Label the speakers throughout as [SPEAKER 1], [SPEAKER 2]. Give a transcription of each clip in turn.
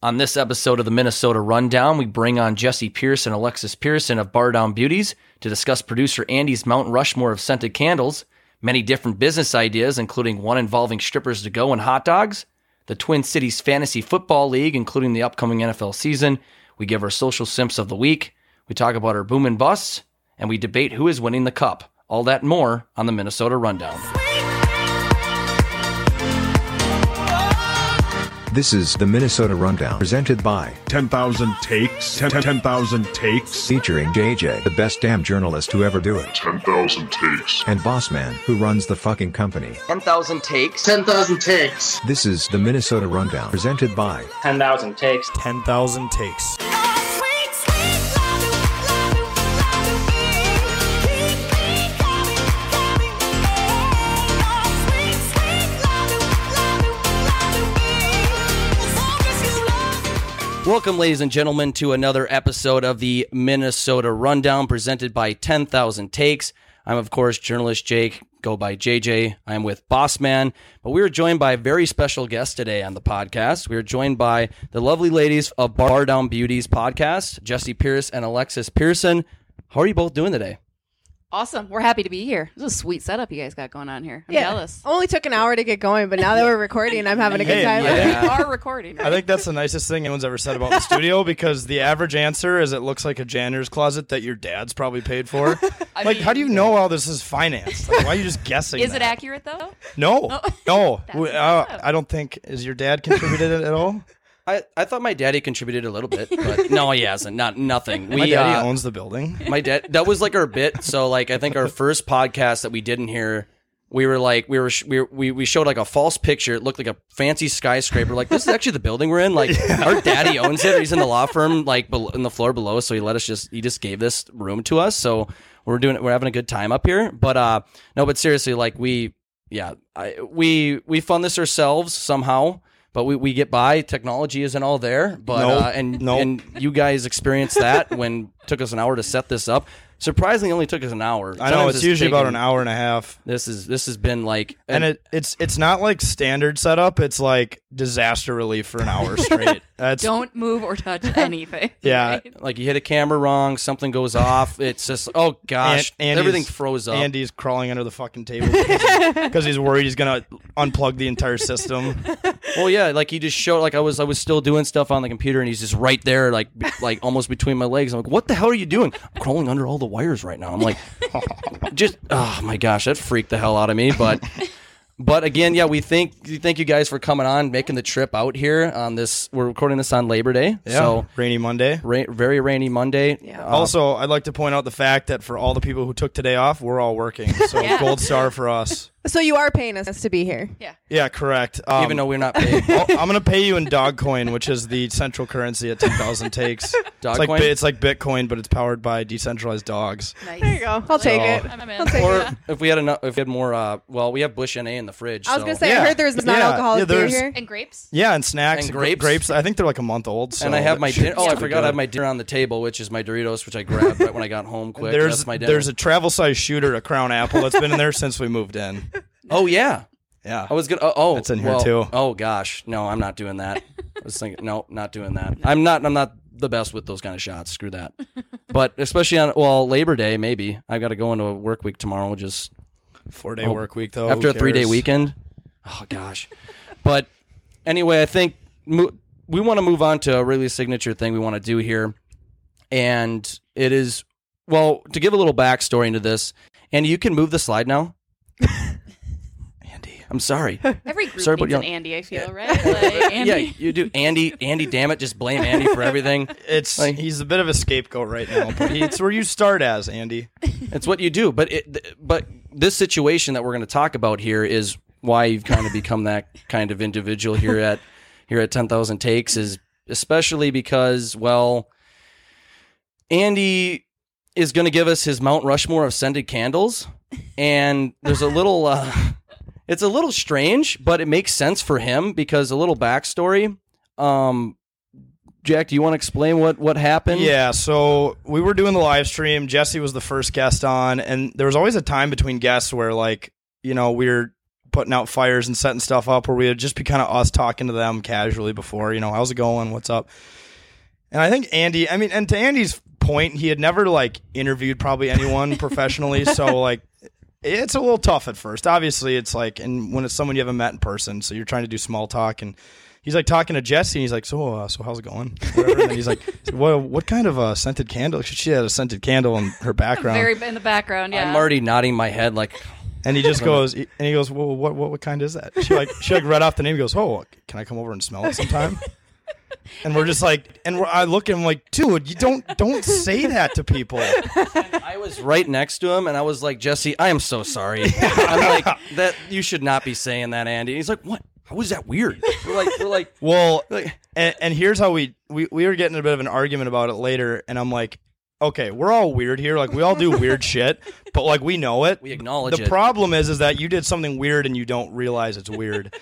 [SPEAKER 1] On this episode of the Minnesota Rundown, we bring on Jesse Pierce and Alexis Pearson of Bar Down Beauties to discuss producer Andy's Mount Rushmore of scented candles, many different business ideas, including one involving strippers to go and hot dogs, the Twin Cities Fantasy Football League, including the upcoming NFL season. We give our social simps of the week. We talk about our boom and busts, and we debate who is winning the cup. All that and more on the Minnesota Rundown.
[SPEAKER 2] This is the Minnesota Rundown presented by
[SPEAKER 3] 10,000 takes, 10 10,000 takes.
[SPEAKER 2] featuring JJ, the best damn journalist to ever do it,
[SPEAKER 4] 10,000 takes.
[SPEAKER 2] and Bossman, who runs the fucking company.
[SPEAKER 1] 10,000 takes.
[SPEAKER 5] 10,000 takes.
[SPEAKER 2] This is the Minnesota Rundown presented by
[SPEAKER 5] 10,000 takes.
[SPEAKER 6] 10,000 takes.
[SPEAKER 1] Welcome, ladies and gentlemen, to another episode of the Minnesota Rundown presented by 10,000 Takes. I'm, of course, journalist Jake, go by JJ. I'm with Bossman, but we are joined by a very special guest today on the podcast. We are joined by the lovely ladies of Bar Down Beauties podcast, Jesse Pierce and Alexis Pearson. How are you both doing today?
[SPEAKER 7] Awesome. We're happy to be here. This is a sweet setup you guys got going on here. I'm jealous.
[SPEAKER 8] Only took an hour to get going, but now that we're recording, I'm having a good
[SPEAKER 6] Hey,
[SPEAKER 8] time.
[SPEAKER 6] yeah.
[SPEAKER 7] We are recording.
[SPEAKER 6] I think that's the nicest thing anyone's ever said about the studio because the average answer is it looks like a janitor's closet that your dad's probably paid for. like, how do you know all this is financed? Like, why are you just guessing?
[SPEAKER 7] Is it
[SPEAKER 6] that?
[SPEAKER 7] accurate though?
[SPEAKER 6] No, no.
[SPEAKER 7] That's
[SPEAKER 6] We-
[SPEAKER 7] what's
[SPEAKER 6] uh,
[SPEAKER 7] up.
[SPEAKER 6] I don't think is your dad contributed it at all.
[SPEAKER 1] I, I thought my daddy contributed a little bit, but no, he hasn't. Not nothing. We,
[SPEAKER 6] My daddy
[SPEAKER 1] uh,
[SPEAKER 6] owns the building.
[SPEAKER 1] my dad that was like our bit so like i think our first podcast that we didn't hear we were like we were sh- we, were- we we showed like a false picture it looked like a fancy skyscraper like this is actually the building we're in like our daddy owns it he's in the law firm like bel in the floor below so he let us just he just gave this room to us so we're doing we're having a good time up here but uh no but seriously like we yeah I, we we fund this ourselves somehow but we, we get by technology isn't all there but
[SPEAKER 6] Nope.
[SPEAKER 1] uh, and
[SPEAKER 6] Nope.
[SPEAKER 1] and you guys experienced that when took us an hour to set this up. Surprisingly, it only took us an hour.
[SPEAKER 6] I know
[SPEAKER 1] Sometimes
[SPEAKER 6] it's, usually about
[SPEAKER 1] taken-
[SPEAKER 6] an hour and a half.
[SPEAKER 1] This is this has been like
[SPEAKER 6] And it, it's it's not like standard setup. It's like disaster relief for an hour straight. That's
[SPEAKER 7] Don't move or touch anything.
[SPEAKER 6] yeah.
[SPEAKER 1] like you hit a camera wrong, something goes off. It's just oh gosh,
[SPEAKER 6] An- Andy's-
[SPEAKER 1] everything froze up.
[SPEAKER 6] Andy's crawling under the fucking table because he's worried he's gonna unplug the entire system.
[SPEAKER 1] Well, yeah, like he just showed like I was I was still doing stuff on the computer, and he's just right there, like be- like almost between my legs. I'm like, what the hell are you doing? I'm crawling under all the wires right now. I'm like, just oh my gosh, that freaked the hell out of me. But but again, yeah, we thank thank you guys for coming on, making the trip out here on this. We're recording this on Labor Day, so
[SPEAKER 6] rainy Monday.
[SPEAKER 1] ra- very rainy Monday. Yeah.
[SPEAKER 6] also, I'd like to point out the fact that for all the people who took today off, we're all working. So
[SPEAKER 7] Yeah.
[SPEAKER 6] gold star for us.
[SPEAKER 8] So you are paying us to be here.
[SPEAKER 7] Yeah.
[SPEAKER 6] Yeah, correct. Um,
[SPEAKER 1] Uh, even though we're not paid.
[SPEAKER 6] I'll- I'm gonna pay you in dog coin, which is the central currency at ten thousand takes.
[SPEAKER 1] Dog
[SPEAKER 6] it's like
[SPEAKER 1] coin?
[SPEAKER 6] bi- it's like Bitcoin, but it's powered by decentralized dogs.
[SPEAKER 8] There you
[SPEAKER 7] Nice.
[SPEAKER 8] go. I'll take it.
[SPEAKER 7] I'm in.
[SPEAKER 8] I'll take
[SPEAKER 1] or
[SPEAKER 8] it.
[SPEAKER 1] if we had enough, if we had more, uh, well, we have Bush NA in the fridge.
[SPEAKER 8] I was
[SPEAKER 1] so-
[SPEAKER 8] gonna say
[SPEAKER 6] Yeah.
[SPEAKER 8] I heard there's
[SPEAKER 6] Yeah.
[SPEAKER 8] non-alcoholic
[SPEAKER 6] Yeah,
[SPEAKER 8] beer
[SPEAKER 6] there's-
[SPEAKER 8] here.
[SPEAKER 7] And grapes?
[SPEAKER 6] Yeah, and snacks,
[SPEAKER 1] And
[SPEAKER 6] gr-
[SPEAKER 1] grapes.
[SPEAKER 6] grapes. I think they're like a month old. So
[SPEAKER 1] and I have
[SPEAKER 6] that
[SPEAKER 1] my
[SPEAKER 6] should-
[SPEAKER 1] dinner. Oh, I
[SPEAKER 6] should be
[SPEAKER 1] forgot I have
[SPEAKER 6] good.
[SPEAKER 1] my dinner on the table, which is my Doritos, which I grabbed right when I got home. Quick,
[SPEAKER 6] There's
[SPEAKER 1] that's my dinner.
[SPEAKER 6] there's a travel size shooter, a Crown Apple that's been in there since we moved in.
[SPEAKER 1] oh yeah,
[SPEAKER 6] Yeah,
[SPEAKER 1] I was gonna. Oh, oh
[SPEAKER 6] It's in here,
[SPEAKER 1] well,
[SPEAKER 6] too.
[SPEAKER 1] Oh gosh, no, I'm not doing that. I was thinking, no, not doing that. I'm not. I'm not the best with those kind of shots. Screw that. But especially on well Labor Day, maybe I've got to go into a work week tomorrow. Just
[SPEAKER 6] four day work week though.
[SPEAKER 1] oh. after
[SPEAKER 6] who
[SPEAKER 1] a three day
[SPEAKER 6] cares?
[SPEAKER 1] weekend. Oh gosh, but anyway, I think mo- we want to move on to a really signature thing we want to do here, and it is well to give a little backstory into this. And you can move the slide now. Andy, I'm sorry.
[SPEAKER 7] Every group
[SPEAKER 1] Sorry, but
[SPEAKER 7] needs an
[SPEAKER 1] y'all-
[SPEAKER 7] Andy, I feel, right? Like, Andy.
[SPEAKER 1] Yeah, you do, Andy. Andy, damn it, just blame Andy for everything.
[SPEAKER 6] It's
[SPEAKER 1] Like-
[SPEAKER 6] he's a bit of a scapegoat right now, but he, it's where you start as Andy.
[SPEAKER 1] It's what you do. But it, th- but this situation that we're going to talk about here is why you've kind of become that kind of individual here at here at Ten Thousand Takes is especially because well, Andy is going to give us his Mount Rushmore of scented candles, and there's a little. Uh, it's a little strange, but it makes sense for him because a little backstory. Um, Jack, do you want to explain what what happened?
[SPEAKER 6] Yeah, so we were doing the live stream. Jesse was the first guest on, and there was always a time between guests where, like, you know, we are putting out fires and setting stuff up where we would just be kind of us talking to them casually before, you know, how's it going? What's up? And I think Andy, I mean, and to Andy's point, he had never like interviewed probably anyone professionally. So like it's a little tough at first. Obviously, it's like, and when it's someone you haven't met in person, so you're trying to do small talk, and he's like talking to Jesse, and he's like, "So, uh, so how's it going?" Whatever. and then he's like, "Well, what kind of uh, scented candle?" 'Cause She had a scented candle in her background,
[SPEAKER 7] Very in the background. Yeah.
[SPEAKER 1] I'm already nodding my head like
[SPEAKER 6] and he just goes, and he goes, "Well, what, what, what kind is that?" She like, she like read off the name, goes, "Oh, can I come over and smell it sometime?" And we're just like, and we're, I look at him like, dude, you don't don't say that to people.
[SPEAKER 1] I was right next to him and I was like, Jesse, I am so sorry. I'm like, that you should not be saying that, Andy. And he's like, What? How is that weird? We're like we're like
[SPEAKER 6] Well, and, and here's how we, we we were getting a bit of an argument about it later, and I'm like, okay, we're all weird here. Like we all do weird shit, but like we know it.
[SPEAKER 1] We acknowledge
[SPEAKER 6] the
[SPEAKER 1] it.
[SPEAKER 6] problem is is that you did something weird and you don't realize it's weird.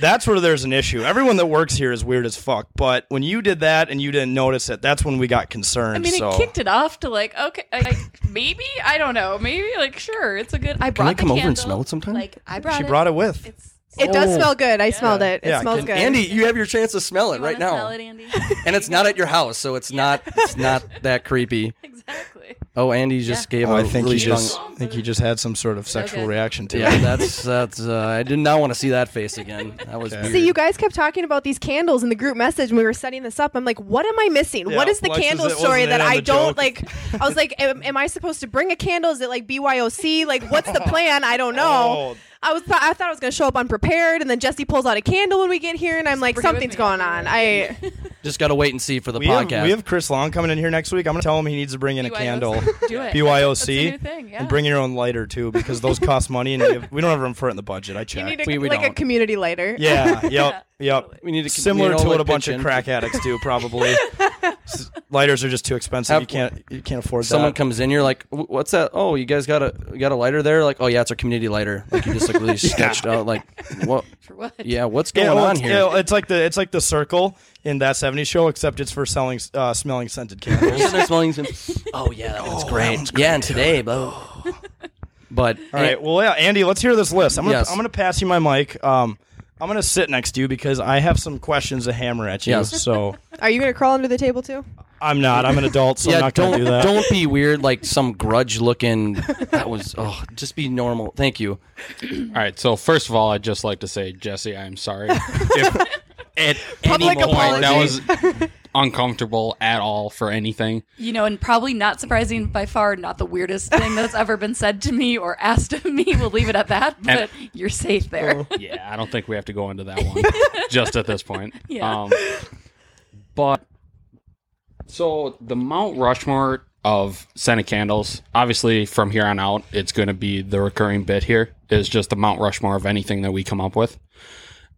[SPEAKER 6] that's where there's an issue. Everyone that works here is weird as fuck, but when you did that and you didn't notice it, that's when we got concerned.
[SPEAKER 7] I mean,
[SPEAKER 6] so.
[SPEAKER 7] he kicked it off to like, okay, like, maybe I don't know, maybe like, sure, it's a good. I brought.
[SPEAKER 1] I
[SPEAKER 7] the
[SPEAKER 1] come over and
[SPEAKER 7] candle.
[SPEAKER 1] smell it sometime?
[SPEAKER 7] Like I brought.
[SPEAKER 6] she
[SPEAKER 7] it.
[SPEAKER 6] brought it with.
[SPEAKER 7] It's
[SPEAKER 8] It does smell good. I smelled it. It
[SPEAKER 6] Oh. Yeah,
[SPEAKER 8] smells
[SPEAKER 6] can
[SPEAKER 8] good.
[SPEAKER 1] Andy, you have your chance to smell it
[SPEAKER 7] You
[SPEAKER 1] right
[SPEAKER 7] wanna
[SPEAKER 1] now.
[SPEAKER 7] Smell it, Andy.
[SPEAKER 1] And it's not at your house, so it's not it's not that creepy.
[SPEAKER 7] exactly.
[SPEAKER 1] Oh, Andy just gave
[SPEAKER 6] Oh,
[SPEAKER 1] a
[SPEAKER 6] I think
[SPEAKER 1] really
[SPEAKER 6] he
[SPEAKER 1] strong
[SPEAKER 6] just I think he just had some sort of sexual
[SPEAKER 7] Okay.
[SPEAKER 6] reaction to
[SPEAKER 1] Yeah,
[SPEAKER 6] it.
[SPEAKER 1] that's that's uh, I did not want to see that face again. That was weird.
[SPEAKER 8] See, you guys kept talking about these candles in the group message when we were setting this up. I'm like, what am I missing?
[SPEAKER 6] Yeah,
[SPEAKER 8] what is the
[SPEAKER 6] Lex is-
[SPEAKER 8] candle
[SPEAKER 6] it wasn't
[SPEAKER 8] story
[SPEAKER 6] in
[SPEAKER 8] that
[SPEAKER 6] on
[SPEAKER 8] I
[SPEAKER 6] the
[SPEAKER 8] don't
[SPEAKER 6] joke.
[SPEAKER 8] like? I was like, am, am I supposed to bring a candle? Is it like BYOC? Like, what's the plan? I don't know.
[SPEAKER 6] Oh.
[SPEAKER 8] I was I thought I was gonna show up unprepared, and then Jesse pulls out a candle when we get here, and I'm like,
[SPEAKER 7] bring it with
[SPEAKER 8] something's
[SPEAKER 7] me.
[SPEAKER 8] going on. I
[SPEAKER 1] just got to wait and see for the
[SPEAKER 6] We have,
[SPEAKER 1] podcast.
[SPEAKER 6] we have Chris Long coming in here next week. I'm gonna tell him he needs to bring in a
[SPEAKER 7] BYOC. Do
[SPEAKER 6] candle.
[SPEAKER 7] it. That's a
[SPEAKER 6] BYOC
[SPEAKER 7] new thing. Yeah.
[SPEAKER 6] and bring your own lighter too because those cost money and we, have- we don't have room for it in the budget. I
[SPEAKER 8] you
[SPEAKER 6] checked.
[SPEAKER 8] need a,
[SPEAKER 1] We- we
[SPEAKER 8] like a
[SPEAKER 1] don't.
[SPEAKER 8] community lighter.
[SPEAKER 6] yeah, yep, yep.
[SPEAKER 1] We need to
[SPEAKER 6] Similar
[SPEAKER 1] we need
[SPEAKER 6] to
[SPEAKER 1] all,
[SPEAKER 6] what
[SPEAKER 1] like,
[SPEAKER 6] a bunch
[SPEAKER 1] pitch
[SPEAKER 6] of
[SPEAKER 1] in.
[SPEAKER 6] crack addicts do, probably. S- Lighters are just too expensive.
[SPEAKER 1] Have-
[SPEAKER 6] you can't you can't afford
[SPEAKER 1] Someone
[SPEAKER 6] that.
[SPEAKER 1] comes in, you're like, "Wh- "What's that? Oh, you guys got a you got a lighter there? Like, oh yeah, it's our community lighter. Like you just like really sketched out, like, what?
[SPEAKER 7] For what?
[SPEAKER 1] Yeah, what's
[SPEAKER 6] Yeah,
[SPEAKER 1] going
[SPEAKER 6] well,
[SPEAKER 1] on
[SPEAKER 6] it's-
[SPEAKER 1] here?
[SPEAKER 6] yeah, it's like the it's like the circle in that '70s show, except it's for selling uh, smelling scented candles.
[SPEAKER 1] Isn't there smelling some- oh yeah, that one's great. yeah, and today, but but
[SPEAKER 6] All right. Well, yeah, Andy, let's hear this list. I'm gonna,
[SPEAKER 1] Yes.
[SPEAKER 6] I'm gonna pass you my mic. Um, I'm gonna sit next to you because I have some questions to hammer at you.
[SPEAKER 1] Yes.
[SPEAKER 6] So
[SPEAKER 8] Are you gonna crawl under the table too?
[SPEAKER 6] I'm not. I'm an adult, so
[SPEAKER 1] yeah,
[SPEAKER 6] I'm not
[SPEAKER 1] don't
[SPEAKER 6] gonna do that.
[SPEAKER 1] don't be weird like some grudge looking. That was oh, just be normal. Thank you.
[SPEAKER 4] All right. So first of all, I'd just like to say, Jesse, I am sorry. if at any
[SPEAKER 8] Public
[SPEAKER 4] point that
[SPEAKER 8] apology.
[SPEAKER 4] was uncomfortable at all for anything.
[SPEAKER 7] You know, and probably not surprising by far, not the weirdest thing that's ever been said to me or asked of me. We'll leave it at that. But you're safe there.
[SPEAKER 6] Oh,
[SPEAKER 4] Yeah, I don't think we have to go into that one just at this point.
[SPEAKER 7] Yeah.
[SPEAKER 4] Um, but so the Mount Rushmore of scented candles, obviously from here on out, it's going to be the recurring bit here is just the Mount Rushmore of anything that we come up with.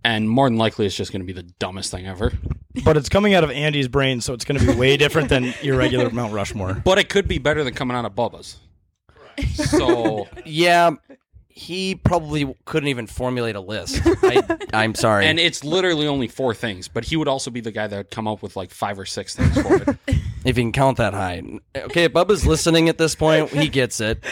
[SPEAKER 4] And more than likely, it's just going to be the dumbest thing ever.
[SPEAKER 6] But it's coming out of Andy's brain, so it's gonna be way different than your regular Mount Rushmore.
[SPEAKER 4] But it could be better than coming out of Bubba's. So
[SPEAKER 1] Yeah, he probably couldn't even formulate a list. I, I'm sorry.
[SPEAKER 4] And it's literally only four things, but he would also be the guy that would come up with like five or six things for it.
[SPEAKER 1] if you can count that high. Okay, if Bubba's listening at this point, he gets it.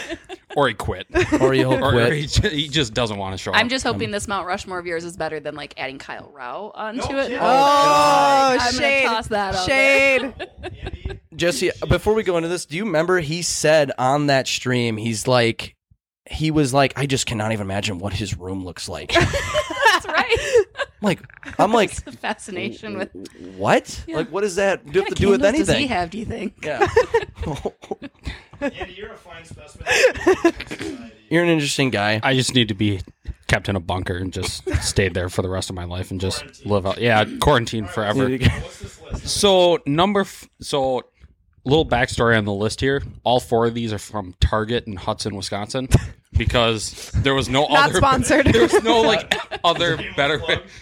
[SPEAKER 4] or he quit.
[SPEAKER 1] Or he'll
[SPEAKER 4] Or, or
[SPEAKER 1] quit.
[SPEAKER 4] he, ju- he just doesn't want to show up.
[SPEAKER 7] I'm just hoping this Mount Rushmore of yours is better than like adding Kyle Rao onto it.
[SPEAKER 8] Oh,
[SPEAKER 7] I'm
[SPEAKER 8] shade.
[SPEAKER 7] gonna toss that out there.
[SPEAKER 8] Shade.
[SPEAKER 1] Jesse, before we go into this, do you remember he said on that stream, he's like, he was like, I just cannot even imagine what his room looks like. I'm
[SPEAKER 7] That's right.
[SPEAKER 1] like, I'm like,
[SPEAKER 7] It's the fascination with
[SPEAKER 1] what? Like, what does that do have to
[SPEAKER 7] What
[SPEAKER 1] do with
[SPEAKER 7] candles Does he
[SPEAKER 1] anything?
[SPEAKER 7] have? Do you think?
[SPEAKER 1] Yeah.
[SPEAKER 6] Andy, you're a fine specimen.
[SPEAKER 1] You're an interesting guy.
[SPEAKER 4] I just need to be kept in a bunker and just stayed there for the rest of my life and just live out. Yeah, quarantine forever. So number, f- so little backstory on the list here. All four of these are from Target in Hudson, Wisconsin, because there was no
[SPEAKER 8] Not
[SPEAKER 4] other
[SPEAKER 8] sponsored.
[SPEAKER 4] There's no like other better.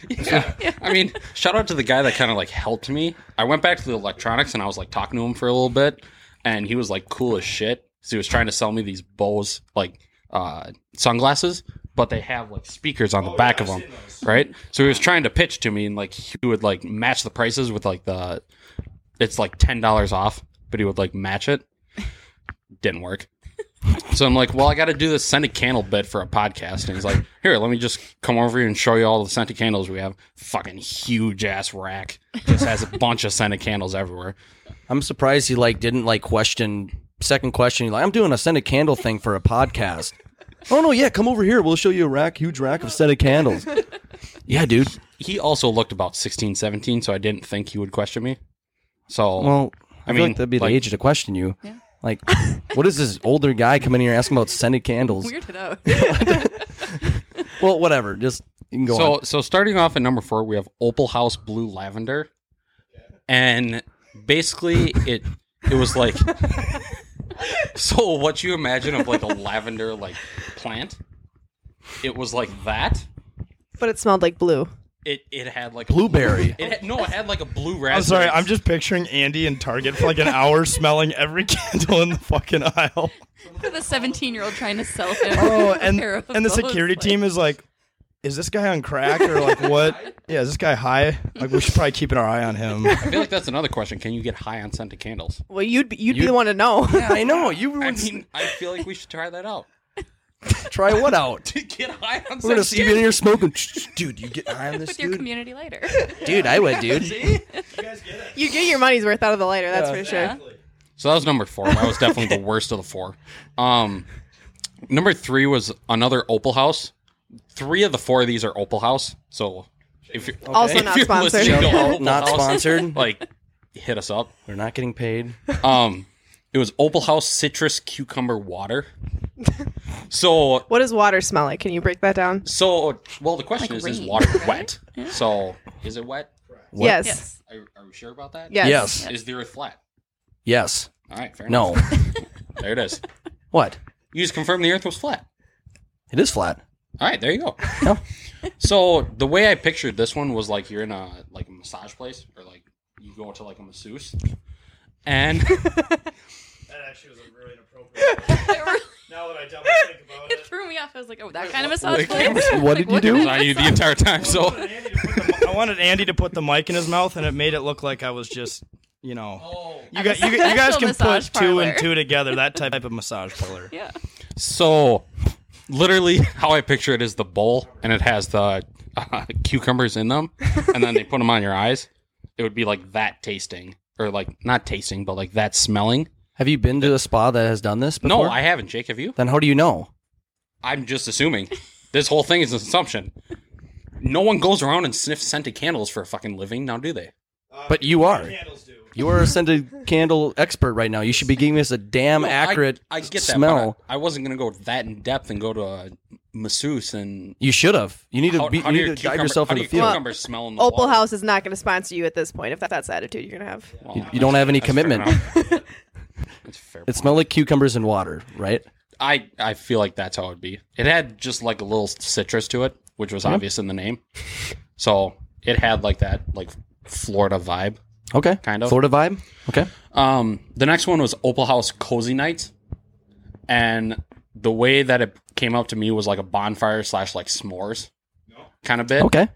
[SPEAKER 4] Yeah. I mean, shout out to the guy that kind of like helped me. I went back to the electronics and I was like talking to him for a little bit, and he was like cool as shit. So he was trying to sell me these Bose like uh, sunglasses, but they have like speakers on the back of them, right? So he was trying to pitch to me, and like he would like match the prices with like the it's like ten dollars off, but he would like match it. Didn't work. So I'm like, well, I got to do this scented candle bit for a podcast. And he's like, here, let me just come over here and show you all the scented candles we have. Fucking huge ass rack. Just has a bunch of scented candles everywhere.
[SPEAKER 1] I'm surprised he like didn't like question second question. He like I'm doing a scented candle thing for a podcast. oh no, yeah, come over here. We'll show you a rack, huge rack of scented candles. yeah, dude.
[SPEAKER 4] He also looked about 16, 17, so I didn't think he would question me. So
[SPEAKER 1] Well, I,
[SPEAKER 4] I
[SPEAKER 1] mean,
[SPEAKER 4] mean,
[SPEAKER 1] that'd be
[SPEAKER 4] like-
[SPEAKER 1] the age to question you. Like, what is this older guy coming in here asking about scented candles?
[SPEAKER 7] Weirdo.
[SPEAKER 1] Well, whatever. Just you can go
[SPEAKER 4] so
[SPEAKER 1] on.
[SPEAKER 4] so starting off at number four, we have Opal House Blue Lavender, and basically it it was like so what you imagine of like a lavender like plant. It was like that.
[SPEAKER 8] But it smelled like blue.
[SPEAKER 4] It it had like
[SPEAKER 1] Blueberry.
[SPEAKER 4] A, it had, no, it had like a blue raspberry.
[SPEAKER 6] I'm sorry, I'm just picturing Andy in Target for like an hour smelling every candle in the fucking aisle.
[SPEAKER 7] For the 17 year old trying to sell him.
[SPEAKER 6] Oh,
[SPEAKER 7] a
[SPEAKER 6] and
[SPEAKER 7] pair of
[SPEAKER 6] and the
[SPEAKER 7] those,
[SPEAKER 6] security
[SPEAKER 7] like-
[SPEAKER 6] team is like, is this guy on crack or like what? Yeah, is this guy high? Like we should probably keep an eye on him.
[SPEAKER 4] I feel like that's another question. Can you get high on scented candles?
[SPEAKER 8] Well, you'd be, you'd, be
[SPEAKER 1] You'd-
[SPEAKER 8] the one to know.
[SPEAKER 1] I know you were
[SPEAKER 4] I mean, I feel like we should try that out.
[SPEAKER 1] try what out.
[SPEAKER 4] To get high on
[SPEAKER 1] We're gonna
[SPEAKER 4] scented
[SPEAKER 1] see you in here smoking, dude. You get high on this,
[SPEAKER 7] With your
[SPEAKER 1] dude.
[SPEAKER 7] community later.
[SPEAKER 1] Dude, I would, dude.
[SPEAKER 8] You get your money's worth out of the lighter, that's for sure.
[SPEAKER 4] So that was number four. That was definitely the worst of the four. Um, number three was another Opal House. Three of the four of these are Opal House. So if you're,
[SPEAKER 8] Also
[SPEAKER 4] if
[SPEAKER 8] not
[SPEAKER 4] you're
[SPEAKER 8] sponsored.
[SPEAKER 4] listening to Opal
[SPEAKER 1] Not
[SPEAKER 4] House,
[SPEAKER 1] sponsored.
[SPEAKER 4] Like, hit us up.
[SPEAKER 1] We're not getting paid.
[SPEAKER 4] Um, it was Opal House Citrus Cucumber Water. So,
[SPEAKER 8] What does water smell like? Can you break that down?
[SPEAKER 4] so well, the question
[SPEAKER 7] Like
[SPEAKER 4] is, is
[SPEAKER 7] rain,
[SPEAKER 4] water wet? So, is it wet?
[SPEAKER 8] Yes.
[SPEAKER 7] Yes.
[SPEAKER 4] Are, are we sure about that?
[SPEAKER 8] Yes.
[SPEAKER 1] Yes.
[SPEAKER 4] Is the earth flat?
[SPEAKER 1] Yes.
[SPEAKER 4] All right, fair enough.
[SPEAKER 1] No.
[SPEAKER 4] No. There it is.
[SPEAKER 1] what?
[SPEAKER 4] You just confirmed the earth was flat.
[SPEAKER 1] It is flat.
[SPEAKER 4] All right, there you go. so the way I pictured this one was like you're in a like a massage place, or like you go to like a masseuse, and
[SPEAKER 6] Now that I double think about
[SPEAKER 7] It threw me off. I was like, oh, that kind of
[SPEAKER 4] wait,
[SPEAKER 7] massage place?
[SPEAKER 4] what
[SPEAKER 7] Like,
[SPEAKER 1] did you do?
[SPEAKER 7] kind of
[SPEAKER 4] I knew the
[SPEAKER 7] massage-
[SPEAKER 4] entire time. So
[SPEAKER 6] I wanted Andy to put the mic in his mouth, and it made it look like I was just, you know, you, got, you, got- you guys
[SPEAKER 7] Special
[SPEAKER 6] can
[SPEAKER 7] massage
[SPEAKER 6] put two and
[SPEAKER 7] parlor.
[SPEAKER 6] two together. That type of massage parlor.
[SPEAKER 7] Yeah.
[SPEAKER 4] so literally how I picture it is the bowl, and it has the uh, cucumbers in them, and then they put them on your eyes. It would be like that tasting, or like not tasting, but like that smelling.
[SPEAKER 1] Have you been to a spa that has done this before?
[SPEAKER 4] No, I haven't, Jake. Have you?
[SPEAKER 1] Then how do you know?
[SPEAKER 4] I'm just assuming. This whole thing is an assumption. No one goes around and sniffs scented candles for a fucking living, now do they?
[SPEAKER 1] But you are. You are a scented candle expert right now. You should be giving us a damn
[SPEAKER 4] No, I-
[SPEAKER 1] accurate
[SPEAKER 4] I, get that.
[SPEAKER 1] smell.
[SPEAKER 4] but I, I wasn't gonna go that in depth and go to a masseuse and
[SPEAKER 1] You should have. You need to
[SPEAKER 4] how,
[SPEAKER 1] be,
[SPEAKER 4] how
[SPEAKER 1] you
[SPEAKER 4] do
[SPEAKER 1] need to
[SPEAKER 4] your
[SPEAKER 1] dive
[SPEAKER 4] cucumber-
[SPEAKER 1] yourself
[SPEAKER 4] how
[SPEAKER 1] in
[SPEAKER 4] do
[SPEAKER 1] the
[SPEAKER 4] your
[SPEAKER 1] field.
[SPEAKER 4] cucumbers smell in the
[SPEAKER 8] Opal
[SPEAKER 4] water?
[SPEAKER 8] House is not going to sponsor you at this point if that's the attitude you're going to have.
[SPEAKER 4] Well,
[SPEAKER 1] You don't have any
[SPEAKER 4] that's fair
[SPEAKER 1] commitment.
[SPEAKER 4] enough. That's a fair.
[SPEAKER 1] It
[SPEAKER 4] It's
[SPEAKER 1] smelled like cucumbers and water, right?
[SPEAKER 4] I I feel like that's how it'd be. It had just like a little citrus to it, which was obvious in the name. So it had like that like Florida vibe.
[SPEAKER 1] Okay.
[SPEAKER 4] Kind of.
[SPEAKER 1] Florida vibe. Okay.
[SPEAKER 4] Um, the next one was Opal House Cozy Night, and the way that it came up to me was like a bonfire slash like s'mores kind of bit.
[SPEAKER 1] Okay.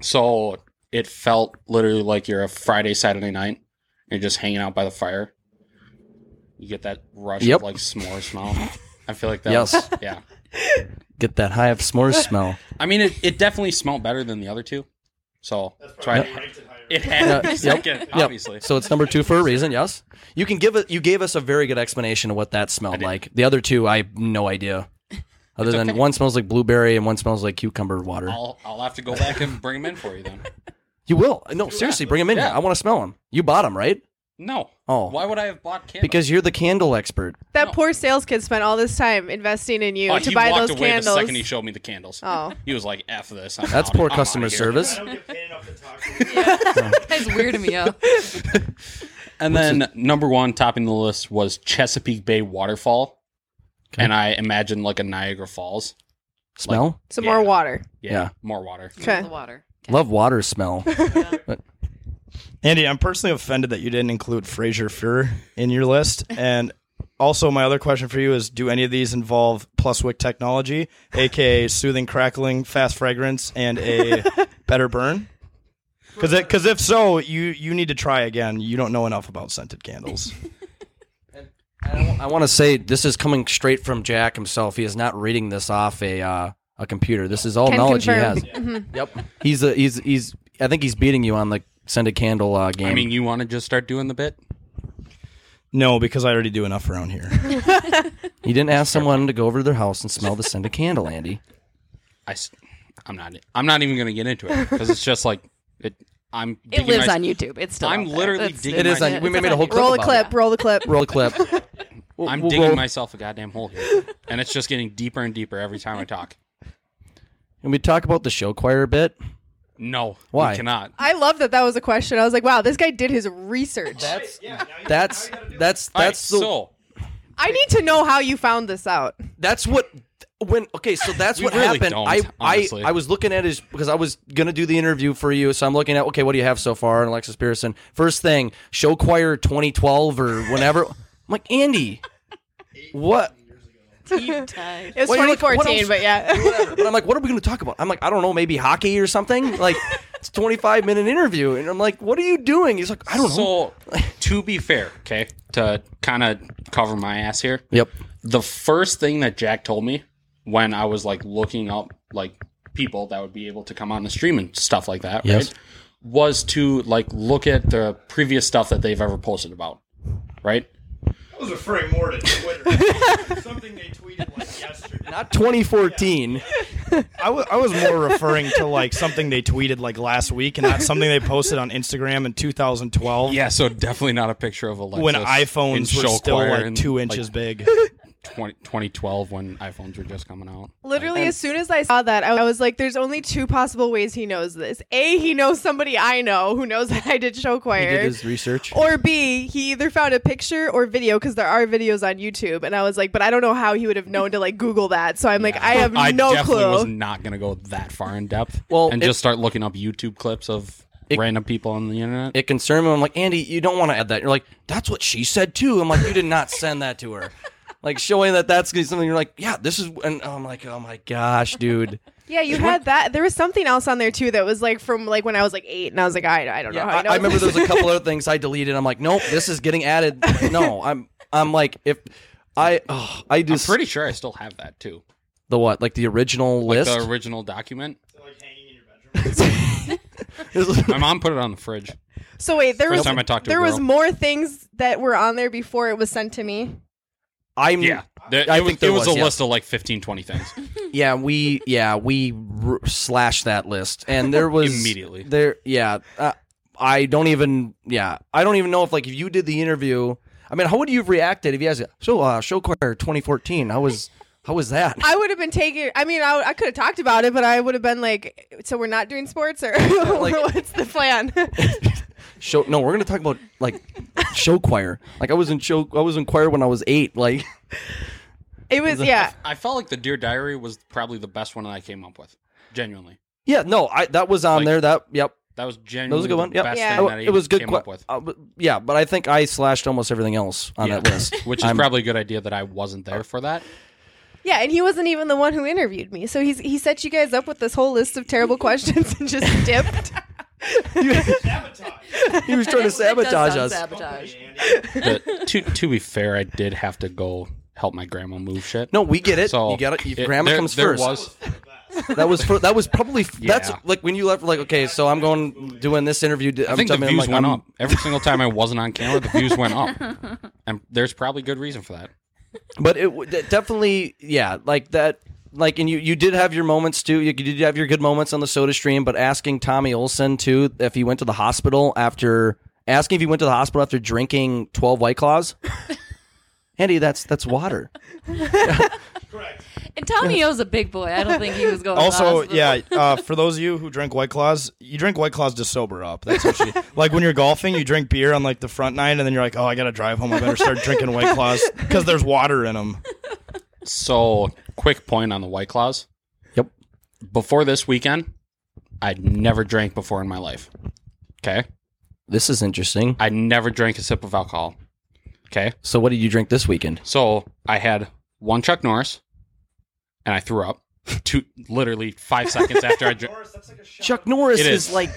[SPEAKER 4] So it felt literally like you're a Friday Saturday night. You're just hanging out by the fire. You get that rush
[SPEAKER 1] Yep.
[SPEAKER 4] of like s'more smell. I feel like that.
[SPEAKER 1] Yes.
[SPEAKER 4] was- yeah.
[SPEAKER 1] Get that high of s'mores smell.
[SPEAKER 4] I mean, it, it definitely smelled better than the other two. So that's why it had to
[SPEAKER 1] Yeah,
[SPEAKER 4] be second, obviously.
[SPEAKER 1] So it's number two for a reason. Yes. You can give it. You gave us a very good explanation of what that smelled like. The other two, I have no idea. Other than one smells like blueberry and one smells like cucumber water.
[SPEAKER 4] I'll I'll have to go back and bring them in for you then.
[SPEAKER 1] you will. No, seriously, bring them in.
[SPEAKER 4] Yeah.
[SPEAKER 1] here. I want to smell them. You bought them, right?
[SPEAKER 4] No.
[SPEAKER 1] Oh.
[SPEAKER 4] Why would I have bought candles?
[SPEAKER 1] Because you're the candle expert.
[SPEAKER 8] That poor sales kid spent all this time investing in you
[SPEAKER 4] Oh,
[SPEAKER 8] to
[SPEAKER 4] he
[SPEAKER 8] buy
[SPEAKER 4] walked
[SPEAKER 8] those
[SPEAKER 4] away the
[SPEAKER 8] candles.
[SPEAKER 4] second he showed me the candles.
[SPEAKER 8] Oh.
[SPEAKER 4] He was like, "F this." I'm
[SPEAKER 1] That's
[SPEAKER 4] outta-
[SPEAKER 1] poor
[SPEAKER 4] I'm
[SPEAKER 1] customer
[SPEAKER 4] outta here."
[SPEAKER 1] service.
[SPEAKER 7] That guy's weirding me out.
[SPEAKER 4] And then number one, topping the list, was Chesapeake Bay waterfall, and I imagine like a Niagara Falls.
[SPEAKER 1] Smell?
[SPEAKER 8] Some
[SPEAKER 4] Yeah.
[SPEAKER 8] more water.
[SPEAKER 1] Yeah.
[SPEAKER 4] more water.
[SPEAKER 8] Okay.
[SPEAKER 7] The water.
[SPEAKER 1] Love water smell.
[SPEAKER 6] Andy, I'm personally offended that you didn't include Fraser Fuhrer in your list. And also, my other question for you is: Do any of these involve Pluswick technology, aka soothing, crackling, fast fragrance, and a better burn? Because because if so, you you need to try again. You don't know enough about scented candles.
[SPEAKER 1] I want to say this is coming straight from Jack himself. He is not reading this off a uh, a computer. This is all
[SPEAKER 8] Can
[SPEAKER 1] knowledge
[SPEAKER 8] confirm. Mm-hmm.
[SPEAKER 1] he has. Yep. He's a, he's he's. I think he's beating you on the send a candle uh, game.
[SPEAKER 4] I mean, you want to just start doing the bit?
[SPEAKER 6] No, because I already do enough around here.
[SPEAKER 1] he didn't ask someone to go over to their house and smell the send a candle, Andy.
[SPEAKER 4] I, am not. I'm not even going to get into it because it's just like it. I'm.
[SPEAKER 7] It lives on YouTube. It's still.
[SPEAKER 4] I'm
[SPEAKER 7] out there.
[SPEAKER 4] literally
[SPEAKER 7] That's-
[SPEAKER 4] digging
[SPEAKER 7] it's
[SPEAKER 1] It is.
[SPEAKER 4] my-
[SPEAKER 1] On, we made a whole clip.
[SPEAKER 8] Roll the
[SPEAKER 1] about
[SPEAKER 8] clip.
[SPEAKER 1] it.
[SPEAKER 8] Roll the clip.
[SPEAKER 1] Roll a clip. We'll-
[SPEAKER 4] I'm
[SPEAKER 1] we'll
[SPEAKER 4] digging
[SPEAKER 1] roll-
[SPEAKER 4] myself a goddamn hole here, and it's just getting deeper and deeper every time I talk.
[SPEAKER 1] Can we talk about the show choir a bit?
[SPEAKER 4] No,
[SPEAKER 1] Why?
[SPEAKER 4] we cannot.
[SPEAKER 8] I love that that was a question. I was like, wow, this guy did his research.
[SPEAKER 1] That's that's that's
[SPEAKER 4] All right,
[SPEAKER 1] that's the
[SPEAKER 4] so
[SPEAKER 8] I need to know how you found this out.
[SPEAKER 1] That's what when okay, so that's
[SPEAKER 4] We
[SPEAKER 1] what
[SPEAKER 4] really
[SPEAKER 1] happened.
[SPEAKER 4] don't,
[SPEAKER 1] I
[SPEAKER 4] honestly.
[SPEAKER 1] I I was looking at his because I was gonna do the interview for you, so I'm looking at okay, what do you have so far? And Alexis Pearson, first thing, show choir 2012 or whenever. I'm like Andy, what?
[SPEAKER 8] It was
[SPEAKER 1] Well, you're like, what
[SPEAKER 8] 2014,
[SPEAKER 1] else-
[SPEAKER 8] but yeah.
[SPEAKER 1] But I'm like, what are we gonna talk about? I'm like, I don't know, maybe hockey or something. Like it's a 25 minute interview, and I'm like, what are you doing? He's like, I don't know.
[SPEAKER 4] So, to be fair, okay, to kind of cover my ass here,
[SPEAKER 1] Yep.
[SPEAKER 4] the first thing that Jack told me when I was like looking up like people that would be able to come on the stream and stuff like that,
[SPEAKER 1] Yes.
[SPEAKER 4] right? Was to like look at the previous stuff that they've ever posted about, right?
[SPEAKER 9] was referring more to Twitter. Something they tweeted like yesterday.
[SPEAKER 1] Not 2014.
[SPEAKER 6] I wa- I was more referring to like something they tweeted like last week and not something they posted on Instagram in 2012
[SPEAKER 4] Yeah, so definitely not a picture of Alexis
[SPEAKER 6] when
[SPEAKER 4] in
[SPEAKER 6] iPhones were
[SPEAKER 4] show
[SPEAKER 6] still
[SPEAKER 4] choir
[SPEAKER 6] like
[SPEAKER 4] in,
[SPEAKER 6] two
[SPEAKER 4] like,
[SPEAKER 6] inches big.
[SPEAKER 4] 20, 2012 when iPhones were just coming out.
[SPEAKER 8] Literally, as soon as I saw that, I was like, there's only two possible ways he knows this. A, he knows somebody I know who knows that I did show choir.
[SPEAKER 1] Did his research.
[SPEAKER 8] Or B, he either found a picture or video because there are videos on YouTube, and I was like, but I don't know how he would have known to like Google that. So I'm like, I have
[SPEAKER 4] I
[SPEAKER 8] no
[SPEAKER 4] definitely
[SPEAKER 8] clue.
[SPEAKER 4] was not going to go that far in depth.
[SPEAKER 1] Well,
[SPEAKER 4] and
[SPEAKER 1] it-
[SPEAKER 4] just start looking up YouTube clips of random people on the internet.
[SPEAKER 1] it concerned me. I'm like, Andy, you don't want to add that. You're like, that's what she said too. I'm like, you did not send that to her. Like showing that that's gonna be something. You're like, yeah, this is. And I'm like, oh my gosh, dude.
[SPEAKER 8] yeah, you had that. There was something else on there too that was like from like when I was like eight, and I was like, I, I don't know how
[SPEAKER 1] I,
[SPEAKER 8] I know.
[SPEAKER 1] I remember
[SPEAKER 8] this.
[SPEAKER 1] there's a couple other things I deleted. I'm like, nope, this is getting added. No, I'm. I'm like, if I, oh, I
[SPEAKER 4] I'm
[SPEAKER 1] just
[SPEAKER 4] pretty sure I still have that too.
[SPEAKER 1] the what, like the original list.
[SPEAKER 4] The original document.
[SPEAKER 1] This is-
[SPEAKER 4] My mom put it on the fridge.
[SPEAKER 8] So wait, there
[SPEAKER 4] First
[SPEAKER 8] was
[SPEAKER 4] time I talked to a
[SPEAKER 8] there was
[SPEAKER 4] girl.
[SPEAKER 8] more things that were on there before it was sent to me.
[SPEAKER 1] I'm.
[SPEAKER 4] There-
[SPEAKER 1] I
[SPEAKER 4] it was,
[SPEAKER 1] think there
[SPEAKER 4] it was,
[SPEAKER 1] was,
[SPEAKER 4] a
[SPEAKER 1] yeah.
[SPEAKER 4] list of like 15, 20 things.
[SPEAKER 1] Yeah, we yeah we r- slashed that list, and there was
[SPEAKER 4] Immediately.
[SPEAKER 1] there. Yeah, uh, I don't even yeah I don't even know if like if you did the interview. I mean, how would you have reacted if you asked so uh, show choir 2014? How was how was that?
[SPEAKER 8] I would have been taking. I mean, I, I could have talked about it, but I would have been like, so we're not doing sports, or
[SPEAKER 1] like-
[SPEAKER 8] what's the plan?
[SPEAKER 1] Show no, we're gonna talk about like show choir. Like I was in show I was in choir when I was eight. Like
[SPEAKER 8] it was yeah.
[SPEAKER 4] I felt like the Dear Diary was probably the best one that I came up with. Genuinely.
[SPEAKER 1] yeah, no, I that was on
[SPEAKER 4] Like-
[SPEAKER 1] there. That yep,
[SPEAKER 4] That was
[SPEAKER 1] that was
[SPEAKER 4] genuinely
[SPEAKER 1] a good one.
[SPEAKER 4] the
[SPEAKER 1] Yep.
[SPEAKER 4] best
[SPEAKER 8] Yeah.
[SPEAKER 4] thing
[SPEAKER 1] I-
[SPEAKER 4] that I
[SPEAKER 1] it was
[SPEAKER 4] even
[SPEAKER 1] good.
[SPEAKER 4] came
[SPEAKER 1] que-
[SPEAKER 4] up with.
[SPEAKER 1] uh, but- yeah, but I think I slashed almost everything else on
[SPEAKER 4] Yeah.
[SPEAKER 1] that list,
[SPEAKER 4] Which is
[SPEAKER 1] I'm-
[SPEAKER 4] probably a good idea that I wasn't there for that.
[SPEAKER 8] Yeah, and he wasn't even the one who interviewed me. So he's he set you guys up with this whole list of terrible questions and just dipped.
[SPEAKER 1] he was trying to
[SPEAKER 7] It does
[SPEAKER 1] sabotage
[SPEAKER 7] sound
[SPEAKER 1] us.
[SPEAKER 8] Oh,
[SPEAKER 7] Sabotage.
[SPEAKER 4] But to, to be fair, I did have to go help my grandma move shit.
[SPEAKER 1] No, we get it.
[SPEAKER 4] So
[SPEAKER 1] you got it. Your
[SPEAKER 4] it-
[SPEAKER 1] grandma
[SPEAKER 4] there-
[SPEAKER 1] comes
[SPEAKER 4] there
[SPEAKER 1] first.
[SPEAKER 4] was-
[SPEAKER 1] That was for, that was probably that's
[SPEAKER 4] Yeah.
[SPEAKER 1] like when you left. Like okay, so I'm going doing this interview.
[SPEAKER 4] I think the views went up. Every single time I wasn't on camera, the views went up. And there's probably good reason for that.
[SPEAKER 1] but it w- that definitely yeah, like that. Like and you, you did have your moments too. You, you did have your good moments on the Soda Stream, but asking Tommy Olson too if he went to the hospital after asking if he went to the hospital after drinking twelve White Claws. Andy, that's that's water.
[SPEAKER 7] And Tommy O's a big boy. I don't think he was going. to the
[SPEAKER 6] Also,
[SPEAKER 7] hospital.
[SPEAKER 6] yeah, uh, for those of you who drink White Claws, you drink White Claws to sober up. That's what she, like when you're golfing, you drink beer on like the front nine, and then you're like, oh, I gotta drive home. I better start drinking White Claws because there's water in them.
[SPEAKER 4] So, quick point on the White Claws.
[SPEAKER 1] Yep.
[SPEAKER 4] Before this weekend, I'd never drank before in my life. Okay.
[SPEAKER 1] This is interesting.
[SPEAKER 4] I never drank a sip of alcohol. Okay.
[SPEAKER 1] So what did you drink this weekend?
[SPEAKER 4] So, I had one Chuck Norris and I threw up two, literally five seconds after I drank.
[SPEAKER 1] Chuck Norris
[SPEAKER 4] It
[SPEAKER 1] is.
[SPEAKER 4] is.
[SPEAKER 1] like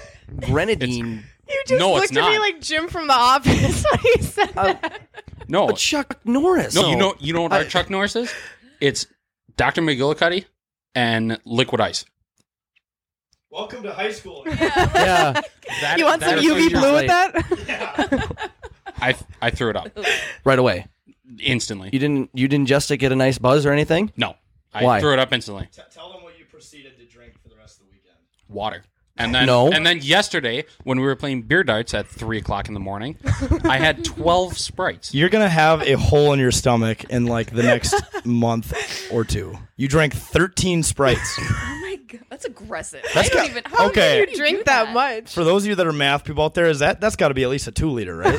[SPEAKER 1] grenadine.
[SPEAKER 8] You just
[SPEAKER 4] No,
[SPEAKER 8] looked
[SPEAKER 4] it's
[SPEAKER 8] at me
[SPEAKER 4] not.
[SPEAKER 8] like Jim from The Office when he said that.
[SPEAKER 4] No,
[SPEAKER 1] a Chuck Norris.
[SPEAKER 4] Oh. no, you know, you know what our Chuck Norris is? It's Dr. McGillicuddy and Liquid Ice.
[SPEAKER 9] Welcome to high school.
[SPEAKER 1] Yeah.
[SPEAKER 4] That,
[SPEAKER 8] You want
[SPEAKER 4] that
[SPEAKER 8] some
[SPEAKER 4] is what
[SPEAKER 8] UV
[SPEAKER 4] you're-
[SPEAKER 8] blue with that?
[SPEAKER 4] I I threw it up
[SPEAKER 1] Right away.
[SPEAKER 4] instantly.
[SPEAKER 1] You didn't. You didn't just to get a nice buzz or anything.
[SPEAKER 4] No, I
[SPEAKER 1] Why?
[SPEAKER 4] threw it up instantly.
[SPEAKER 9] Tell them what you proceeded to drink for the rest of the weekend.
[SPEAKER 4] Water. And then,
[SPEAKER 1] No.
[SPEAKER 4] and then yesterday when we were playing beer darts at three o'clock in the morning, I had twelve sprites.
[SPEAKER 6] You're gonna have a hole in your stomach in like the next month or two. You drank 13 sprites.
[SPEAKER 7] Oh my god, that's aggressive. I don't even. How
[SPEAKER 6] okay.
[SPEAKER 7] okay.
[SPEAKER 8] Drink that much.
[SPEAKER 6] For those of you that are math people out there, is that that's got to be at least a two liter, right?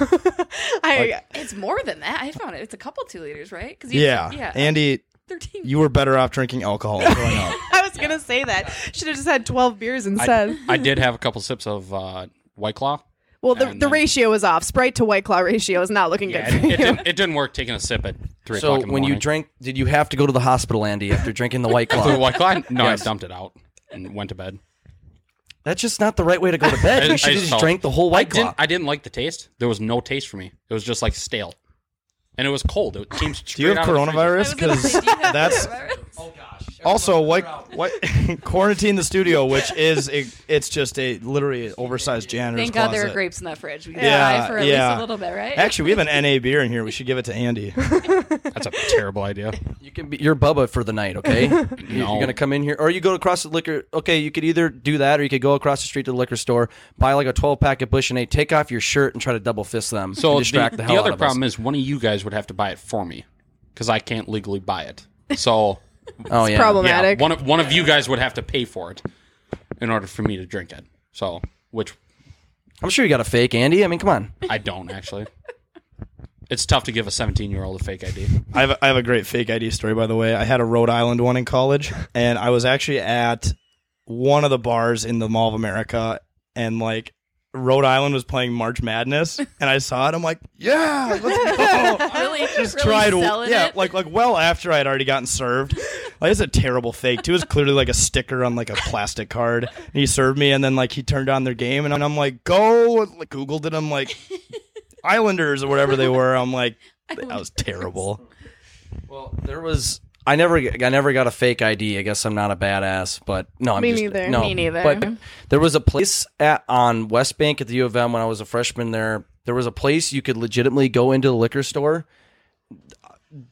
[SPEAKER 8] I
[SPEAKER 7] It's more than that. I found it. It's a couple two liters, right? Because
[SPEAKER 6] yeah.
[SPEAKER 7] yeah,
[SPEAKER 6] Andy,
[SPEAKER 7] thirteen.
[SPEAKER 6] you were better off drinking alcohol. than throwing up.
[SPEAKER 8] I was gonna say that. Should have just had twelve beers instead.
[SPEAKER 4] I did have a couple sips of uh, White Claw.
[SPEAKER 8] well, the,
[SPEAKER 4] and
[SPEAKER 8] the
[SPEAKER 4] then-
[SPEAKER 8] ratio is off. Sprite to White Claw ratio is not looking
[SPEAKER 4] Yeah,
[SPEAKER 8] good
[SPEAKER 4] it,
[SPEAKER 8] for
[SPEAKER 4] it
[SPEAKER 8] you.
[SPEAKER 4] didn't, it didn't work taking a sip at three
[SPEAKER 1] So
[SPEAKER 4] o'clock in the
[SPEAKER 1] when you
[SPEAKER 4] morning.
[SPEAKER 1] drank, did you have to go to the hospital, Andy, after drinking the white
[SPEAKER 4] After the
[SPEAKER 1] claw?
[SPEAKER 4] White Claw, no, I dumped it out and went to bed.
[SPEAKER 1] That's just not the right way to go to bed.
[SPEAKER 4] I- I
[SPEAKER 1] You should have
[SPEAKER 4] just
[SPEAKER 1] just
[SPEAKER 4] felt-
[SPEAKER 1] drank the whole
[SPEAKER 4] I
[SPEAKER 1] white claw.
[SPEAKER 4] didn't, I didn't like the taste. There was no taste for me. It was just like stale, and it was cold. It came straight
[SPEAKER 6] Do you have
[SPEAKER 4] out of the freezer.
[SPEAKER 7] I
[SPEAKER 6] coronavirus?
[SPEAKER 7] was gonna
[SPEAKER 6] Because
[SPEAKER 7] say, do you have
[SPEAKER 6] that's
[SPEAKER 7] coronavirus?
[SPEAKER 6] also white white quarantine the studio, which is a, it's just a literally oversized janitor's
[SPEAKER 7] Thank God
[SPEAKER 6] closet.
[SPEAKER 7] there are grapes in that fridge. We can
[SPEAKER 6] Yeah,
[SPEAKER 7] die for at
[SPEAKER 6] yeah.
[SPEAKER 7] least a little bit, right?
[SPEAKER 6] Actually, we have an NA beer in here. We should give it to Andy.
[SPEAKER 4] That's a terrible idea.
[SPEAKER 1] You can be, you're Bubba for the night, okay? You-
[SPEAKER 4] No.
[SPEAKER 1] You're gonna come in here, or you go across the liquor. Okay, you could either do that, or you could go across the street to the liquor store, buy like a 12 pack of Bush and Eight, take off your shirt, and try to double fist them.
[SPEAKER 4] So
[SPEAKER 1] and
[SPEAKER 4] the,
[SPEAKER 1] distract the,
[SPEAKER 4] the
[SPEAKER 1] hell out
[SPEAKER 4] other
[SPEAKER 1] of us.
[SPEAKER 4] problem is one of you guys would have to buy it for me because I can't legally buy it.
[SPEAKER 1] oh
[SPEAKER 4] So
[SPEAKER 1] yeah,
[SPEAKER 4] yeah,
[SPEAKER 8] Problematic.
[SPEAKER 4] one of, one of you guys would have to pay for it in order for me to drink it. So which
[SPEAKER 1] I'm sure you got a fake Andy. I mean, come on.
[SPEAKER 4] I don't actually. It's tough to give a 17 year old a fake ID.
[SPEAKER 6] I have, I have a great fake ID story, by the way. I had a Rhode Island one in college, and I was actually at one of the bars in the Mall of America, and like Rhode Island was playing March Madness, and I saw it. I'm like, yeah, let's go.
[SPEAKER 7] really,
[SPEAKER 6] Just
[SPEAKER 7] really
[SPEAKER 6] tried,
[SPEAKER 7] selling
[SPEAKER 6] yeah,
[SPEAKER 7] it?
[SPEAKER 6] like like well after I had already gotten served. Like it's a terrible fake too. It was clearly like a sticker on like a plastic card. And he served me, and then like he turned on their game, and I'm like, go. Like Googled it. I'm like, Islanders or whatever they were. I'm like, that was terrible.
[SPEAKER 1] Well, there was. I never, I never got a fake ID. I guess I'm not a badass, but no, I'm
[SPEAKER 8] Me
[SPEAKER 1] just,
[SPEAKER 8] neither.
[SPEAKER 1] No,
[SPEAKER 7] Me neither.
[SPEAKER 1] But there was a place at on West Bank at the U of M when I was a freshman. There, there was a place you could legitimately go into the liquor store.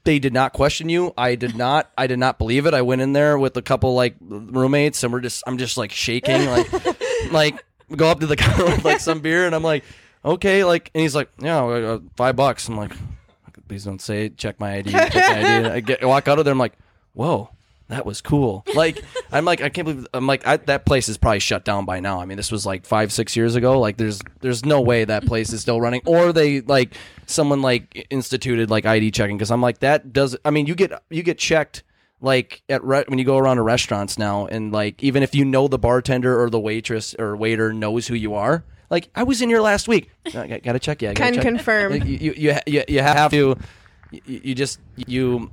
[SPEAKER 1] They did not question you. I did not. I did not believe it. I went in there with a couple like roommates, and we're just. I'm just like shaking, like, like go up to the counter with like some beer, and I'm like, okay, like, and he's like, yeah, uh, five bucks. I'm like, please don't say it. Check my ID. Check my ID. And I get, I walk out of there. I'm like, whoa, that was cool. Like, I'm like, I can't believe. I'm like, I, that place is probably shut down by now. I mean, this was like five, six years ago. Like, there's, there's no way that place is still running, or they like someone like instituted like ID checking because I'm like, that does. I mean, you get, you get checked. Like at re- when you go around to restaurants now, and like even if you know the bartender or the waitress or waiter knows who you are, like I was in here last week, I got- gotta check you. I gotta
[SPEAKER 8] Can
[SPEAKER 1] check.
[SPEAKER 8] confirm.
[SPEAKER 1] Like, you, you, you, you have to you, you just you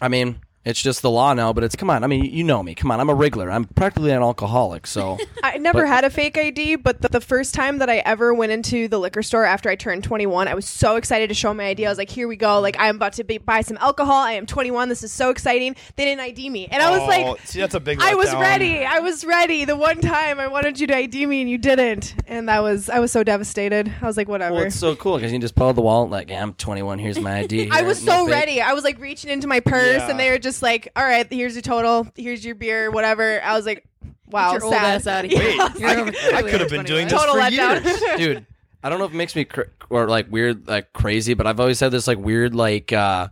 [SPEAKER 1] i mean it's just the law now but it's come on i mean you know me come on i'm a wriggler i'm practically an alcoholic so
[SPEAKER 8] I never
[SPEAKER 1] But-
[SPEAKER 8] had a fake ID, but the, the first time that I ever went into the liquor store after I turned 21, I was so excited to show my ID. I was like, here we go. Like, I'm about to be, buy some alcohol. I am 21. This is so exciting. They didn't ID me. And I was
[SPEAKER 6] Oh,
[SPEAKER 8] like,
[SPEAKER 6] see, that's a big.
[SPEAKER 8] I was
[SPEAKER 6] letdown.
[SPEAKER 8] ready. I was ready. The one time I wanted you to ID me and you didn't. And that was, I was so devastated. I was like, whatever.
[SPEAKER 1] well it's so cool because you can just pull out the wallet like yeah, i'm 21 here's my id
[SPEAKER 8] I
[SPEAKER 1] here,
[SPEAKER 8] was
[SPEAKER 1] no
[SPEAKER 8] so
[SPEAKER 1] fake.
[SPEAKER 8] ready. I was like reaching into my purse,
[SPEAKER 6] Yeah.
[SPEAKER 8] and they were just like, "All right, here's your total. Here's your beer, whatever." I was like, "Wow,
[SPEAKER 7] Get your old
[SPEAKER 8] sad.
[SPEAKER 7] ass out of here.
[SPEAKER 6] Wait,
[SPEAKER 7] You're
[SPEAKER 6] I-
[SPEAKER 7] over-
[SPEAKER 6] I
[SPEAKER 7] really
[SPEAKER 6] could have
[SPEAKER 7] over
[SPEAKER 6] been
[SPEAKER 7] 21.
[SPEAKER 6] doing this
[SPEAKER 8] Total
[SPEAKER 6] for
[SPEAKER 8] letdown.
[SPEAKER 1] dude i don't know if it makes me cr- or like weird like crazy but i've always had this like weird like uh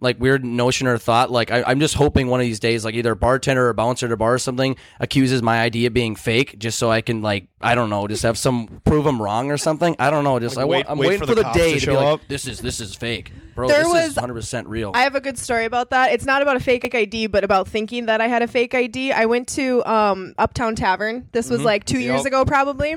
[SPEAKER 1] like weird notion or thought like I, i'm just hoping one of these days like either a bartender or a bouncer at a bar or something accuses my idea of being fake just so i can like i don't know just have some prove them wrong or something i don't know just
[SPEAKER 6] Like,
[SPEAKER 1] I,
[SPEAKER 6] wait-
[SPEAKER 1] am
[SPEAKER 6] wait
[SPEAKER 1] waiting
[SPEAKER 6] for
[SPEAKER 1] for
[SPEAKER 6] the
[SPEAKER 1] the,
[SPEAKER 6] cops
[SPEAKER 1] day
[SPEAKER 6] to
[SPEAKER 1] to,
[SPEAKER 6] show
[SPEAKER 1] be like
[SPEAKER 6] up.
[SPEAKER 1] this is this is fake bro
[SPEAKER 8] There
[SPEAKER 1] this
[SPEAKER 8] was-
[SPEAKER 1] is 100% real
[SPEAKER 8] I have a good story about that. It's not about a fake ID, but about thinking that I had a fake ID. I went to um, Uptown Tavern. This was like two years
[SPEAKER 6] Yep.
[SPEAKER 8] ago, probably.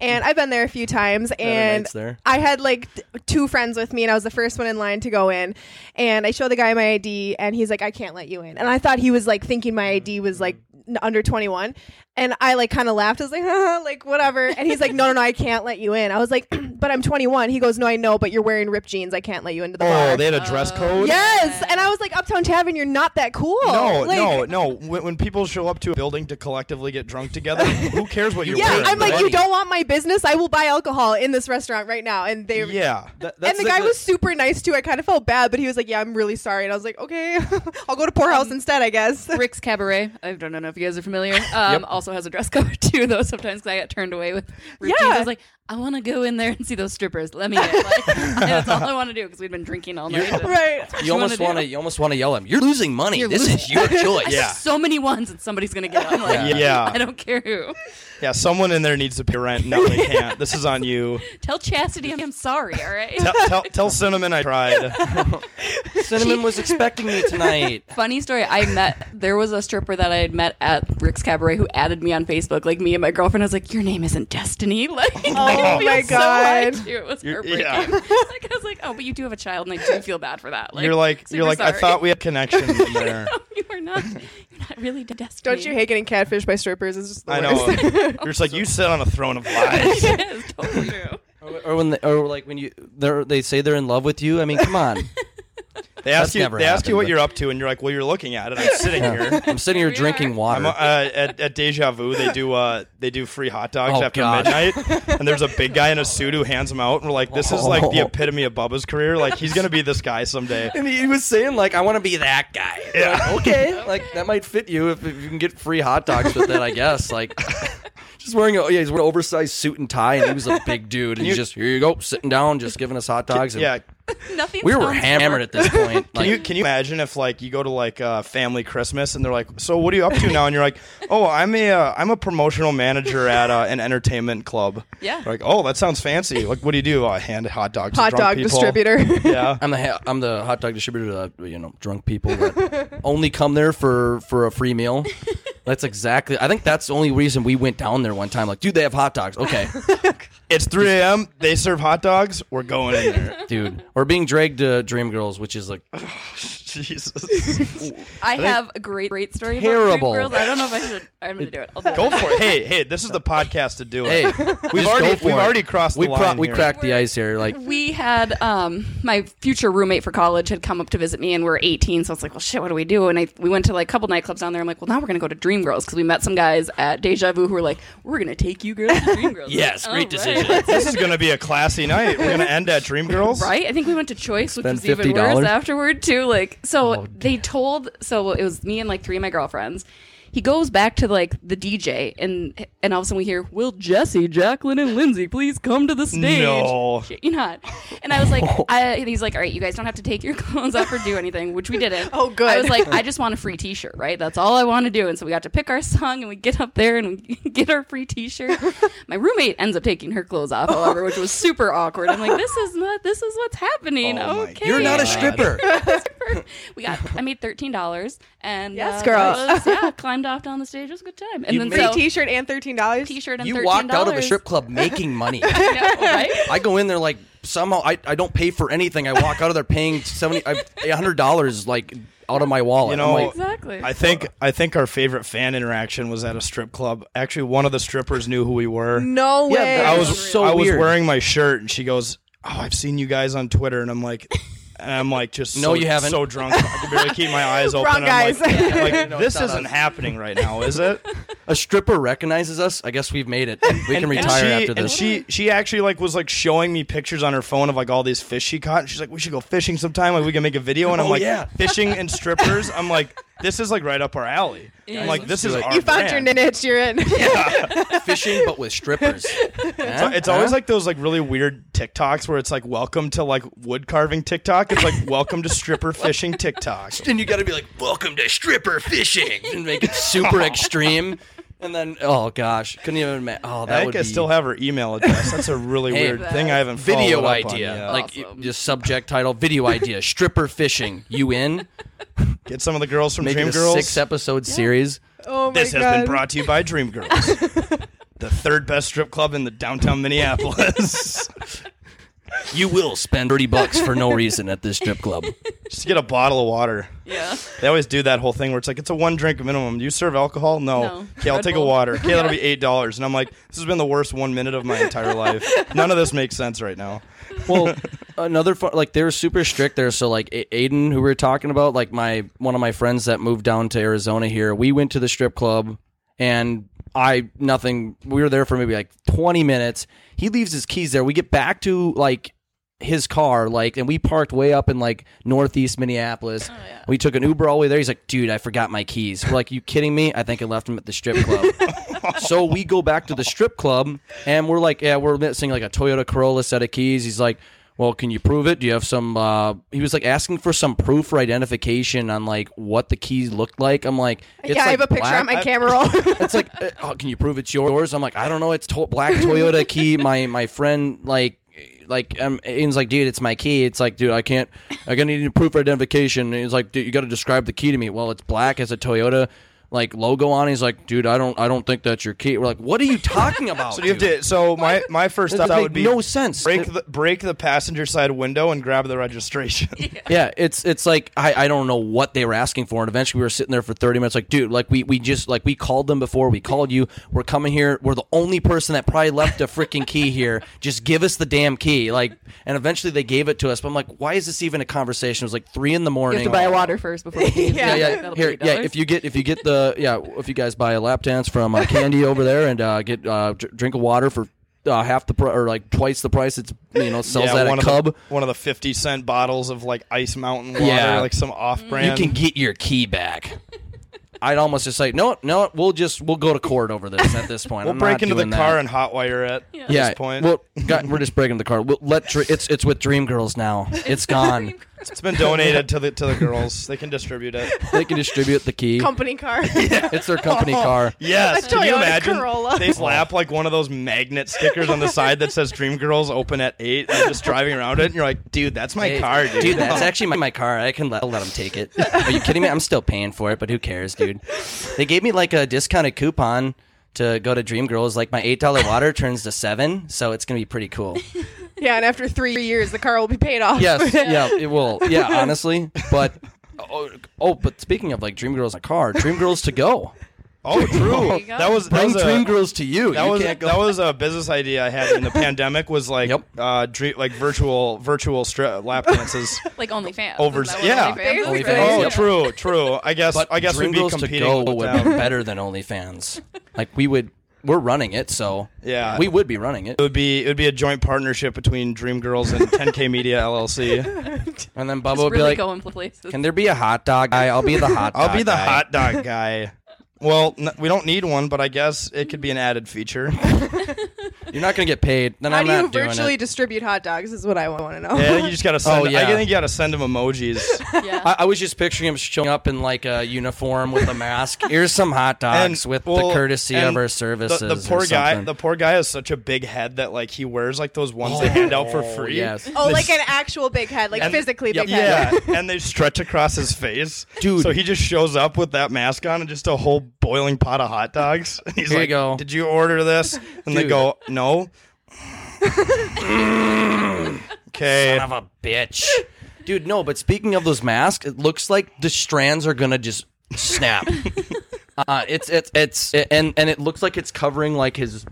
[SPEAKER 8] And I've been there a few times. And
[SPEAKER 1] night's there.
[SPEAKER 8] I had like t- two friends with me, and I was the first one in line to go in. And I show the guy my ID, and he's like, I can't let you in. And I thought he was like thinking my ID was like n- under 21. And I like kind of laughed. I was like, "Haha," like whatever. And he's like, no, no, no, I can't let you in. I was like, but I'm 21. He goes, no, I know, but you're wearing ripped jeans. I can't let you into the bar.
[SPEAKER 6] Oh, they had a
[SPEAKER 8] Uh,
[SPEAKER 6] dress code.
[SPEAKER 8] yes. And I was like, Uptown Tavern, you're not that cool.
[SPEAKER 6] No,
[SPEAKER 8] Like,
[SPEAKER 6] no, no. When, when people show up to a building to collectively get drunk together, who cares what you're
[SPEAKER 8] Yeah,
[SPEAKER 6] wearing?
[SPEAKER 8] I'm like,
[SPEAKER 6] buddy?
[SPEAKER 8] you don't want my business. I will buy alcohol in this restaurant right now. And they,
[SPEAKER 6] Yeah, that- that's
[SPEAKER 8] and the guy was super nice too. I kind of felt bad, but he was like, "Yeah, I'm really sorry." And I was like, "Okay, I'll go to Poorhouse
[SPEAKER 7] Mm.
[SPEAKER 8] instead, I guess."
[SPEAKER 7] Rick's Cabaret. I don't know if you guys are familiar. Um, Also has a dress code too, though. Sometimes 'cause I got turned away with. Yeah.
[SPEAKER 8] Yeah.
[SPEAKER 7] I was like, I want to go in there and see those strippers. Let me. In. Like, that's all I want to do because we'd been drinking all night. and
[SPEAKER 8] right.
[SPEAKER 1] You almost want to. You almost want to yell at him. You're losing money.
[SPEAKER 7] You're
[SPEAKER 1] this is your choice.
[SPEAKER 6] Yeah.
[SPEAKER 7] So many ones and somebody's gonna get them. Like,
[SPEAKER 6] Yeah.
[SPEAKER 7] I don't care who.
[SPEAKER 6] yeah. Someone in there needs to pay rent. No, they can't. This is on you.
[SPEAKER 7] Tell Chastity I'm sorry. All right.
[SPEAKER 6] Tell, tell, tell cinnamon I tried.
[SPEAKER 1] Cinnamon was expecting me tonight.
[SPEAKER 7] Funny story. I met there was a stripper that I had met at Rick's Cabaret who added me on Facebook. Like me and my girlfriend, I was like, "Your name isn't Destiny." Like, oh
[SPEAKER 8] my God.
[SPEAKER 7] it was
[SPEAKER 6] You're-
[SPEAKER 7] heartbreaking.
[SPEAKER 6] yeah.
[SPEAKER 7] Like I was like, "Oh, but you do have a child, and I do feel bad for that." Like,
[SPEAKER 6] you're like,
[SPEAKER 7] super
[SPEAKER 6] you're like. I
[SPEAKER 7] sorry.
[SPEAKER 6] thought we had connection in there.
[SPEAKER 7] you are not. You're not really Destiny.
[SPEAKER 8] Don't you hate getting catfished by strippers? It's just the
[SPEAKER 6] I know.
[SPEAKER 8] worst.
[SPEAKER 6] You're just like you sit on a throne of lies.
[SPEAKER 7] It is totally true.
[SPEAKER 1] Or, or when, they, or like when you, they're, they say they're in love with you. I mean, come on.
[SPEAKER 6] They ask
[SPEAKER 1] That's
[SPEAKER 6] you. They
[SPEAKER 1] never
[SPEAKER 6] ask you
[SPEAKER 1] happened,
[SPEAKER 6] what
[SPEAKER 1] but-
[SPEAKER 6] you're up to, and you're like, well, you're looking at it. I'm sitting here.
[SPEAKER 1] I'm sitting here
[SPEAKER 7] we
[SPEAKER 1] drinking
[SPEAKER 7] are.
[SPEAKER 1] water.
[SPEAKER 6] I'm, uh, at, at Deja Vu, they do uh, they do free hot dogs
[SPEAKER 1] Oh,
[SPEAKER 6] after
[SPEAKER 1] God.
[SPEAKER 6] midnight, and there's a big guy in a suit who hands them out, and we're like, this is like
[SPEAKER 1] Oh.
[SPEAKER 6] the epitome of Bubba's career. Like he's gonna be this guy someday.
[SPEAKER 1] and he was saying like, I want to be that guy. Yeah. okay. Like that might fit you if, if you can get free hot dogs with it. I guess. Like. Just wearing a oh, yeah, he's wearing an oversized suit and tie, and he was a big dude, and he's just here you go, sitting down, just giving us hot dogs. And
[SPEAKER 6] Yeah.
[SPEAKER 7] Nothing.
[SPEAKER 1] we were
[SPEAKER 7] sounds
[SPEAKER 1] hammered at this point.
[SPEAKER 6] Can you can you imagine if like you go to like uh, family Christmas and they're like, so what are you up to now? And you're like, oh, I'm a uh, I'm a promotional manager at uh, an entertainment club.
[SPEAKER 7] Yeah.
[SPEAKER 6] They're like, oh, that sounds fancy. Like, what do you do? I hand hot dogs. to
[SPEAKER 8] Hot
[SPEAKER 6] drunk
[SPEAKER 8] dog
[SPEAKER 6] people.
[SPEAKER 8] distributor.
[SPEAKER 6] Yeah.
[SPEAKER 1] I'm the ha- I'm the hot dog distributor to you know drunk people that only come there for for a free meal. That's exactly. I think that's the only reason we went down there one time. Like, dude, they have hot dogs. Okay,
[SPEAKER 6] It's 3 a.m. They serve hot dogs. We're going in there.
[SPEAKER 1] dude, we're being dragged to Dream Girls, which is like
[SPEAKER 6] Jesus.
[SPEAKER 7] I have a great, great story.
[SPEAKER 1] Terrible.
[SPEAKER 7] About Dream Girls. I don't know if I should. I'm gonna do it. I'll do
[SPEAKER 6] Go
[SPEAKER 7] it.
[SPEAKER 6] for it. Hey, hey, this is the podcast to do it.
[SPEAKER 1] Hey,
[SPEAKER 6] we've
[SPEAKER 1] just
[SPEAKER 6] already
[SPEAKER 1] go for
[SPEAKER 6] we've
[SPEAKER 1] it.
[SPEAKER 6] already crossed
[SPEAKER 1] we
[SPEAKER 6] the
[SPEAKER 1] cra-
[SPEAKER 6] line.
[SPEAKER 1] we
[SPEAKER 6] here.
[SPEAKER 1] cracked the ice here. Like,
[SPEAKER 7] we had um, my future roommate for college had come up to visit me and we are 18 so i was like well shit what do we do and I, we went to like a couple nightclubs down there i'm like well now we're gonna go to dream girls because we met some guys at deja vu who were like we're gonna take you girls to dream girls
[SPEAKER 1] yes,
[SPEAKER 7] All
[SPEAKER 8] Oh,
[SPEAKER 1] great
[SPEAKER 7] right.
[SPEAKER 1] decision.
[SPEAKER 6] This is gonna be a classy night. We're gonna end at Dreamgirls.
[SPEAKER 7] Right? I think we went to Choice, which
[SPEAKER 1] Spend
[SPEAKER 7] was even
[SPEAKER 1] $50.
[SPEAKER 7] worse afterward too. Like so they told so it was me and like three of my girlfriends. He goes back to like the DJ and and all of a sudden we hear, Will Jesse, Jacqueline, and Lindsay please come to the stage?
[SPEAKER 6] No.
[SPEAKER 7] Shit, you not. And I was like, I, and he's like, All right, you guys don't have to take your clothes off or do anything, which we didn't.
[SPEAKER 8] Oh, good.
[SPEAKER 7] I was like, I just want a free t shirt, right? That's all I want to do. And so we got to pick our song and we get up there and we get our free t shirt. My roommate ends up taking her clothes off, however, which was super awkward. I'm like, this is not this is what's happening.
[SPEAKER 6] Oh my
[SPEAKER 7] okay.
[SPEAKER 1] You're not a stripper.
[SPEAKER 7] we got I made thirteen dollars and
[SPEAKER 8] Yes,
[SPEAKER 7] uh,
[SPEAKER 8] girl.
[SPEAKER 7] that was- yeah, climbed off down the stage. It was a good time. And
[SPEAKER 1] You
[SPEAKER 7] then
[SPEAKER 1] made-
[SPEAKER 7] so,
[SPEAKER 8] Free T-shirt and thirteen dollars.
[SPEAKER 7] t-shirt and
[SPEAKER 1] You
[SPEAKER 7] $13.
[SPEAKER 1] walked out of a strip club making money.
[SPEAKER 7] I know, right?
[SPEAKER 1] I go in there like somehow I, I don't pay for anything. I walk out of there paying seventy a hundred dollars like out of my wallet.
[SPEAKER 6] You
[SPEAKER 1] I'm
[SPEAKER 6] know,
[SPEAKER 1] like,
[SPEAKER 7] Exactly.
[SPEAKER 6] I think I think our favorite fan interaction was at a strip club. Actually, one of the strippers knew who we were.
[SPEAKER 8] No
[SPEAKER 1] Yeah,
[SPEAKER 8] way.
[SPEAKER 1] that
[SPEAKER 6] I
[SPEAKER 1] was
[SPEAKER 6] was
[SPEAKER 1] Mm. so
[SPEAKER 6] I was
[SPEAKER 1] weird.
[SPEAKER 6] wearing my shirt, and she goes, "Oh, I've seen you guys on Twitter," and I'm like. And I'm like just
[SPEAKER 1] No,
[SPEAKER 6] so,
[SPEAKER 1] you haven't.
[SPEAKER 6] so drunk I can barely keep my eyes open.
[SPEAKER 8] Wrong
[SPEAKER 6] I'm like-
[SPEAKER 8] guys.
[SPEAKER 6] I'm like,
[SPEAKER 1] No,
[SPEAKER 6] this
[SPEAKER 1] it's not
[SPEAKER 6] isn't
[SPEAKER 1] us.
[SPEAKER 6] happening right now, is it?
[SPEAKER 1] a stripper recognizes us. I guess we've made it. We can retire
[SPEAKER 6] she,
[SPEAKER 1] after
[SPEAKER 6] And
[SPEAKER 1] this.
[SPEAKER 6] she she actually like was like showing me pictures on her phone of like all these fish she caught. And she's like, we should go fishing sometime. Like we can make a video. And I'm
[SPEAKER 1] Oh,
[SPEAKER 6] like,
[SPEAKER 1] yeah.
[SPEAKER 6] fishing and strippers. I'm like, this is like right up our alley.
[SPEAKER 7] Yeah.
[SPEAKER 6] I'm like, this is
[SPEAKER 1] do it.
[SPEAKER 6] our
[SPEAKER 8] you found your
[SPEAKER 6] brand.
[SPEAKER 8] niche. You're in.
[SPEAKER 1] fishing, but with strippers. Huh?
[SPEAKER 6] It's always
[SPEAKER 1] Huh?
[SPEAKER 6] like those like really weird TikToks where it's like welcome to like wood carving TikTok. It's like welcome to stripper fishing TikTok.
[SPEAKER 1] and you got to be like, "Welcome to stripper fishing," and make it super extreme. And then, oh gosh, couldn't even. Ma- oh, that
[SPEAKER 6] I
[SPEAKER 1] would
[SPEAKER 6] think I
[SPEAKER 1] be
[SPEAKER 6] still have her email address. That's a really
[SPEAKER 1] Hey,
[SPEAKER 6] weird thing I haven't
[SPEAKER 1] video
[SPEAKER 6] followed up on
[SPEAKER 1] idea,
[SPEAKER 6] yet.
[SPEAKER 1] like
[SPEAKER 7] Awesome.
[SPEAKER 1] just subject title, video idea, stripper fishing. You in?
[SPEAKER 6] Get some of the girls from
[SPEAKER 1] Make it
[SPEAKER 6] Dream
[SPEAKER 1] a
[SPEAKER 6] Girls.
[SPEAKER 1] six episode series.
[SPEAKER 8] oh my
[SPEAKER 6] This
[SPEAKER 8] god.
[SPEAKER 6] has been brought to you by Dreamgirls, the third best strip club in the downtown Minneapolis.
[SPEAKER 1] you will spend 30 bucks for no reason at this strip club.
[SPEAKER 6] Just to get a bottle of water.
[SPEAKER 7] Yeah.
[SPEAKER 6] They always do that whole thing where it's like it's a one drink minimum. Do you serve alcohol? No.
[SPEAKER 7] No.
[SPEAKER 6] Okay, I'll
[SPEAKER 7] Red
[SPEAKER 6] take a
[SPEAKER 7] Bull.
[SPEAKER 6] water. Okay, that'll be eight dollars. And I'm like, this has been the worst one minute of my entire life. None of this makes sense right now.
[SPEAKER 1] Well, another fu- like they were super strict there. So like A- Aiden, who we were talking about, like my one of my friends that moved down to Arizona here, we went to the strip club, and I nothing. We were there for maybe like twenty minutes. He leaves his keys there. We get back to like his car, like, and we parked way up in like northeast Minneapolis. We took an Uber all the way there. He's like, dude, I forgot my keys. We're like, you kidding me? I think I left them at the strip club. so we go back to the strip club and we're like, yeah, we're missing like a Toyota Corolla set of keys. He's like, well, can you prove it? Do you have some? Uh, he was like asking for some proof for identification on like what the keys looked like. I'm like, it's
[SPEAKER 8] yeah, I
[SPEAKER 1] like
[SPEAKER 8] have a picture
[SPEAKER 1] black-
[SPEAKER 8] on my camera roll.
[SPEAKER 1] it's like, uh, oh, can you prove it's yours? I'm like, I don't know. It's to- black Toyota key. My my friend like. Like um, Ian's like, dude, it's my key. It's like, dude, I can't. I gonna need proof of identification. And he's like, dude, you got to describe the key to me. Well, it's black. It's a Toyota like logo on. it. He's like, dude, I don't, I don't think that's your key. We're like, what are you talking about?
[SPEAKER 6] So do you have
[SPEAKER 1] dude?
[SPEAKER 6] to. So my my first
[SPEAKER 1] Doesn't
[SPEAKER 6] thought
[SPEAKER 1] make
[SPEAKER 6] would be
[SPEAKER 1] no sense.
[SPEAKER 6] Break the break the passenger side window and grab the registration.
[SPEAKER 1] yeah, it's it's like I, I don't know what they were asking for, and eventually we were sitting there for thirty minutes, like, dude, like we, we just like we called them before, we called you, we're coming here, we're the only person that probably left a freaking key here. Just give us the damn key, like, and eventually they gave it to us. But I'm like, why is this even a conversation? It was like three in the
[SPEAKER 7] You
[SPEAKER 1] morning.
[SPEAKER 7] have to buy a water first before. You leave.
[SPEAKER 1] Yeah, yeah.
[SPEAKER 7] That'll be
[SPEAKER 1] Here, yeah.
[SPEAKER 7] $8.
[SPEAKER 1] If you get if you get the yeah, if you guys buy a lap dance from uh, Candy over there and uh, get uh, dr- drink of water for uh, half the pri- or like twice the price, it's you know sells that
[SPEAKER 6] one
[SPEAKER 1] at
[SPEAKER 6] of
[SPEAKER 1] Cub.
[SPEAKER 6] The, one of the fifty cent bottles of like ice mountain water,
[SPEAKER 1] Yeah.
[SPEAKER 6] like some off
[SPEAKER 1] you
[SPEAKER 6] brand.
[SPEAKER 1] can get your key back. I'd almost just say no, no. We'll just we'll go to court over this at this point.
[SPEAKER 6] we'll
[SPEAKER 1] I'm
[SPEAKER 6] break
[SPEAKER 1] not
[SPEAKER 6] into the
[SPEAKER 1] doing
[SPEAKER 6] car
[SPEAKER 1] that.
[SPEAKER 6] and hotwire it. Yeah. At
[SPEAKER 1] yeah,
[SPEAKER 6] this point,
[SPEAKER 1] Well, got, we're just breaking the car. We'll let Dr- it's it's with Dream Girls now. It's gone.
[SPEAKER 6] it's been donated to the to the girls. They can distribute it.
[SPEAKER 1] they can distribute the key.
[SPEAKER 8] Company car.
[SPEAKER 1] it's their company car.
[SPEAKER 6] Yes,
[SPEAKER 8] A
[SPEAKER 6] can you
[SPEAKER 8] Toyota
[SPEAKER 6] imagine?
[SPEAKER 8] Corolla.
[SPEAKER 6] They slap like one of those magnet stickers on the side that says "Dream Girls Open at 8 They're just driving around it, and you're like, "Dude, that's my
[SPEAKER 1] Hey,
[SPEAKER 6] car, dude."
[SPEAKER 1] That's actually my, my car. I can let, I'll let them take it. Are you kidding me? I'm still paying for it, but who cares, dude? They gave me like a discounted coupon to go to Dream Girls. Like my eight dollar water turns to seven, so it's gonna be pretty cool.
[SPEAKER 8] yeah, and after three years, the car will be paid off.
[SPEAKER 1] Yes, yeah, it will. Yeah, honestly, but oh, oh, but speaking of like Dream Girls in a car, Dream Girls to go.
[SPEAKER 6] oh, true.
[SPEAKER 7] go.
[SPEAKER 6] That was that
[SPEAKER 1] Bring
[SPEAKER 6] was
[SPEAKER 1] Dream
[SPEAKER 6] a,
[SPEAKER 1] Girls to you.
[SPEAKER 6] that
[SPEAKER 1] You
[SPEAKER 6] was
[SPEAKER 1] can't go-
[SPEAKER 6] that was a business idea I had in the pandemic. Was like
[SPEAKER 1] Yep.
[SPEAKER 6] uh, dream, like virtual virtual stri- lap dances.
[SPEAKER 7] like OnlyFans.
[SPEAKER 6] Over-
[SPEAKER 7] Is that what
[SPEAKER 6] yeah.
[SPEAKER 7] OnlyFans is?
[SPEAKER 1] OnlyFans,
[SPEAKER 6] oh,
[SPEAKER 1] yeah.
[SPEAKER 6] true, true. I guess
[SPEAKER 1] but
[SPEAKER 6] I guess
[SPEAKER 1] Dream
[SPEAKER 6] we'd be
[SPEAKER 1] Girls to
[SPEAKER 6] competing
[SPEAKER 1] go
[SPEAKER 6] with
[SPEAKER 1] would
[SPEAKER 6] them.
[SPEAKER 1] be better than OnlyFans. Like we would, we're running it, so
[SPEAKER 6] Yeah.
[SPEAKER 1] we would be running it.
[SPEAKER 6] It would be it would be a joint partnership between Dream Girls and 10K Media LLC.
[SPEAKER 1] And then Bubba
[SPEAKER 7] It's
[SPEAKER 1] would
[SPEAKER 7] really
[SPEAKER 1] be like,
[SPEAKER 7] going places.
[SPEAKER 1] "Can there be a hot dog guy? I'll be the hot.
[SPEAKER 6] I'll
[SPEAKER 1] dog
[SPEAKER 6] be the
[SPEAKER 1] guy."
[SPEAKER 6] hot dog guy. Well, n- we don't need one, but I guess it could be an added feature.
[SPEAKER 1] You're not gonna get paid. Then
[SPEAKER 8] How
[SPEAKER 1] I'm
[SPEAKER 8] do you
[SPEAKER 1] not doing
[SPEAKER 8] virtually
[SPEAKER 1] it.
[SPEAKER 8] distribute hot dogs? Is what I want to know.
[SPEAKER 6] Yeah, I think you just gotta send.
[SPEAKER 1] Oh, yeah.
[SPEAKER 6] I think you gotta send them emojis.
[SPEAKER 7] yeah.
[SPEAKER 1] I, I was just picturing him showing up in like a uniform with a mask. Here's some hot dogs with
[SPEAKER 6] well,
[SPEAKER 1] the courtesy
[SPEAKER 6] and
[SPEAKER 1] of our
[SPEAKER 6] the-
[SPEAKER 1] services.
[SPEAKER 6] The,
[SPEAKER 1] or
[SPEAKER 6] poor guy.
[SPEAKER 1] something.
[SPEAKER 6] The poor guy has such a big head that like he wears like those ones they hand out for free.
[SPEAKER 1] yes.
[SPEAKER 8] Oh, like an actual big head, like
[SPEAKER 6] And-
[SPEAKER 8] physically big
[SPEAKER 6] Yeah,
[SPEAKER 8] head.
[SPEAKER 6] and they stretch across his face,
[SPEAKER 1] Dude.
[SPEAKER 6] So he just shows up with that mask on and just a whole boiling pot of hot dogs. And he's
[SPEAKER 1] Here you
[SPEAKER 6] like,
[SPEAKER 1] go.
[SPEAKER 6] "Did you order this?" And they
[SPEAKER 1] Dude.
[SPEAKER 6] go, "No." okay.
[SPEAKER 1] Son of a bitch. Dude, no, but speaking of those masks, it looks like the strands are gonna just snap. uh, it's it's it's and and it looks like it's covering like his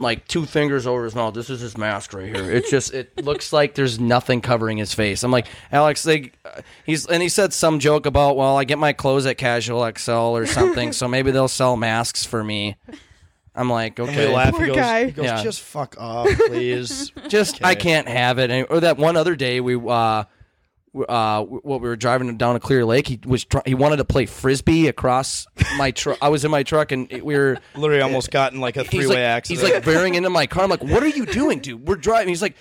[SPEAKER 1] like two fingers over his mouth. This is his mask right here. It's just it looks like there's nothing covering his face. I'm like Alex, they, uh, he's and he said some joke about well, I get my clothes at Casual XL or something, so maybe they'll sell masks for me. I'm like
[SPEAKER 6] We
[SPEAKER 1] okay,
[SPEAKER 6] laugh. He
[SPEAKER 8] Poor
[SPEAKER 6] goes,
[SPEAKER 8] guy.
[SPEAKER 6] he goes,
[SPEAKER 1] Yeah.
[SPEAKER 6] just fuck off, please.
[SPEAKER 1] just I can't have it. And- Or that one other day we uh w- uh w- what we were driving down to Clear Lake, he was try- he wanted to play frisbee across my truck. I was in my truck and it- we were
[SPEAKER 6] Literally, almost got in like a
[SPEAKER 1] he's
[SPEAKER 6] three-way
[SPEAKER 1] like
[SPEAKER 6] accident.
[SPEAKER 1] he's like veering into my car. I'm like, "What are you doing, dude? We're driving." He's like,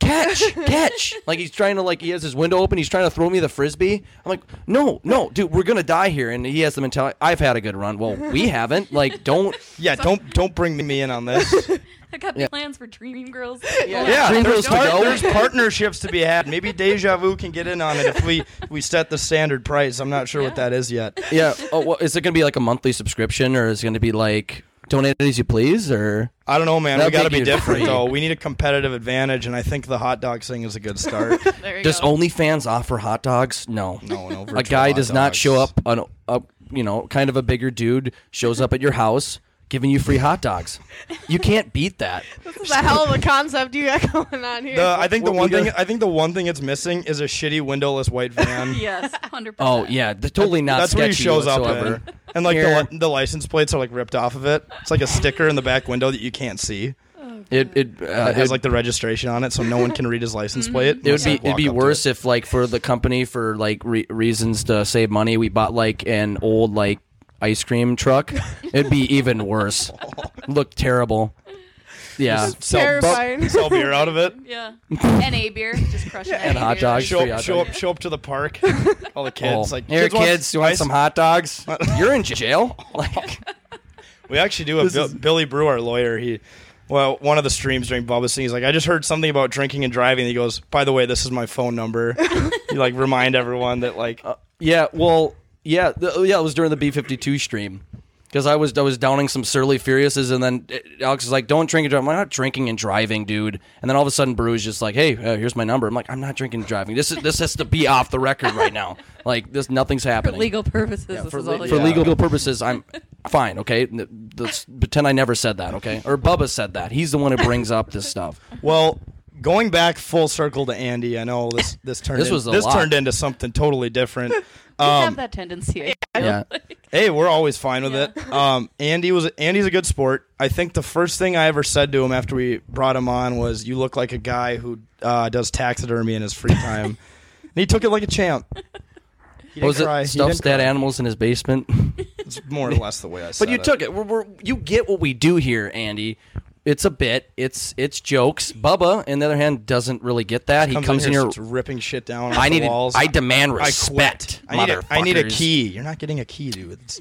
[SPEAKER 1] "Catch, catch!" Like he's trying to like he has his window open. He's trying to throw me the frisbee. I'm like, "No, no, dude, we're gonna die here." And he has the mentality. I've had a good run. Well, we haven't. Like, don't.
[SPEAKER 6] Yeah, don't don't bring me in on this.
[SPEAKER 7] I got plans for Dream Girls.
[SPEAKER 6] yeah,
[SPEAKER 1] Dream Girls
[SPEAKER 6] there's,
[SPEAKER 1] to
[SPEAKER 6] par-
[SPEAKER 1] go.
[SPEAKER 6] there's partnerships to be had. Maybe Deja Vu can get in on it if we we set the standard price. I'm not sure what that is yet.
[SPEAKER 1] Yeah. Oh, well, is it gonna be like a monthly subscription or is it gonna be like? donate as you please, or
[SPEAKER 6] I don't know, man.
[SPEAKER 1] That'll
[SPEAKER 6] we got to
[SPEAKER 1] take
[SPEAKER 6] be
[SPEAKER 1] you to
[SPEAKER 6] different,
[SPEAKER 1] free.
[SPEAKER 6] though. We need a competitive advantage, and I think the hot dog thing is a good start.
[SPEAKER 7] There you
[SPEAKER 1] does
[SPEAKER 7] go.
[SPEAKER 1] OnlyFans offer hot dogs? No,
[SPEAKER 6] No, no,
[SPEAKER 1] A
[SPEAKER 6] virtual
[SPEAKER 1] guy
[SPEAKER 6] hot
[SPEAKER 1] does not
[SPEAKER 6] dogs.
[SPEAKER 1] show up on a you know kind of a bigger dude shows up at your house giving you free hot dogs. You can't beat that.
[SPEAKER 8] This is a hell of a concept you got going on here.
[SPEAKER 6] The, I think the
[SPEAKER 1] What
[SPEAKER 6] one
[SPEAKER 1] we
[SPEAKER 6] thing
[SPEAKER 1] got-
[SPEAKER 6] I think the one thing it's missing is a shitty windowless white van.
[SPEAKER 7] Yes, hundred percent.
[SPEAKER 1] Oh yeah, th- totally not.
[SPEAKER 6] That's where he
[SPEAKER 1] sketchy
[SPEAKER 6] shows
[SPEAKER 1] whatsoever.
[SPEAKER 6] up in. And like
[SPEAKER 1] Here.
[SPEAKER 6] the, li- the license plates are like ripped off of it. It's like a sticker in the back window that you can't see.
[SPEAKER 1] It it, uh,
[SPEAKER 6] It
[SPEAKER 1] it-
[SPEAKER 6] has like the registration on it, so no one can read his license plate.
[SPEAKER 1] It would be it'd be worse if like for the company for like re- reasons to save money we bought like an old like ice cream truck. It'd be even worse. Look terrible. Yeah.
[SPEAKER 6] sell,
[SPEAKER 8] terrifying.
[SPEAKER 6] sell beer out of it.
[SPEAKER 7] Yeah, NA beer, just crushing it.
[SPEAKER 1] and hot dogs.
[SPEAKER 6] Show
[SPEAKER 1] Free
[SPEAKER 6] up,
[SPEAKER 1] hot
[SPEAKER 6] show
[SPEAKER 1] dog.
[SPEAKER 6] up, show up to the park. All the
[SPEAKER 1] Oh.
[SPEAKER 6] kids, like
[SPEAKER 1] Here, kids,
[SPEAKER 6] want
[SPEAKER 1] you want
[SPEAKER 6] ice?"
[SPEAKER 1] some hot dogs? You're in jail. Like,
[SPEAKER 6] We actually do have Bill, Billy Brew, our lawyer. He, well, one of the streams during Bubba Singh, he's like, I just heard something about drinking and driving. he goes, By the way, this is my phone number. you like remind everyone that like
[SPEAKER 1] yeah. Well, yeah, the, oh, yeah. It was during the B52 stream because I was I was downing some surly furiouses, and then uh, Alex is like, "Don't drink and drive." I'm like, "I'm not drinking and driving, dude." And then all of a sudden, Brew is just like, "Hey, uh, here's my number." I'm like, "I'm not drinking and driving. This is this has to be off the record right now. Like, this nothing's
[SPEAKER 7] for
[SPEAKER 1] happening."
[SPEAKER 7] legal purposes. this
[SPEAKER 1] for,
[SPEAKER 7] is
[SPEAKER 1] le-
[SPEAKER 7] all
[SPEAKER 1] for
[SPEAKER 7] yeah.
[SPEAKER 1] legal purposes, I'm fine. Okay, N- let's pretend I never said that. Okay, or Bubba said that. He's the one who brings up this stuff.
[SPEAKER 6] Well, going back full circle to Andy, I know this this turned
[SPEAKER 1] This
[SPEAKER 6] in-
[SPEAKER 1] was a
[SPEAKER 6] this
[SPEAKER 1] lot.
[SPEAKER 6] turned into something totally different.
[SPEAKER 7] I
[SPEAKER 6] Um,
[SPEAKER 7] have that tendency. I-
[SPEAKER 1] Yeah,
[SPEAKER 6] hey, we're always fine with it. Um, Andy was Andy's a good sport. I think the first thing I ever said to him after we brought him on was, "You look like a guy who uh, does taxidermy in his free time." And he took it like a champ. He
[SPEAKER 1] What was
[SPEAKER 6] didn't cry.
[SPEAKER 1] it
[SPEAKER 6] He
[SPEAKER 1] stuffs
[SPEAKER 6] didn't
[SPEAKER 1] dead
[SPEAKER 6] cry.
[SPEAKER 1] animals in his basement?
[SPEAKER 6] It's more or less the way I said
[SPEAKER 1] but you
[SPEAKER 6] it.
[SPEAKER 1] took it. We're, we're, you get what we do here, Andy. It's a bit. It's it's jokes. Bubba, on the other hand, doesn't really get that. He
[SPEAKER 6] Comes,
[SPEAKER 1] comes in
[SPEAKER 6] here
[SPEAKER 1] here.
[SPEAKER 6] starts ripping shit down. off
[SPEAKER 1] I
[SPEAKER 6] the
[SPEAKER 1] need. A,
[SPEAKER 6] walls.
[SPEAKER 1] I demand
[SPEAKER 6] I
[SPEAKER 1] respect.
[SPEAKER 6] quit. I need, a, I need a
[SPEAKER 1] motherfuckers.
[SPEAKER 6] key. You're not getting a key, dude. It's-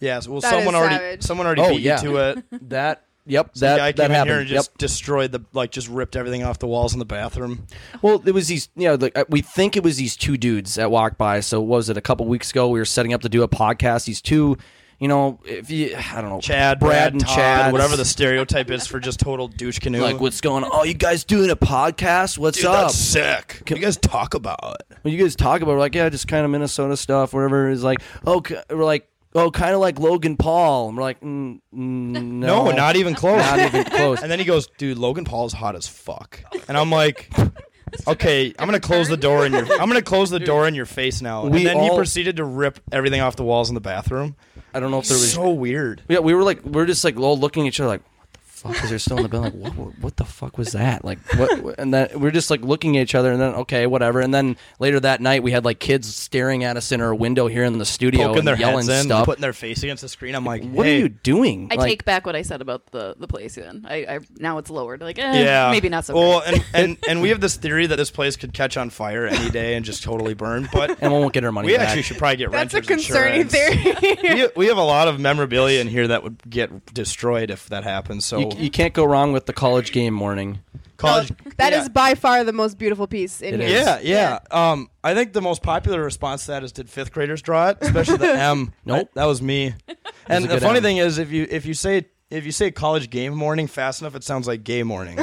[SPEAKER 6] Yes, well,
[SPEAKER 8] That is
[SPEAKER 6] someone already
[SPEAKER 8] savage.
[SPEAKER 6] someone already
[SPEAKER 1] Oh,
[SPEAKER 6] beat
[SPEAKER 1] yeah.
[SPEAKER 6] you to it. Some
[SPEAKER 1] That. Yep.
[SPEAKER 6] guy
[SPEAKER 1] That
[SPEAKER 6] came
[SPEAKER 1] that
[SPEAKER 6] in here
[SPEAKER 1] happened.
[SPEAKER 6] and just
[SPEAKER 1] yep.
[SPEAKER 6] destroyed the like, just ripped everything off the walls in the bathroom.
[SPEAKER 1] Well, it was these, you know, like, uh, we think it was these two dudes that walked by. So, what was it, a couple weeks ago? We were setting up to do a podcast. These two, you know, if you, I don't know,
[SPEAKER 6] Chad,
[SPEAKER 1] Brad, and
[SPEAKER 6] Todd,
[SPEAKER 1] Chad,
[SPEAKER 6] whatever the stereotype is for just total douche canoe.
[SPEAKER 1] like, what's going on? Oh, you guys doing a podcast? What's
[SPEAKER 6] Dude,
[SPEAKER 1] up?
[SPEAKER 6] that's sick. Can you guys talk about it?
[SPEAKER 1] When you guys talk about, like, yeah, just kind of Minnesota stuff, whatever. Is like, oh, ki- we're like, oh, kind of like Logan Paul. And we're like, mm, mm, no,
[SPEAKER 6] No, not e- even close.
[SPEAKER 1] not even close.
[SPEAKER 6] And then he goes, "Dude, Logan Paul's hot as fuck." And I'm like, "Okay, I'm gonna close the door in your. I'm gonna close the door in your face now."
[SPEAKER 1] We
[SPEAKER 6] and then he
[SPEAKER 1] all-
[SPEAKER 6] proceeded to rip everything off the walls in the bathroom.
[SPEAKER 1] I don't know if there was
[SPEAKER 6] So weird.
[SPEAKER 1] Yeah, we were like, we are just like all looking at each other, like, what the fuck is there still in the building? Like, what, what the fuck was that? Like, what? what- And then we are just like looking at each other, and then okay, whatever. And then later that night, we had like kids staring at us in our window here in the studio
[SPEAKER 6] Poking
[SPEAKER 1] and
[SPEAKER 6] their
[SPEAKER 1] yelling
[SPEAKER 6] heads in,
[SPEAKER 1] stuff.
[SPEAKER 6] putting their face against the screen. I'm like,
[SPEAKER 1] what
[SPEAKER 6] hey.
[SPEAKER 1] are you doing?
[SPEAKER 7] I
[SPEAKER 1] Like,
[SPEAKER 7] take back what I said about the the place. Then I, I now it's lowered. Like eh,
[SPEAKER 6] Yeah,
[SPEAKER 7] maybe not so.
[SPEAKER 6] Well,
[SPEAKER 7] great.
[SPEAKER 6] and, and and we have this theory that this place could catch on fire any day and just totally burn. But
[SPEAKER 1] and we won't get our money
[SPEAKER 6] we
[SPEAKER 1] back.
[SPEAKER 6] actually should probably get
[SPEAKER 8] That's a
[SPEAKER 6] renters
[SPEAKER 8] concerning
[SPEAKER 6] insurance.
[SPEAKER 8] theory.
[SPEAKER 6] we, we have a lot of memorabilia in here that would get destroyed if that happens. So
[SPEAKER 1] you, you can't go wrong with the college game morning.
[SPEAKER 6] college
[SPEAKER 8] That is
[SPEAKER 6] yeah.
[SPEAKER 8] by far the most beautiful piece in
[SPEAKER 1] It
[SPEAKER 8] here.
[SPEAKER 1] is.
[SPEAKER 6] Yeah, yeah. Um, I think the most popular response to that is, "Did fifth graders draw it?" Especially the M.
[SPEAKER 1] Nope.
[SPEAKER 6] I- that was me. And
[SPEAKER 1] a
[SPEAKER 6] the
[SPEAKER 1] good
[SPEAKER 6] funny
[SPEAKER 1] M.
[SPEAKER 6] thing is, if you if you say if you say college game morning fast enough, it sounds like gay morning.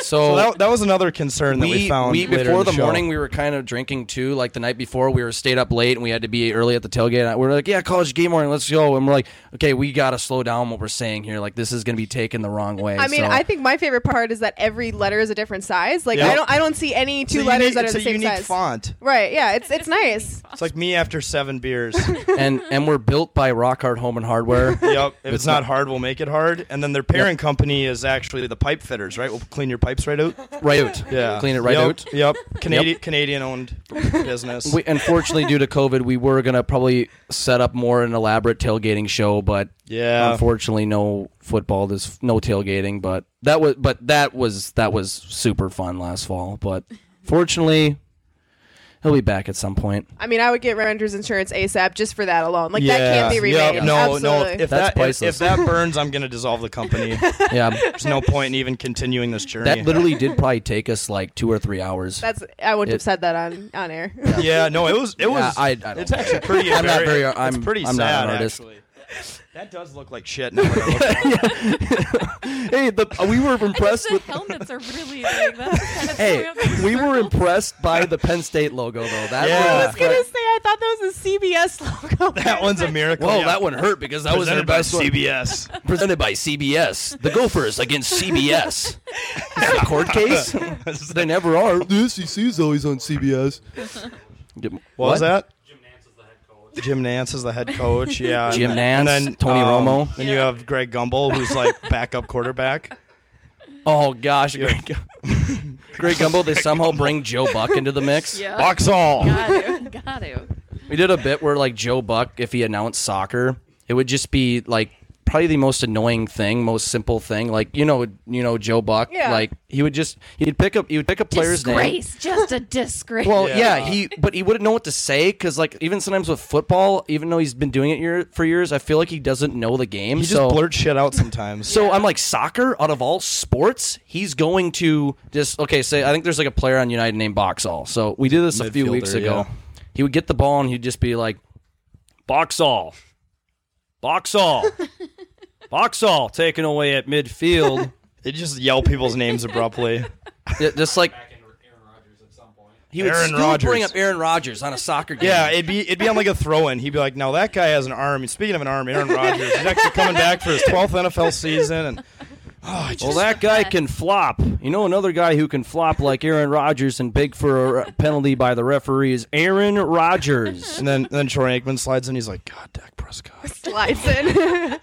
[SPEAKER 1] So,
[SPEAKER 6] so that, that was another concern that we found.
[SPEAKER 1] we-
[SPEAKER 6] later
[SPEAKER 1] before
[SPEAKER 6] in the,
[SPEAKER 1] the,
[SPEAKER 6] show.
[SPEAKER 1] morning we were kind of drinking too like the night before we were stayed up late and we had to be early at the tailgate And we were like yeah college game morning let's go and we're like okay we gotta slow down what we're saying here like this is gonna be taken the wrong way
[SPEAKER 8] I mean,
[SPEAKER 1] So-
[SPEAKER 8] I think my favorite part is that every letter is a different size. Like
[SPEAKER 6] Yeah.
[SPEAKER 8] I don't, I don't see any
[SPEAKER 6] It's
[SPEAKER 8] two
[SPEAKER 6] a
[SPEAKER 8] letters
[SPEAKER 6] unique-
[SPEAKER 8] that are
[SPEAKER 6] it's
[SPEAKER 8] the
[SPEAKER 6] a
[SPEAKER 8] same
[SPEAKER 6] unique
[SPEAKER 8] size.
[SPEAKER 6] font.
[SPEAKER 8] Right? Yeah, it's it's nice.
[SPEAKER 6] It's like me after seven beers.
[SPEAKER 1] and and we're built by rock hard home and hardware
[SPEAKER 6] yep. If it's not hard, we'll make it hard. And then their parent company is actually the pipe fitters, right? We'll clean your pipes right out.
[SPEAKER 1] right out
[SPEAKER 6] Yeah.
[SPEAKER 1] clean it right
[SPEAKER 6] Yep,
[SPEAKER 1] out
[SPEAKER 6] Yep. Canadian Canadian owned business.
[SPEAKER 1] we, unfortunately due to covid we were gonna probably set up more an elaborate tailgating show but
[SPEAKER 6] Yeah.
[SPEAKER 1] unfortunately no football there's no tailgating but that was but that was that was super fun last fall but fortunately He'll be back at some point.
[SPEAKER 8] I mean, I would get renter's insurance ASAP just for that alone. Like that can't be remade.
[SPEAKER 6] Yep, no, no.
[SPEAKER 8] Absolutely.
[SPEAKER 6] If, if
[SPEAKER 1] That's
[SPEAKER 6] that if, if
[SPEAKER 1] priceless.
[SPEAKER 6] that burns, I'm gonna dissolve the company. There's
[SPEAKER 1] Yeah.
[SPEAKER 6] no point in even continuing this journey.
[SPEAKER 1] That literally did probably take us like two or three hours.
[SPEAKER 8] That's I wouldn't have
[SPEAKER 1] It-
[SPEAKER 8] said that on on air.
[SPEAKER 6] yeah, no, it was. It was.
[SPEAKER 1] I- I don't
[SPEAKER 6] it's actually pretty.
[SPEAKER 1] I'm not very-
[SPEAKER 6] it's
[SPEAKER 1] I'm-
[SPEAKER 6] pretty
[SPEAKER 1] I'm not an
[SPEAKER 6] sad,
[SPEAKER 1] artist.
[SPEAKER 6] actually. That does look like shit. Now that I look at it.
[SPEAKER 1] hey, the, we were impressed
[SPEAKER 7] the
[SPEAKER 1] with.
[SPEAKER 7] helmets are really like that.
[SPEAKER 1] Hey, we were impressed by the Penn State logo though. That
[SPEAKER 6] Yeah.
[SPEAKER 1] was
[SPEAKER 8] I was gonna say I thought that was a CBS logo.
[SPEAKER 6] that one's a miracle.
[SPEAKER 1] Whoa,
[SPEAKER 6] Oh, yeah.
[SPEAKER 1] that one hurt because that was
[SPEAKER 6] presented
[SPEAKER 1] their best
[SPEAKER 6] by
[SPEAKER 1] one.
[SPEAKER 6] CBS.
[SPEAKER 1] Presented by CBS. The Gophers against CBS. Is it a court case? they never are. The SEC is always on CBS. What
[SPEAKER 6] What was that? Jim Nance is the head coach. Yeah,
[SPEAKER 1] Jim
[SPEAKER 6] and-
[SPEAKER 1] Nance,
[SPEAKER 6] and then
[SPEAKER 1] Tony
[SPEAKER 6] um,
[SPEAKER 1] Romo.
[SPEAKER 6] Then you have Greg Gumbel, who's like backup quarterback.
[SPEAKER 1] Oh gosh, Greg, Gum- Greg Gumbel. They somehow bring Joe Buck into the mix.
[SPEAKER 7] Yeah.
[SPEAKER 6] Boxall.
[SPEAKER 7] Got to. Got to.
[SPEAKER 1] We did a bit where like Joe Buck, if he announced soccer, it would just be like probably the most annoying thing, most simple thing. Like you know, you know Joe Buck.
[SPEAKER 8] Yeah.
[SPEAKER 1] Like he would just he'd pick up he would pick a player's name.
[SPEAKER 7] Disgrace. Just a disgrace.
[SPEAKER 1] Well, yeah.
[SPEAKER 6] Yeah.
[SPEAKER 1] he but he wouldn't know what to say because like even sometimes with football, even though he's been doing it year, for years, I feel like he doesn't know the game.
[SPEAKER 6] He just
[SPEAKER 1] so
[SPEAKER 6] blurt shit out sometimes.
[SPEAKER 1] so I'm like soccer out of all sports, he's going to just okay. Say I think there's like a player on United named Boxall. So we did this a few
[SPEAKER 6] Midfielder,
[SPEAKER 1] weeks ago.
[SPEAKER 6] yeah.
[SPEAKER 1] He would get the ball and he'd just be like, Boxall, Boxall, Boxall, taken away at midfield.
[SPEAKER 6] They just yell people's names abruptly.
[SPEAKER 1] Yeah, just like he would
[SPEAKER 6] Aaron
[SPEAKER 1] still bring
[SPEAKER 6] Rodgers.
[SPEAKER 1] up Aaron Rodgers on a soccer game.
[SPEAKER 6] Yeah, it'd be it'd be on like a throw in. He'd be like, "Now that guy has an arm." Speaking of an arm, Aaron Rodgers is actually coming back for his twelfth NFL season, and oh,
[SPEAKER 1] Well, that guy can flop. You know, another guy who can flop like Aaron Rodgers and big for a penalty by the referee is Aaron Rodgers.
[SPEAKER 6] and then then Troy Aikman slides in. He's like, "God, Dak Prescott."
[SPEAKER 8] Slides in.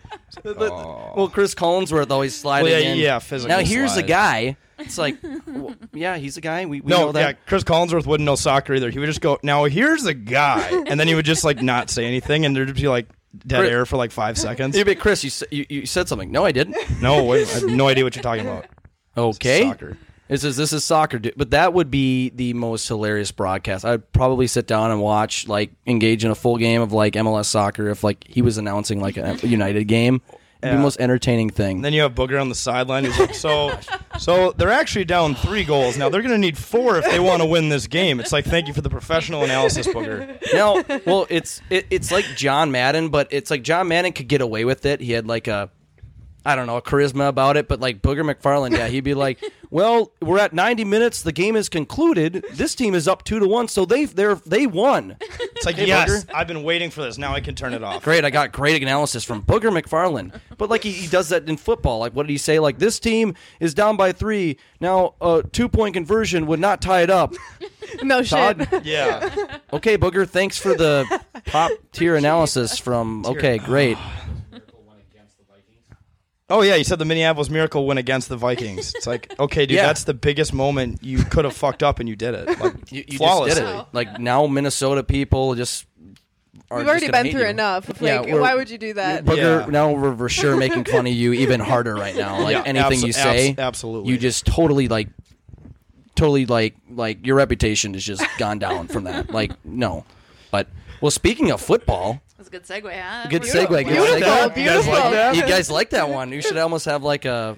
[SPEAKER 1] Well, Chris Collinsworth always sliding
[SPEAKER 6] Well, yeah,
[SPEAKER 1] in.
[SPEAKER 6] yeah, physical
[SPEAKER 1] Now here's
[SPEAKER 6] slide.
[SPEAKER 1] a guy. It's like, w yeah, he's a guy. We, we know
[SPEAKER 6] No, yeah,
[SPEAKER 1] that.
[SPEAKER 6] Chris Collinsworth wouldn't know soccer either. He would just go, "Now here's a guy," and then he would just like not say anything, and there'd just be like dead
[SPEAKER 1] Chris-
[SPEAKER 6] air for like five seconds.
[SPEAKER 1] You'd be, Chris, you, s- you you said something. No, I didn't.
[SPEAKER 6] No, wait, I have no idea what you're talking about.
[SPEAKER 1] Okay.
[SPEAKER 6] Soccer.
[SPEAKER 1] This is this is soccer, dude. But that would be the most hilarious broadcast. I'd probably sit down and watch, like, engage in a full game of like MLS soccer if like he was announcing like a United game. It'd be the most entertaining thing.
[SPEAKER 6] And then you have Booger on the sideline. He's like, so, so they're actually down three goals now. They're going to need four if they want to win this game. It's like, thank you for the professional analysis, Booger.
[SPEAKER 1] No, well, it's it, it's like John Madden, but it's like John Madden could get away with it. He had like a, I don't know, a charisma about it. But like Booger McFarland, yeah, he'd be like, "Well, we're at 90 minutes. The game is concluded. This team is up two to one, so they they're they won.
[SPEAKER 6] It's like, yes, I've been waiting for this. Now I can turn it off.
[SPEAKER 1] Great, I got great analysis from Booger McFarland. But like he, he does that in football. Like, what did he say? Like this team is down by three. Now a two point conversion would not tie it up.
[SPEAKER 8] No shit.
[SPEAKER 1] Todd,
[SPEAKER 6] Yeah.
[SPEAKER 1] okay, Booger, thanks for the pop tier analysis from. Okay, great.
[SPEAKER 6] Oh, yeah. You said the Minneapolis Miracle win against the Vikings. It's like, okay, dude,
[SPEAKER 1] Yeah.
[SPEAKER 6] that's the biggest moment you could have fucked up and you did it. Like,
[SPEAKER 1] You, you just
[SPEAKER 6] flawlessly.
[SPEAKER 1] did it. Like now, Minnesota people just. Are
[SPEAKER 8] We've
[SPEAKER 1] just
[SPEAKER 8] already
[SPEAKER 1] gonna
[SPEAKER 8] been
[SPEAKER 1] hate
[SPEAKER 8] through
[SPEAKER 1] you.
[SPEAKER 8] enough. Like,
[SPEAKER 1] Yeah, we're-
[SPEAKER 8] why would you do that?
[SPEAKER 1] Booger,
[SPEAKER 6] Yeah.
[SPEAKER 1] now we're for sure making fun of you even harder right now. Like
[SPEAKER 6] Yeah,
[SPEAKER 1] anything
[SPEAKER 6] abso-
[SPEAKER 1] you say,
[SPEAKER 6] abs- absolutely.
[SPEAKER 1] you just totally like, totally like, like your reputation has just gone down from that. Like no, but well, speaking of football,
[SPEAKER 7] That's a good segue. Huh?
[SPEAKER 1] good
[SPEAKER 7] We're-
[SPEAKER 1] segue. Good
[SPEAKER 8] Beautiful,
[SPEAKER 1] segue.
[SPEAKER 8] You guys like beautiful. that?
[SPEAKER 1] You guys like that one? You should almost have like a,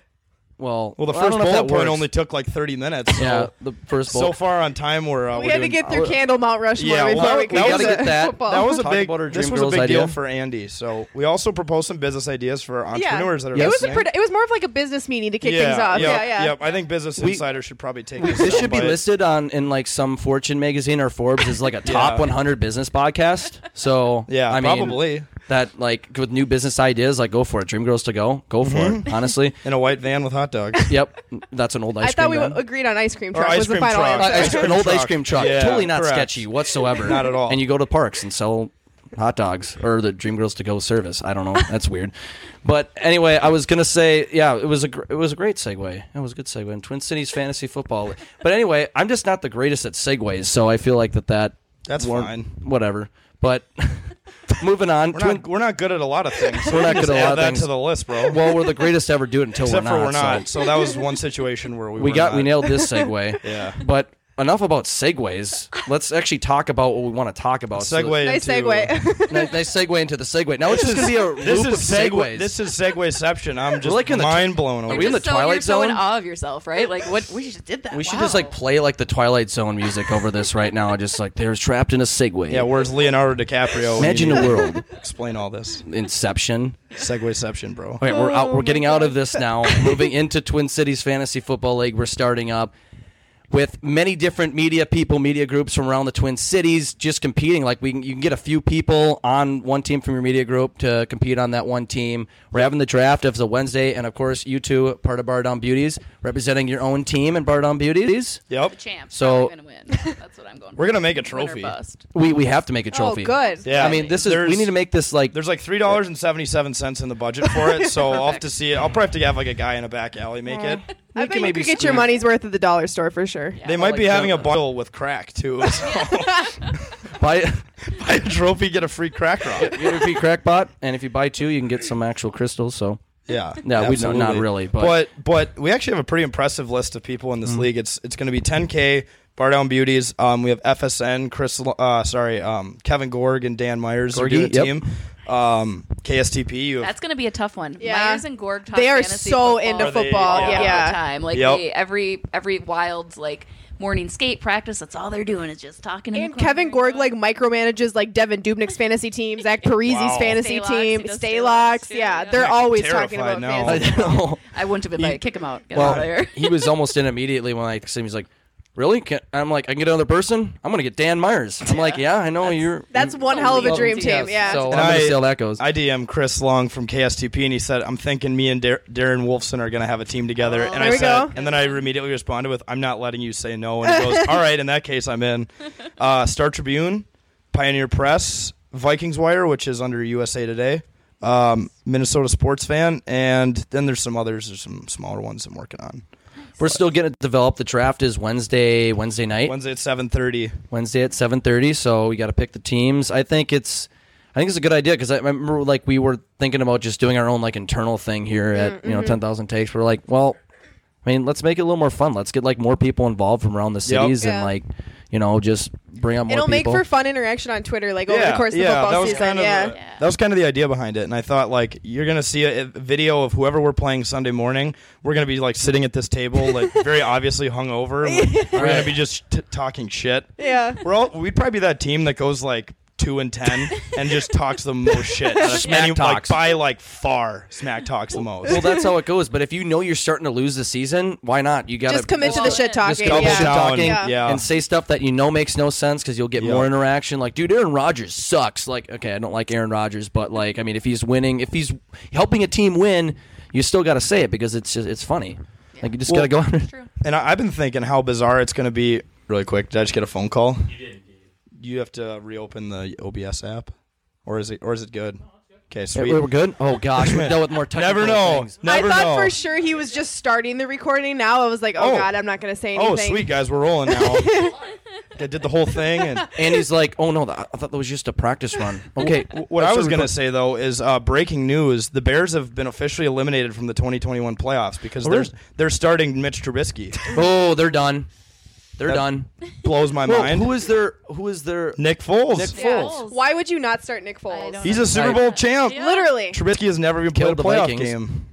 [SPEAKER 1] well,
[SPEAKER 6] Well, the
[SPEAKER 1] I don't
[SPEAKER 6] first
[SPEAKER 1] know if
[SPEAKER 6] bullet
[SPEAKER 1] that
[SPEAKER 6] point
[SPEAKER 1] works.
[SPEAKER 6] only took like 30 minutes. So,
[SPEAKER 1] yeah, the first
[SPEAKER 6] so
[SPEAKER 1] bullet.
[SPEAKER 6] far on time, we're, uh,
[SPEAKER 8] we
[SPEAKER 6] we're
[SPEAKER 8] had to
[SPEAKER 6] doing-
[SPEAKER 8] get through Candle Mount Rushmore
[SPEAKER 6] Yeah,
[SPEAKER 8] before
[SPEAKER 6] well,
[SPEAKER 8] we
[SPEAKER 6] we
[SPEAKER 8] could
[SPEAKER 6] gotta
[SPEAKER 8] get to
[SPEAKER 6] get
[SPEAKER 1] that-
[SPEAKER 8] football.
[SPEAKER 6] That was a
[SPEAKER 1] Talk
[SPEAKER 6] big.
[SPEAKER 1] about our
[SPEAKER 6] This
[SPEAKER 1] dream
[SPEAKER 6] was a
[SPEAKER 1] girls
[SPEAKER 6] big deal
[SPEAKER 1] idea.
[SPEAKER 6] for Andy. So we also proposed some business ideas for entrepreneurs that are
[SPEAKER 8] It was a
[SPEAKER 6] listening.
[SPEAKER 8] produ- it was more of like a business meeting to kick things off.
[SPEAKER 6] Yep,
[SPEAKER 8] yeah, yeah.
[SPEAKER 6] Yep. I think Business Insider should probably take this.
[SPEAKER 1] This
[SPEAKER 6] up,
[SPEAKER 1] should be
[SPEAKER 6] but-
[SPEAKER 1] listed on in like some Fortune magazine or Forbes as like a top
[SPEAKER 6] Yeah.
[SPEAKER 1] 100 business podcast. So
[SPEAKER 6] Yeah,
[SPEAKER 1] I mean,
[SPEAKER 6] probably.
[SPEAKER 1] that like with new business ideas, like go for it. Dream girls to go, go for
[SPEAKER 6] Mm-hmm.
[SPEAKER 1] it. Honestly,
[SPEAKER 6] in a white van with hot dogs.
[SPEAKER 1] yep, that's an old ice
[SPEAKER 8] I thought we
[SPEAKER 1] cream. van.
[SPEAKER 8] agreed on ice cream
[SPEAKER 6] Or
[SPEAKER 8] truck
[SPEAKER 6] ice
[SPEAKER 8] was the
[SPEAKER 6] cream
[SPEAKER 8] final
[SPEAKER 6] truck.
[SPEAKER 1] Uh,
[SPEAKER 8] answer.
[SPEAKER 1] ice- an old
[SPEAKER 6] truck.
[SPEAKER 1] ice cream truck,
[SPEAKER 6] Yeah,
[SPEAKER 1] totally not
[SPEAKER 6] correct.
[SPEAKER 1] sketchy whatsoever.
[SPEAKER 6] Not at all.
[SPEAKER 1] And you go to parks and sell hot dogs or the Dream Girls to Go service. I don't know. That's weird. But anyway, I was gonna say, yeah, it was a gr- it was a great segue. It was a good segue. in Twin Cities fantasy football. But anyway, I'm just not the greatest at segues, so I feel like that that
[SPEAKER 6] That's
[SPEAKER 1] warrant-
[SPEAKER 6] fine.
[SPEAKER 1] Whatever. But moving on,
[SPEAKER 6] We're
[SPEAKER 1] Twin-
[SPEAKER 6] not, we're not good at a lot of things.
[SPEAKER 1] We're not
[SPEAKER 6] Just
[SPEAKER 1] good at a lot
[SPEAKER 6] add
[SPEAKER 1] of
[SPEAKER 6] that
[SPEAKER 1] things.
[SPEAKER 6] to the list, bro.
[SPEAKER 1] well, we're the greatest to ever do it until
[SPEAKER 6] except
[SPEAKER 1] we're not.
[SPEAKER 6] for we're
[SPEAKER 1] so-
[SPEAKER 6] not. So that was one situation where we
[SPEAKER 1] we
[SPEAKER 6] were
[SPEAKER 1] got
[SPEAKER 6] not.
[SPEAKER 1] we nailed this segue.
[SPEAKER 6] Yeah.
[SPEAKER 1] But enough about segues. Let's actually talk about what we want to talk about. So-
[SPEAKER 6] Segue.
[SPEAKER 8] Nice
[SPEAKER 6] into-
[SPEAKER 8] segue.
[SPEAKER 1] nice, nice segue into the segue. Now it's just gonna be a
[SPEAKER 6] This
[SPEAKER 1] loop
[SPEAKER 6] is
[SPEAKER 1] of segues.
[SPEAKER 6] segue. This is segueception. I'm just
[SPEAKER 1] like in the-
[SPEAKER 6] mind blown away.
[SPEAKER 1] we in the
[SPEAKER 7] Just so
[SPEAKER 1] Twilight
[SPEAKER 7] you're so in
[SPEAKER 1] Zone?
[SPEAKER 7] awe of yourself, right? Like what we just did that.
[SPEAKER 1] we should
[SPEAKER 7] Wow.
[SPEAKER 1] just like play like the Twilight Zone music over this right now. Just like they're trapped in a segue.
[SPEAKER 6] yeah, where's Leonardo DiCaprio? when
[SPEAKER 1] Imagine
[SPEAKER 6] you
[SPEAKER 1] a world.
[SPEAKER 6] Explain all this.
[SPEAKER 1] Inception.
[SPEAKER 6] Segueception, bro.
[SPEAKER 1] Okay, we're out. We're getting out of
[SPEAKER 8] Oh
[SPEAKER 1] this now. Moving into Twin Cities Fantasy Football League, we're starting up with many different media people, media groups from around the Twin Cities, just competing. Like we, can, you can get a few people on one team from your media group to compete on that one team. We're having the draft of the Wednesday, and of course, you two, part of Bar Down Beauties, representing your own team in Bar Down Beauties.
[SPEAKER 6] Yep.
[SPEAKER 7] champ.
[SPEAKER 1] So-
[SPEAKER 7] So gonna win. That's what I'm going.
[SPEAKER 6] We're
[SPEAKER 7] for.
[SPEAKER 6] gonna make a
[SPEAKER 7] Win or
[SPEAKER 6] trophy.
[SPEAKER 7] bust.
[SPEAKER 1] We we have to make a
[SPEAKER 8] oh,
[SPEAKER 1] trophy.
[SPEAKER 8] good.
[SPEAKER 6] Yeah.
[SPEAKER 1] I mean, this is
[SPEAKER 6] There's-
[SPEAKER 1] we need to make this like
[SPEAKER 6] There's like three dollars and seventy seven cents in the budget for it, so I'll have to see it. I'll probably have to have like a guy in a back alley make it.
[SPEAKER 8] I bet
[SPEAKER 1] can
[SPEAKER 8] you
[SPEAKER 1] maybe
[SPEAKER 8] could get your
[SPEAKER 1] squeeze-
[SPEAKER 8] money's worth at the dollar store for sure.
[SPEAKER 6] They might
[SPEAKER 1] like
[SPEAKER 6] be having a
[SPEAKER 1] donuts.
[SPEAKER 6] bundle with crack too. So
[SPEAKER 1] buy
[SPEAKER 6] buy a trophy, get a free crack rock.
[SPEAKER 1] you repeat crackpot, and if you buy two, you can get some actual crystals. So.
[SPEAKER 6] Yeah,
[SPEAKER 1] No, we don't-
[SPEAKER 6] absolutely.
[SPEAKER 1] not really, but- Mm.
[SPEAKER 6] but but we actually have a pretty impressive list of people in this league. It's it's going to be 10k Bar Down Beauties. Um, we have FSN, Chris, uh, sorry, um, Kevin Gorg and Dan Myers are
[SPEAKER 1] Gorgie,
[SPEAKER 6] doing the
[SPEAKER 1] yep.
[SPEAKER 6] team. Um, KSTP, you have
[SPEAKER 7] That's gonna be a tough one.
[SPEAKER 8] Yeah.
[SPEAKER 7] Myers and Gorg. Talk
[SPEAKER 8] They are
[SPEAKER 7] fantasy football
[SPEAKER 8] so into
[SPEAKER 6] Are they-
[SPEAKER 8] football.
[SPEAKER 6] yeah.
[SPEAKER 8] yeah.
[SPEAKER 7] all the time. Like
[SPEAKER 6] Yep.
[SPEAKER 7] they, every every wild's like morning skate practice. That's all they're doing is just talking. in the
[SPEAKER 8] And
[SPEAKER 7] corner
[SPEAKER 8] Kevin Gorg like micromanages like Devin Dubnik's fantasy team, Zach Parisi's fantasy
[SPEAKER 7] Staylocks,
[SPEAKER 8] team,
[SPEAKER 7] he does Staylocks
[SPEAKER 8] Staylocks.
[SPEAKER 7] too,
[SPEAKER 8] Yeah,
[SPEAKER 7] yeah.
[SPEAKER 8] they're
[SPEAKER 7] I'm
[SPEAKER 8] always
[SPEAKER 6] terrified
[SPEAKER 8] talking about
[SPEAKER 6] now.
[SPEAKER 8] fantasy.
[SPEAKER 1] I know.
[SPEAKER 7] I wouldn't have invited. Kick him out. Get out of
[SPEAKER 1] Well,
[SPEAKER 7] there.
[SPEAKER 1] he was almost in immediately when I texted him. He's like, "Really?" Can-? I'm like, "I can get another person. I'm gonna get Dan Myers." I'm like, "Yeah, I know you're."
[SPEAKER 8] That's
[SPEAKER 1] you-
[SPEAKER 8] one hell of a
[SPEAKER 1] Well,
[SPEAKER 8] dream
[SPEAKER 1] yes,
[SPEAKER 8] team. Yeah.
[SPEAKER 1] So I'm
[SPEAKER 6] And
[SPEAKER 1] gonna
[SPEAKER 6] I-
[SPEAKER 1] see how that goes.
[SPEAKER 6] I DM Chris Long from KSTP, and he said, "I'm thinking me and Dar- Darren Wolfson are going to have a team together." and I
[SPEAKER 8] Oh, There we
[SPEAKER 6] said,
[SPEAKER 8] go.
[SPEAKER 6] and then I immediately responded with, "I'm not letting you say no." And he goes, "All right, in that case, I'm in." Uh, Star Tribune, Pioneer Press, Vikings Wire, which is under USA Today, um, Minnesota Sports Fan, and then there's some others. There's some smaller ones I'm working on.
[SPEAKER 1] We're still gonna develop. The draft is Wednesday, Wednesday night,
[SPEAKER 6] Wednesday at 7:30.
[SPEAKER 1] Wednesday at 7:30. So we got to pick the teams. I think it's. I think it's a good idea because I remember like we were thinking about just doing our own like internal thing here at
[SPEAKER 8] Mm-hmm.
[SPEAKER 1] you know ten thousand takes. We're like, well, I mean, let's make it a little more fun. Let's get like more people involved from around the
[SPEAKER 6] Yep.
[SPEAKER 1] cities and
[SPEAKER 8] Yeah.
[SPEAKER 1] like you know just bring up more.
[SPEAKER 8] It'll make
[SPEAKER 1] people.
[SPEAKER 8] for fun interaction on Twitter, like over the course of the football
[SPEAKER 6] that was
[SPEAKER 8] season.
[SPEAKER 6] Kind of,
[SPEAKER 8] yeah.
[SPEAKER 6] the- that was kind of the idea behind it, and I thought like you're gonna see a, a video of whoever we're playing Sunday morning. We're gonna be like sitting at this table, like very obviously hungover. And we're, we're gonna be just t- talking shit.
[SPEAKER 8] Yeah.
[SPEAKER 6] We're all we'd probably be that team that goes like two and ten and just talks the most shit.
[SPEAKER 1] Smack
[SPEAKER 6] And you,
[SPEAKER 1] talks.
[SPEAKER 6] like, by like far. Smack talks the most.
[SPEAKER 1] well, that's how it goes. But if you know you're starting to lose the season, why not? You got
[SPEAKER 8] Just commit to the
[SPEAKER 7] Well,
[SPEAKER 1] Just
[SPEAKER 8] shit talking.
[SPEAKER 1] double
[SPEAKER 8] yeah.
[SPEAKER 1] shit talking
[SPEAKER 8] Yeah.
[SPEAKER 6] Yeah.
[SPEAKER 1] and say stuff that you know makes no sense because you'll get
[SPEAKER 6] Yeah.
[SPEAKER 1] more interaction. Like, dude, Aaron Rodgers sucks. Like, okay, I don't like Aaron Rodgers, but like, I mean, if he's winning, if he's helping a team win, you still got to say it because it's just, it's funny. Like, you just
[SPEAKER 6] Well-
[SPEAKER 1] got to go. on
[SPEAKER 6] And I, I've been thinking how bizarre it's gonna be. Really quick, did I just get a phone call? You did. You have to reopen the OBS app, or is it or is it good? Okay, sweet.
[SPEAKER 1] We're good. Oh gosh, we dealt with more technical
[SPEAKER 6] Never know.
[SPEAKER 1] things.
[SPEAKER 6] Never
[SPEAKER 8] I thought
[SPEAKER 6] know.
[SPEAKER 8] for sure he was just starting the recording. Now I was like, oh,
[SPEAKER 6] Oh.
[SPEAKER 8] god, I'm not gonna say anything.
[SPEAKER 6] Oh, sweet guys, we're rolling now. I did the whole thing, and
[SPEAKER 1] And he's like, "Oh no, that, I thought that was just a practice run." Okay,
[SPEAKER 6] what I
[SPEAKER 1] that's
[SPEAKER 6] was
[SPEAKER 1] a
[SPEAKER 6] gonna
[SPEAKER 1] record-
[SPEAKER 6] say though is uh, breaking news: the Bears have been officially eliminated from the 2021 playoffs because
[SPEAKER 1] Oh,
[SPEAKER 6] they're
[SPEAKER 1] really?
[SPEAKER 6] they're starting Mitch Trubisky.
[SPEAKER 1] Oh, they're done. They're done.
[SPEAKER 6] Blows my
[SPEAKER 1] Well,
[SPEAKER 6] mind.
[SPEAKER 1] who is their? Who is their?
[SPEAKER 6] Nick Foles?
[SPEAKER 1] Nick
[SPEAKER 7] Yeah.
[SPEAKER 1] Foles.
[SPEAKER 8] Why would you not start Nick
[SPEAKER 7] I
[SPEAKER 8] Foles?
[SPEAKER 7] don't
[SPEAKER 6] He's a Super
[SPEAKER 1] Right.
[SPEAKER 6] Bowl champ.
[SPEAKER 8] Literally.
[SPEAKER 6] Trubisky has never even played
[SPEAKER 1] Killed the
[SPEAKER 6] a playoff
[SPEAKER 1] Vikings.
[SPEAKER 6] game.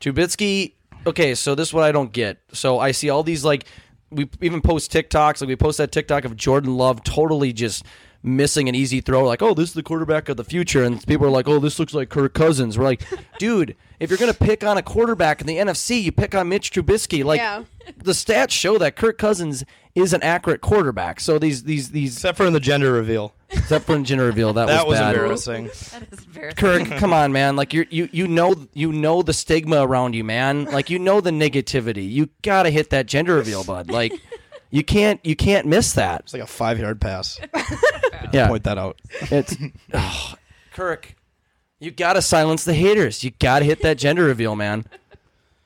[SPEAKER 1] Trubisky. Okay, so this is what I don't get. So I see all these like we even post TikToks. Like we post that TikTok of Jordan Love totally just missing an easy throw. Like, oh, this is the quarterback of the future, and people are like, oh, this looks like Kirk Cousins. We're like, dude, if you're gonna pick on a quarterback in the NFC, you pick on Mitch Trubisky. Like,
[SPEAKER 8] Yeah.
[SPEAKER 1] the stats show that Kirk Cousins is an accurate quarterback. So these these these
[SPEAKER 6] Except for in the gender reveal.
[SPEAKER 1] except for in gender reveal, that,
[SPEAKER 6] That was
[SPEAKER 1] bad.
[SPEAKER 6] embarrassing.
[SPEAKER 7] That is embarrassing.
[SPEAKER 1] Kirk, come on, man. Like you, you, you know, you know the stigma around you, man. Like you know the negativity. You gotta hit that gender reveal, bud. Like you can't, you can't miss that.
[SPEAKER 6] It's like a five yard pass.
[SPEAKER 1] Yeah,
[SPEAKER 6] Point that out.
[SPEAKER 1] it's oh, Kirk. You gotta silence the haters. You gotta hit that gender reveal, man.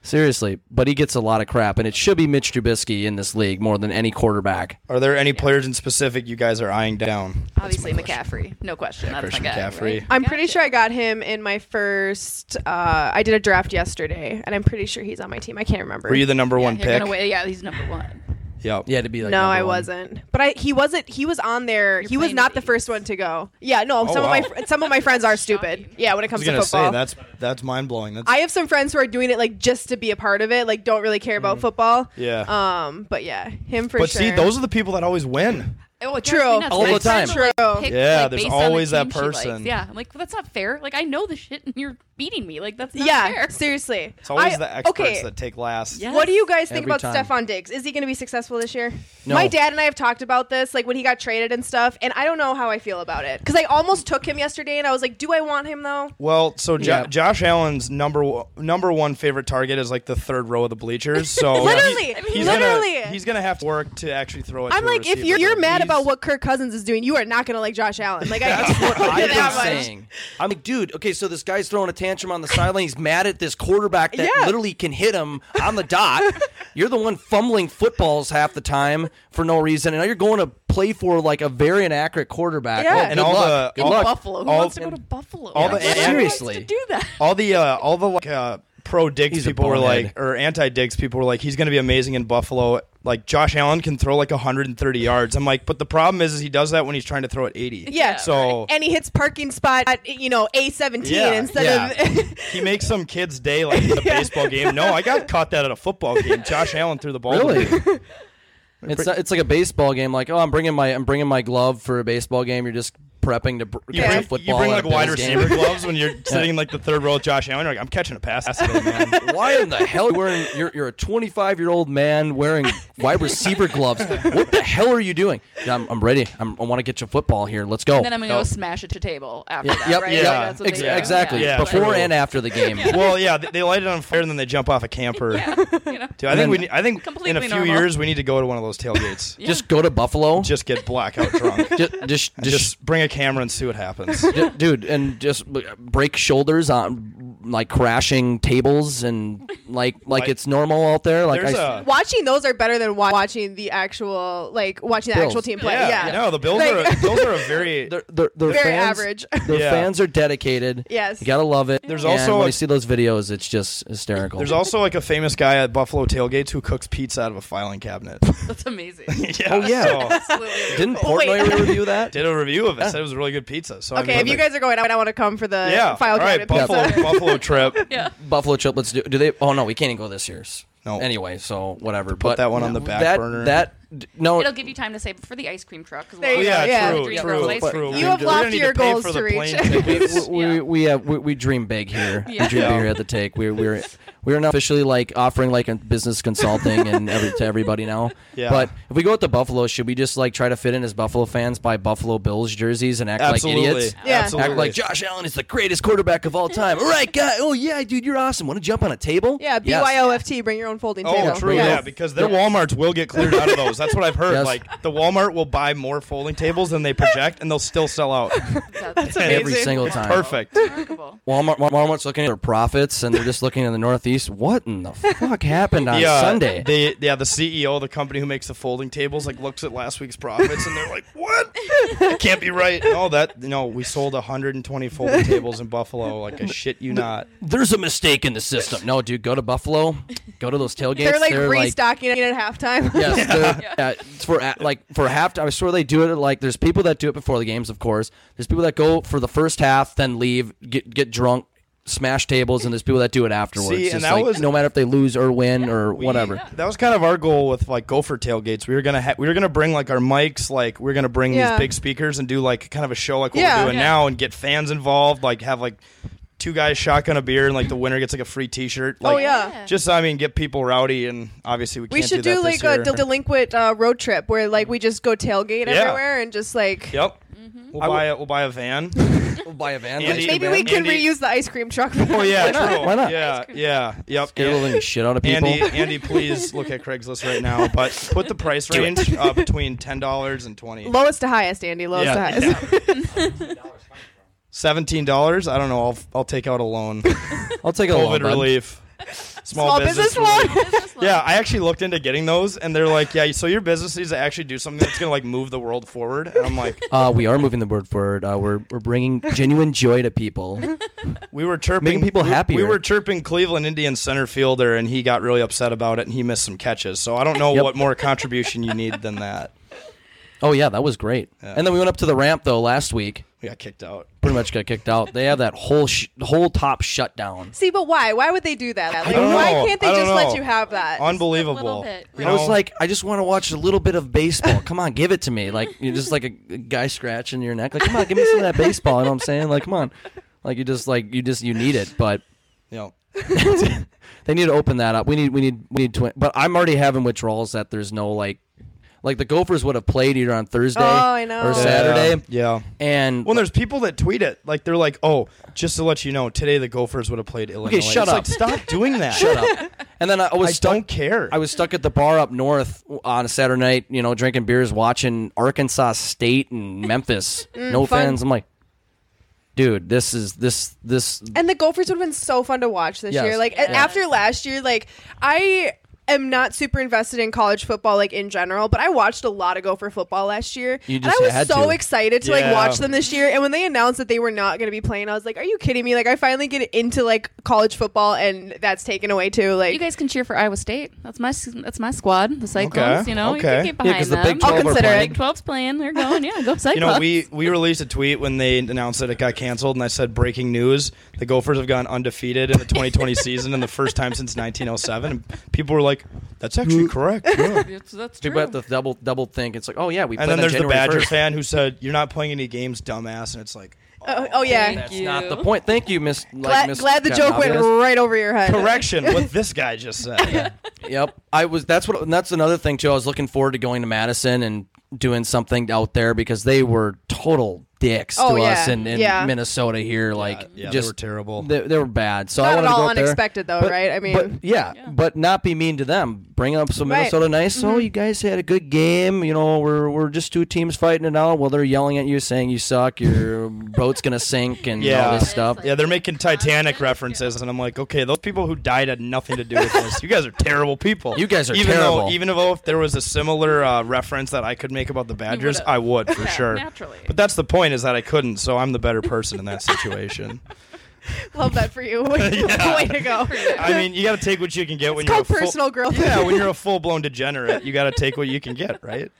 [SPEAKER 1] Seriously, but he gets a lot of crap, and it should be Mitch Trubisky in this league more than any quarterback.
[SPEAKER 6] Are there any players in specific you guys are eyeing down?
[SPEAKER 7] Obviously McCaffrey, no question. That's
[SPEAKER 6] Christian
[SPEAKER 7] my guy,
[SPEAKER 6] McCaffrey.
[SPEAKER 7] right?
[SPEAKER 8] I'm pretty sure I got him in my first. Uh, I did a draft yesterday, and I'm pretty sure he's on my team. I can't remember.
[SPEAKER 6] Were you the number one
[SPEAKER 7] You're
[SPEAKER 6] pick?
[SPEAKER 7] gonna win. Yeah, he's number one.
[SPEAKER 6] Yep.
[SPEAKER 1] Yeah, to be like
[SPEAKER 8] no,
[SPEAKER 1] number
[SPEAKER 8] I
[SPEAKER 1] one.
[SPEAKER 8] wasn't. But I he wasn't. He was on there. he was
[SPEAKER 7] playing
[SPEAKER 8] not
[SPEAKER 7] the
[SPEAKER 8] the first one to go. Yeah, no. some
[SPEAKER 6] Oh, wow.
[SPEAKER 8] of my fr- some of my friends are stupid. Yeah, when it
[SPEAKER 6] I was
[SPEAKER 8] comes
[SPEAKER 6] gonna
[SPEAKER 8] to football.
[SPEAKER 6] say that's that's mind blowing. That's
[SPEAKER 8] I have some friends who are doing it like just to be a part of it, like don't really care about football.
[SPEAKER 6] Mm-hmm. Yeah.
[SPEAKER 8] Um, but yeah, him for
[SPEAKER 6] but
[SPEAKER 8] sure.
[SPEAKER 6] see, those are the people that always win.
[SPEAKER 7] Oh, it
[SPEAKER 8] True.
[SPEAKER 7] drives me nuts.
[SPEAKER 1] All
[SPEAKER 7] My
[SPEAKER 1] the
[SPEAKER 7] friend
[SPEAKER 1] time.
[SPEAKER 7] will,
[SPEAKER 8] True.
[SPEAKER 6] Yeah,
[SPEAKER 7] like,
[SPEAKER 6] there's
[SPEAKER 7] based on the
[SPEAKER 6] always that
[SPEAKER 7] team she likes.
[SPEAKER 6] person.
[SPEAKER 7] Yeah, I'm like, well, that's not fair. Like, I know the shit, and you're beating me. Like, that's not
[SPEAKER 8] yeah,
[SPEAKER 7] fair.
[SPEAKER 8] seriously.
[SPEAKER 6] It's always
[SPEAKER 8] I-
[SPEAKER 6] the experts
[SPEAKER 8] okay.
[SPEAKER 6] that take last.
[SPEAKER 7] Yeah.
[SPEAKER 8] What do you guys think
[SPEAKER 1] Every
[SPEAKER 8] about
[SPEAKER 1] time.
[SPEAKER 8] Stefan Diggs? Is he going to be successful this year?
[SPEAKER 1] No.
[SPEAKER 8] My dad and I have talked about this, like when he got traded and stuff, and I don't know how I feel about it because I almost took him yesterday, and I was like, do I want him though?
[SPEAKER 6] Well, so jo-
[SPEAKER 1] Yeah.
[SPEAKER 6] Josh Allen's number o- number one favorite target is like the third row of the bleachers. So
[SPEAKER 8] Literally.
[SPEAKER 6] he-
[SPEAKER 8] I mean,
[SPEAKER 6] he's
[SPEAKER 8] literally.
[SPEAKER 6] gonna, he's gonna have to work to actually throw it.
[SPEAKER 8] I'm
[SPEAKER 6] to a
[SPEAKER 8] like, if
[SPEAKER 6] receiver.
[SPEAKER 8] you're, you're mad
[SPEAKER 6] He's-
[SPEAKER 8] about what Kirk Cousins is doing, you are not going to like Josh Allen. Like I
[SPEAKER 1] That's what
[SPEAKER 8] I
[SPEAKER 1] I've
[SPEAKER 8] that
[SPEAKER 1] been
[SPEAKER 8] much.
[SPEAKER 1] saying. I'm like, dude, okay, so this guy's throwing a tantrum on the sideline. He's mad at this quarterback that
[SPEAKER 8] Yeah.
[SPEAKER 1] literally can hit him on the dot. You're the one fumbling footballs half the time for no reason, and now you're going to play for like a very inaccurate quarterback.
[SPEAKER 8] Yeah.
[SPEAKER 1] Well,
[SPEAKER 8] And
[SPEAKER 1] good
[SPEAKER 6] all
[SPEAKER 1] luck.
[SPEAKER 6] the-
[SPEAKER 1] good
[SPEAKER 6] all-
[SPEAKER 1] luck.
[SPEAKER 7] Buffalo. Who
[SPEAKER 6] all-
[SPEAKER 7] wants to go to Buffalo?
[SPEAKER 6] all the-
[SPEAKER 7] Like, who
[SPEAKER 1] Seriously.
[SPEAKER 7] wants to do that.
[SPEAKER 6] all the uh, all the like uh, pro Diggs
[SPEAKER 1] He's a
[SPEAKER 6] people were like,
[SPEAKER 1] bonehead.
[SPEAKER 6] or anti Diggs people were like, he's gonna be amazing in Buffalo. Like Josh Allen can throw like 130 yards. I'm like, but the problem is, is he does that when he's trying to throw at 80.
[SPEAKER 8] Yeah.
[SPEAKER 6] So
[SPEAKER 8] And he hits parking spot at you know A17
[SPEAKER 6] Yeah,
[SPEAKER 8] instead
[SPEAKER 6] yeah.
[SPEAKER 8] of
[SPEAKER 6] he makes some kid's day like in a baseball game. No, I got caught that at a football game. Josh Allen threw the ball. to me.
[SPEAKER 1] Really? It's not, it's like a baseball game. Like, oh, I'm bringing my I'm bringing my glove for a baseball game. You're just prepping to br-
[SPEAKER 6] You
[SPEAKER 1] catch
[SPEAKER 6] bring,
[SPEAKER 1] a football.
[SPEAKER 6] you bring
[SPEAKER 1] at
[SPEAKER 6] like
[SPEAKER 1] a
[SPEAKER 6] wide
[SPEAKER 1] Bills
[SPEAKER 6] receiver
[SPEAKER 1] game.
[SPEAKER 6] gloves when you're sitting like the third row with Josh Allen. You're like, I'm catching a pass. today, man."
[SPEAKER 1] Why in the hell are you wearing? You're, you're a 25 year old man wearing wide receiver gloves. What the hell are you doing? Yeah, I'm, I'm ready. I'm, I want to get you football here. Let's go.
[SPEAKER 7] And then I'm gonna go smash it to table after that.
[SPEAKER 1] yep.
[SPEAKER 7] right?
[SPEAKER 1] yep.
[SPEAKER 7] Like, that's what
[SPEAKER 1] Ex-
[SPEAKER 7] they do.
[SPEAKER 1] exactly.
[SPEAKER 6] Yeah,
[SPEAKER 1] Before
[SPEAKER 6] true.
[SPEAKER 1] and after the game.
[SPEAKER 6] well, yeah, they, they light it on fire and then they jump off a camper.
[SPEAKER 7] You know?
[SPEAKER 6] Dude, I think
[SPEAKER 1] then-
[SPEAKER 6] we. Need, I think in a
[SPEAKER 7] Completely
[SPEAKER 6] few
[SPEAKER 7] normal.
[SPEAKER 6] years we need to go to one of those tailgates.
[SPEAKER 1] Just go to Buffalo. Just,
[SPEAKER 6] Just get blackout drunk.
[SPEAKER 1] just, just,
[SPEAKER 6] Just bring a camera and see what happens.
[SPEAKER 1] ju- dude, and just b- break shoulders on like crashing tables and like like
[SPEAKER 6] Like-
[SPEAKER 1] it's normal out there. Like
[SPEAKER 6] There's
[SPEAKER 1] I,
[SPEAKER 6] a-
[SPEAKER 8] watching those are better than wa- watching the actual like watching the
[SPEAKER 1] Bills.
[SPEAKER 8] actual team play.
[SPEAKER 6] yeah,
[SPEAKER 8] Yeah.
[SPEAKER 6] no, the Bills are
[SPEAKER 8] Like-
[SPEAKER 6] Bills are a very.
[SPEAKER 1] their, their, their
[SPEAKER 8] Very
[SPEAKER 1] fans,
[SPEAKER 8] average.
[SPEAKER 1] Their
[SPEAKER 6] Yeah.
[SPEAKER 1] fans are dedicated.
[SPEAKER 8] Yes.
[SPEAKER 1] you gotta love it.
[SPEAKER 6] There's
[SPEAKER 1] And
[SPEAKER 6] also
[SPEAKER 1] when
[SPEAKER 6] a-
[SPEAKER 1] you see those videos, it's just hysterical.
[SPEAKER 6] There's also like a famous guy at Buffalo tailgates who cooks pizza out of a filing cabinet.
[SPEAKER 7] That's amazing.
[SPEAKER 6] yeah, oh yeah.
[SPEAKER 7] Absolutely.
[SPEAKER 1] Didn't
[SPEAKER 8] Oh, wait.
[SPEAKER 1] Portnoy review that?
[SPEAKER 6] did a review of it. Said it was really good pizza. So I
[SPEAKER 8] Okay,
[SPEAKER 6] mean,
[SPEAKER 8] if you guys are going, I want to come for the
[SPEAKER 6] yeah,
[SPEAKER 8] file
[SPEAKER 6] all right,
[SPEAKER 8] cabinet pizza.
[SPEAKER 6] Buffalo Buffalo trip.
[SPEAKER 7] Yeah.
[SPEAKER 1] Buffalo trip. Let's do. Do they? Oh no, we can't even go this year's.
[SPEAKER 6] No.
[SPEAKER 1] Anyway, so whatever. Put but
[SPEAKER 6] that one on the back
[SPEAKER 1] that,
[SPEAKER 6] burner.
[SPEAKER 1] That d- no.
[SPEAKER 7] It'll give you time to save for the ice cream truck. 'cause
[SPEAKER 8] There
[SPEAKER 7] we'll
[SPEAKER 8] you
[SPEAKER 7] all
[SPEAKER 8] go. Yeah,
[SPEAKER 6] Oh, Yeah,
[SPEAKER 7] have
[SPEAKER 6] true,
[SPEAKER 7] dream
[SPEAKER 1] true,
[SPEAKER 7] girls
[SPEAKER 1] true.
[SPEAKER 7] ice cream.
[SPEAKER 8] You have
[SPEAKER 6] We're gonna
[SPEAKER 8] loftier
[SPEAKER 6] need to pay
[SPEAKER 8] goals
[SPEAKER 6] for
[SPEAKER 8] to
[SPEAKER 6] the plane
[SPEAKER 8] reach.
[SPEAKER 6] tickets.
[SPEAKER 1] we, we,
[SPEAKER 7] Yeah.
[SPEAKER 1] we, have, we, we dream big here.
[SPEAKER 7] Yeah.
[SPEAKER 1] We dream
[SPEAKER 6] Yeah.
[SPEAKER 1] big here at the take. We're we're we're now officially like offering like a business consulting and every to everybody now.
[SPEAKER 6] Yeah.
[SPEAKER 1] But if we go out to Buffalo, should we just like try to fit in as Buffalo fans by Buffalo Bills jerseys and act
[SPEAKER 6] Absolutely.
[SPEAKER 1] like idiots?
[SPEAKER 8] Yeah.
[SPEAKER 6] Absolutely.
[SPEAKER 1] Act like Josh Allen is the greatest quarterback of all time. All right, guy. Oh yeah, dude, you're awesome. Want to jump on a table?
[SPEAKER 8] Yeah,
[SPEAKER 1] Yes.
[SPEAKER 8] BYOFT, bring your own folding
[SPEAKER 6] Oh,
[SPEAKER 8] table.
[SPEAKER 6] true.
[SPEAKER 1] Yeah.
[SPEAKER 6] Yeah, because their WalMarts will get cleared out of those. That's what I've heard.
[SPEAKER 1] Yes.
[SPEAKER 6] Like the Walmart will buy more folding tables than they project, and they'll still sell out.
[SPEAKER 7] That's amazing.
[SPEAKER 1] Every single time.
[SPEAKER 6] Perfect.
[SPEAKER 7] Remarkable.
[SPEAKER 1] Walmart, Wal- Walmart's looking at their profits, and they're just looking in the Northeast. What in the fuck happened on
[SPEAKER 6] Yeah,
[SPEAKER 1] Sunday?
[SPEAKER 6] They, yeah, the CEO of the company who makes the folding tables like looks at last week's profits, and they're like, "What? That can't be right." No, that no, we sold 120 folding tables in Buffalo. Like I shit you not.
[SPEAKER 1] There's a mistake in the system. No, dude, go to Buffalo, go to those tailgates.
[SPEAKER 8] They're like restocking it at halftime.
[SPEAKER 1] Yes, they're- yeah, it's for at, like for half. I swear they do it. at, Like there's people that do it before the games, of course. There's people that go for the first half, then leave, get get drunk, smash tables, and there's people that do it afterwards.
[SPEAKER 6] See,
[SPEAKER 1] Just
[SPEAKER 6] and that
[SPEAKER 1] like,
[SPEAKER 6] was-
[SPEAKER 1] no matter if they lose or win or whatever.
[SPEAKER 6] That was kind of our goal with like Gopher tailgates. We were gonna ha- we were gonna bring like our mics, like we were are gonna bring
[SPEAKER 8] Yeah.
[SPEAKER 6] these big speakers and do like kind of a show like what
[SPEAKER 8] Yeah.
[SPEAKER 6] we're doing
[SPEAKER 8] Yeah.
[SPEAKER 6] now and get fans involved. Like have like two guys shotgun a beer and like the winner gets like a free T-shirt. Like,
[SPEAKER 8] Oh, yeah. Yeah.
[SPEAKER 6] just I mean get people rowdy and obviously we can't
[SPEAKER 8] We should
[SPEAKER 6] do,
[SPEAKER 8] do,
[SPEAKER 6] that
[SPEAKER 8] like
[SPEAKER 6] this
[SPEAKER 8] a
[SPEAKER 6] year.
[SPEAKER 8] del- delinquent uh, road trip where like we just go tailgate
[SPEAKER 6] Yeah.
[SPEAKER 8] everywhere and just like
[SPEAKER 6] Yep, we'll buy a, we'll buy a van.
[SPEAKER 1] We'll buy a van.
[SPEAKER 6] Andy-
[SPEAKER 8] maybe we can
[SPEAKER 6] Andy-
[SPEAKER 8] reuse the ice cream truck.
[SPEAKER 6] Oh yeah, why not?
[SPEAKER 1] Why not?
[SPEAKER 6] Yeah, yeah, yep.
[SPEAKER 1] Get the
[SPEAKER 6] And-
[SPEAKER 1] living shit out of people.
[SPEAKER 6] Andy, Andy, please look at Craigslist right now, but put the price range uh, between ten dollars and twenty.
[SPEAKER 8] lowest to highest, Andy. Lowest to highest.
[SPEAKER 6] Seventeen dollars? I don't know. I'll I'll take out a loan.
[SPEAKER 1] I'll take a loan, bud.
[SPEAKER 6] COVID relief. Small, business, loan. Yeah, I actually looked into getting those, and they're like, yeah, so your business needs to actually do something that's gonna like move the world forward. And I'm like,
[SPEAKER 1] Uh, we are moving the word forward. Uh, we're we're bringing genuine joy to people.
[SPEAKER 6] we were chirping
[SPEAKER 1] Making people
[SPEAKER 6] we-
[SPEAKER 1] happier.
[SPEAKER 6] We were chirping Cleveland Indians center fielder, and he got really upset about it, and he missed some catches. So I don't know
[SPEAKER 1] Yep.
[SPEAKER 6] what more contribution you need than that.
[SPEAKER 1] Oh yeah, that was great. And then we went up to the ramp though last week.
[SPEAKER 6] We got kicked out.
[SPEAKER 1] Pretty much got kicked out. They have that whole sh- whole top shut down.
[SPEAKER 8] See, but why? Why would they do that? Like,
[SPEAKER 6] don't
[SPEAKER 8] why
[SPEAKER 6] know.
[SPEAKER 8] can't they
[SPEAKER 6] I don't
[SPEAKER 8] just let
[SPEAKER 6] know.
[SPEAKER 8] you have that?
[SPEAKER 6] Unbelievable.
[SPEAKER 7] bit,
[SPEAKER 6] You
[SPEAKER 1] I
[SPEAKER 6] know,
[SPEAKER 1] was like, I just want to watch a little bit of baseball. Come on, give it to me. Like you're just like a, a guy scratching your neck. Like come on, give me some of that baseball. You know what I'm saying? Like come on, like you just like you just you need it. But
[SPEAKER 6] you know,
[SPEAKER 1] they need to open that up. We need we need we need to. But I'm already having withdrawals that there's no like, like the Gophers would have played either on Thursday
[SPEAKER 8] Oh, I know.
[SPEAKER 1] or Saturday.
[SPEAKER 6] Yeah.
[SPEAKER 1] And
[SPEAKER 6] When there's people that tweet it, like they're like, "Oh, just to let you know, today the Gophers would have played Illinois."
[SPEAKER 1] shut
[SPEAKER 6] It's
[SPEAKER 1] up.
[SPEAKER 6] Like, stop doing that.
[SPEAKER 1] shut up. And then I was
[SPEAKER 6] I
[SPEAKER 1] stuck.
[SPEAKER 6] don't care.
[SPEAKER 1] I was stuck at the bar up north on a Saturday night, you know, drinking beers, watching Arkansas State and Memphis. no
[SPEAKER 8] Mm, fun.
[SPEAKER 1] fans. I'm like, dude, this is this this.
[SPEAKER 8] And the Gophers would have been so fun to watch this
[SPEAKER 1] Yes.
[SPEAKER 8] year. Like a- after last year, like I am not super invested in college football like in general, but I watched a lot of Gopher football last year.
[SPEAKER 1] You
[SPEAKER 8] and
[SPEAKER 1] just
[SPEAKER 8] I was
[SPEAKER 1] had
[SPEAKER 8] so
[SPEAKER 1] to.
[SPEAKER 8] excited to like
[SPEAKER 6] Yeah.
[SPEAKER 8] watch them this year. And when they announced that they were not going to be playing, I was like, "Are you kidding me?" Like I finally get into like college football and that's taken away too. Like
[SPEAKER 7] You guys can cheer for Iowa State. That's my that's my squad. The Cyclones.
[SPEAKER 6] Okay,
[SPEAKER 7] You know,
[SPEAKER 6] okay.
[SPEAKER 7] you can get
[SPEAKER 1] Yeah,
[SPEAKER 7] behind
[SPEAKER 1] 'cause the
[SPEAKER 7] them.
[SPEAKER 1] Big
[SPEAKER 8] I'll
[SPEAKER 1] 12 are
[SPEAKER 8] consider
[SPEAKER 1] playing.
[SPEAKER 7] Big 12's playing. They're going. Yeah, go Cyclones.
[SPEAKER 6] You know, we we released a tweet when they announced that it got canceled, and I said, "Breaking news: The Gophers have gone undefeated in the 2020 season, and the first time since 1907." And people were like, "That's actually correct." yeah."
[SPEAKER 7] It's- that's true.
[SPEAKER 1] People have to double double think. It's like, oh yeah, we.
[SPEAKER 6] And
[SPEAKER 1] played
[SPEAKER 6] then
[SPEAKER 1] on
[SPEAKER 6] there's the
[SPEAKER 1] January
[SPEAKER 6] Badger
[SPEAKER 1] 1st.
[SPEAKER 6] fan who said, "You're not playing any games, dumbass," and it's like,
[SPEAKER 8] oh, oh, yeah.
[SPEAKER 7] Thank
[SPEAKER 1] That's
[SPEAKER 7] you.
[SPEAKER 1] not the point. Thank you, Miss. Like,
[SPEAKER 8] Glad,
[SPEAKER 1] Miss
[SPEAKER 8] glad the joke went
[SPEAKER 1] Katnavias.
[SPEAKER 8] right over your head.
[SPEAKER 6] "Correction, what this guy just said."
[SPEAKER 1] Yep. I was. That's what. And that's another thing too. I was looking forward to going to Madison and doing something out there because they were total dicks
[SPEAKER 8] Oh,
[SPEAKER 1] to
[SPEAKER 8] yeah.
[SPEAKER 1] us in, in
[SPEAKER 8] Yeah.
[SPEAKER 1] Minnesota here. Like,
[SPEAKER 6] Uh, yeah, they
[SPEAKER 1] just
[SPEAKER 6] were terrible.
[SPEAKER 1] They, they were bad. So I
[SPEAKER 8] Not
[SPEAKER 1] wanted
[SPEAKER 8] at
[SPEAKER 1] to
[SPEAKER 8] all
[SPEAKER 1] go out there.
[SPEAKER 8] unexpected though,
[SPEAKER 1] But-
[SPEAKER 8] right? I mean,
[SPEAKER 1] but yeah, but not be mean to them. Bring up some
[SPEAKER 8] Right. Mm-hmm.
[SPEAKER 1] Minnesota nice. Oh, you guys had a good game. You know, we're we're just two teams fighting it out. Well, they're yelling at you, saying you suck. Your boat's gonna sink and all
[SPEAKER 6] Yeah.
[SPEAKER 1] this stuff.
[SPEAKER 6] Yeah, they're making Titanic references, and I'm like, okay, those people who died had nothing to do with this. You guys are terrible people.
[SPEAKER 1] You guys are
[SPEAKER 6] even Though,
[SPEAKER 1] terrible.
[SPEAKER 6] even though if there was a similar uh, reference that I could make about the Badgers,
[SPEAKER 7] would've.
[SPEAKER 6] I would for sure.
[SPEAKER 7] naturally.
[SPEAKER 6] But that's the point is that I couldn't, so I'm the better person in that situation.
[SPEAKER 8] love that for you. Way to go.
[SPEAKER 6] I mean, you got to take what you can get when
[SPEAKER 8] It's
[SPEAKER 6] you're
[SPEAKER 8] called
[SPEAKER 6] a full-
[SPEAKER 8] personal growth.
[SPEAKER 6] Yeah, when you're a full blown degenerate, you got to take what you can get, right?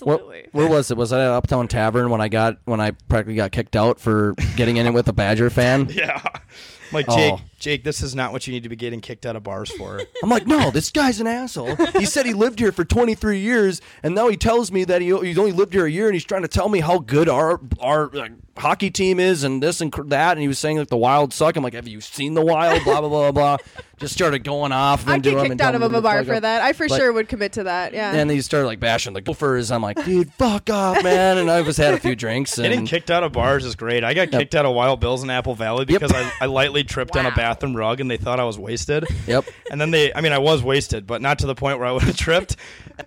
[SPEAKER 1] Where,
[SPEAKER 7] Absolutely.
[SPEAKER 1] where was it? Was I at Uptown Tavern when I got when I practically got kicked out for getting in it with a Badger fan?
[SPEAKER 6] Yeah. I'm like Jake,
[SPEAKER 1] Oh.
[SPEAKER 6] Jake, this is not what you need to be getting kicked out of bars for.
[SPEAKER 1] I'm like, no, this guy's an asshole. He said he lived here for 23 years, and now he tells me that he, he's only lived here a year, and he's trying to tell me how good our our like, hockey team is, and this and cr- that. And he was saying like the Wild suck. I'm like, have you seen the Wild? Blah blah blah blah. Just started going off.
[SPEAKER 8] I'd
[SPEAKER 1] into him
[SPEAKER 8] get
[SPEAKER 1] and
[SPEAKER 8] kicked out of
[SPEAKER 1] telling him
[SPEAKER 8] a
[SPEAKER 1] to
[SPEAKER 8] bar
[SPEAKER 1] fuck
[SPEAKER 8] for
[SPEAKER 1] up.
[SPEAKER 8] that. I for
[SPEAKER 1] But-
[SPEAKER 8] sure would commit to that. Yeah.
[SPEAKER 1] And he started like bashing the Gophers. I'm like, dude, fuck off, man. And I've just had a few drinks. And
[SPEAKER 6] Getting kicked out of bars is great. I got kicked out of Wild Bill's in Apple Valley because I, I lightly tripped on a bathroom rug and they thought I was wasted.
[SPEAKER 1] Yep.
[SPEAKER 6] And then they, I mean, I was wasted, but not to the point where I would have tripped.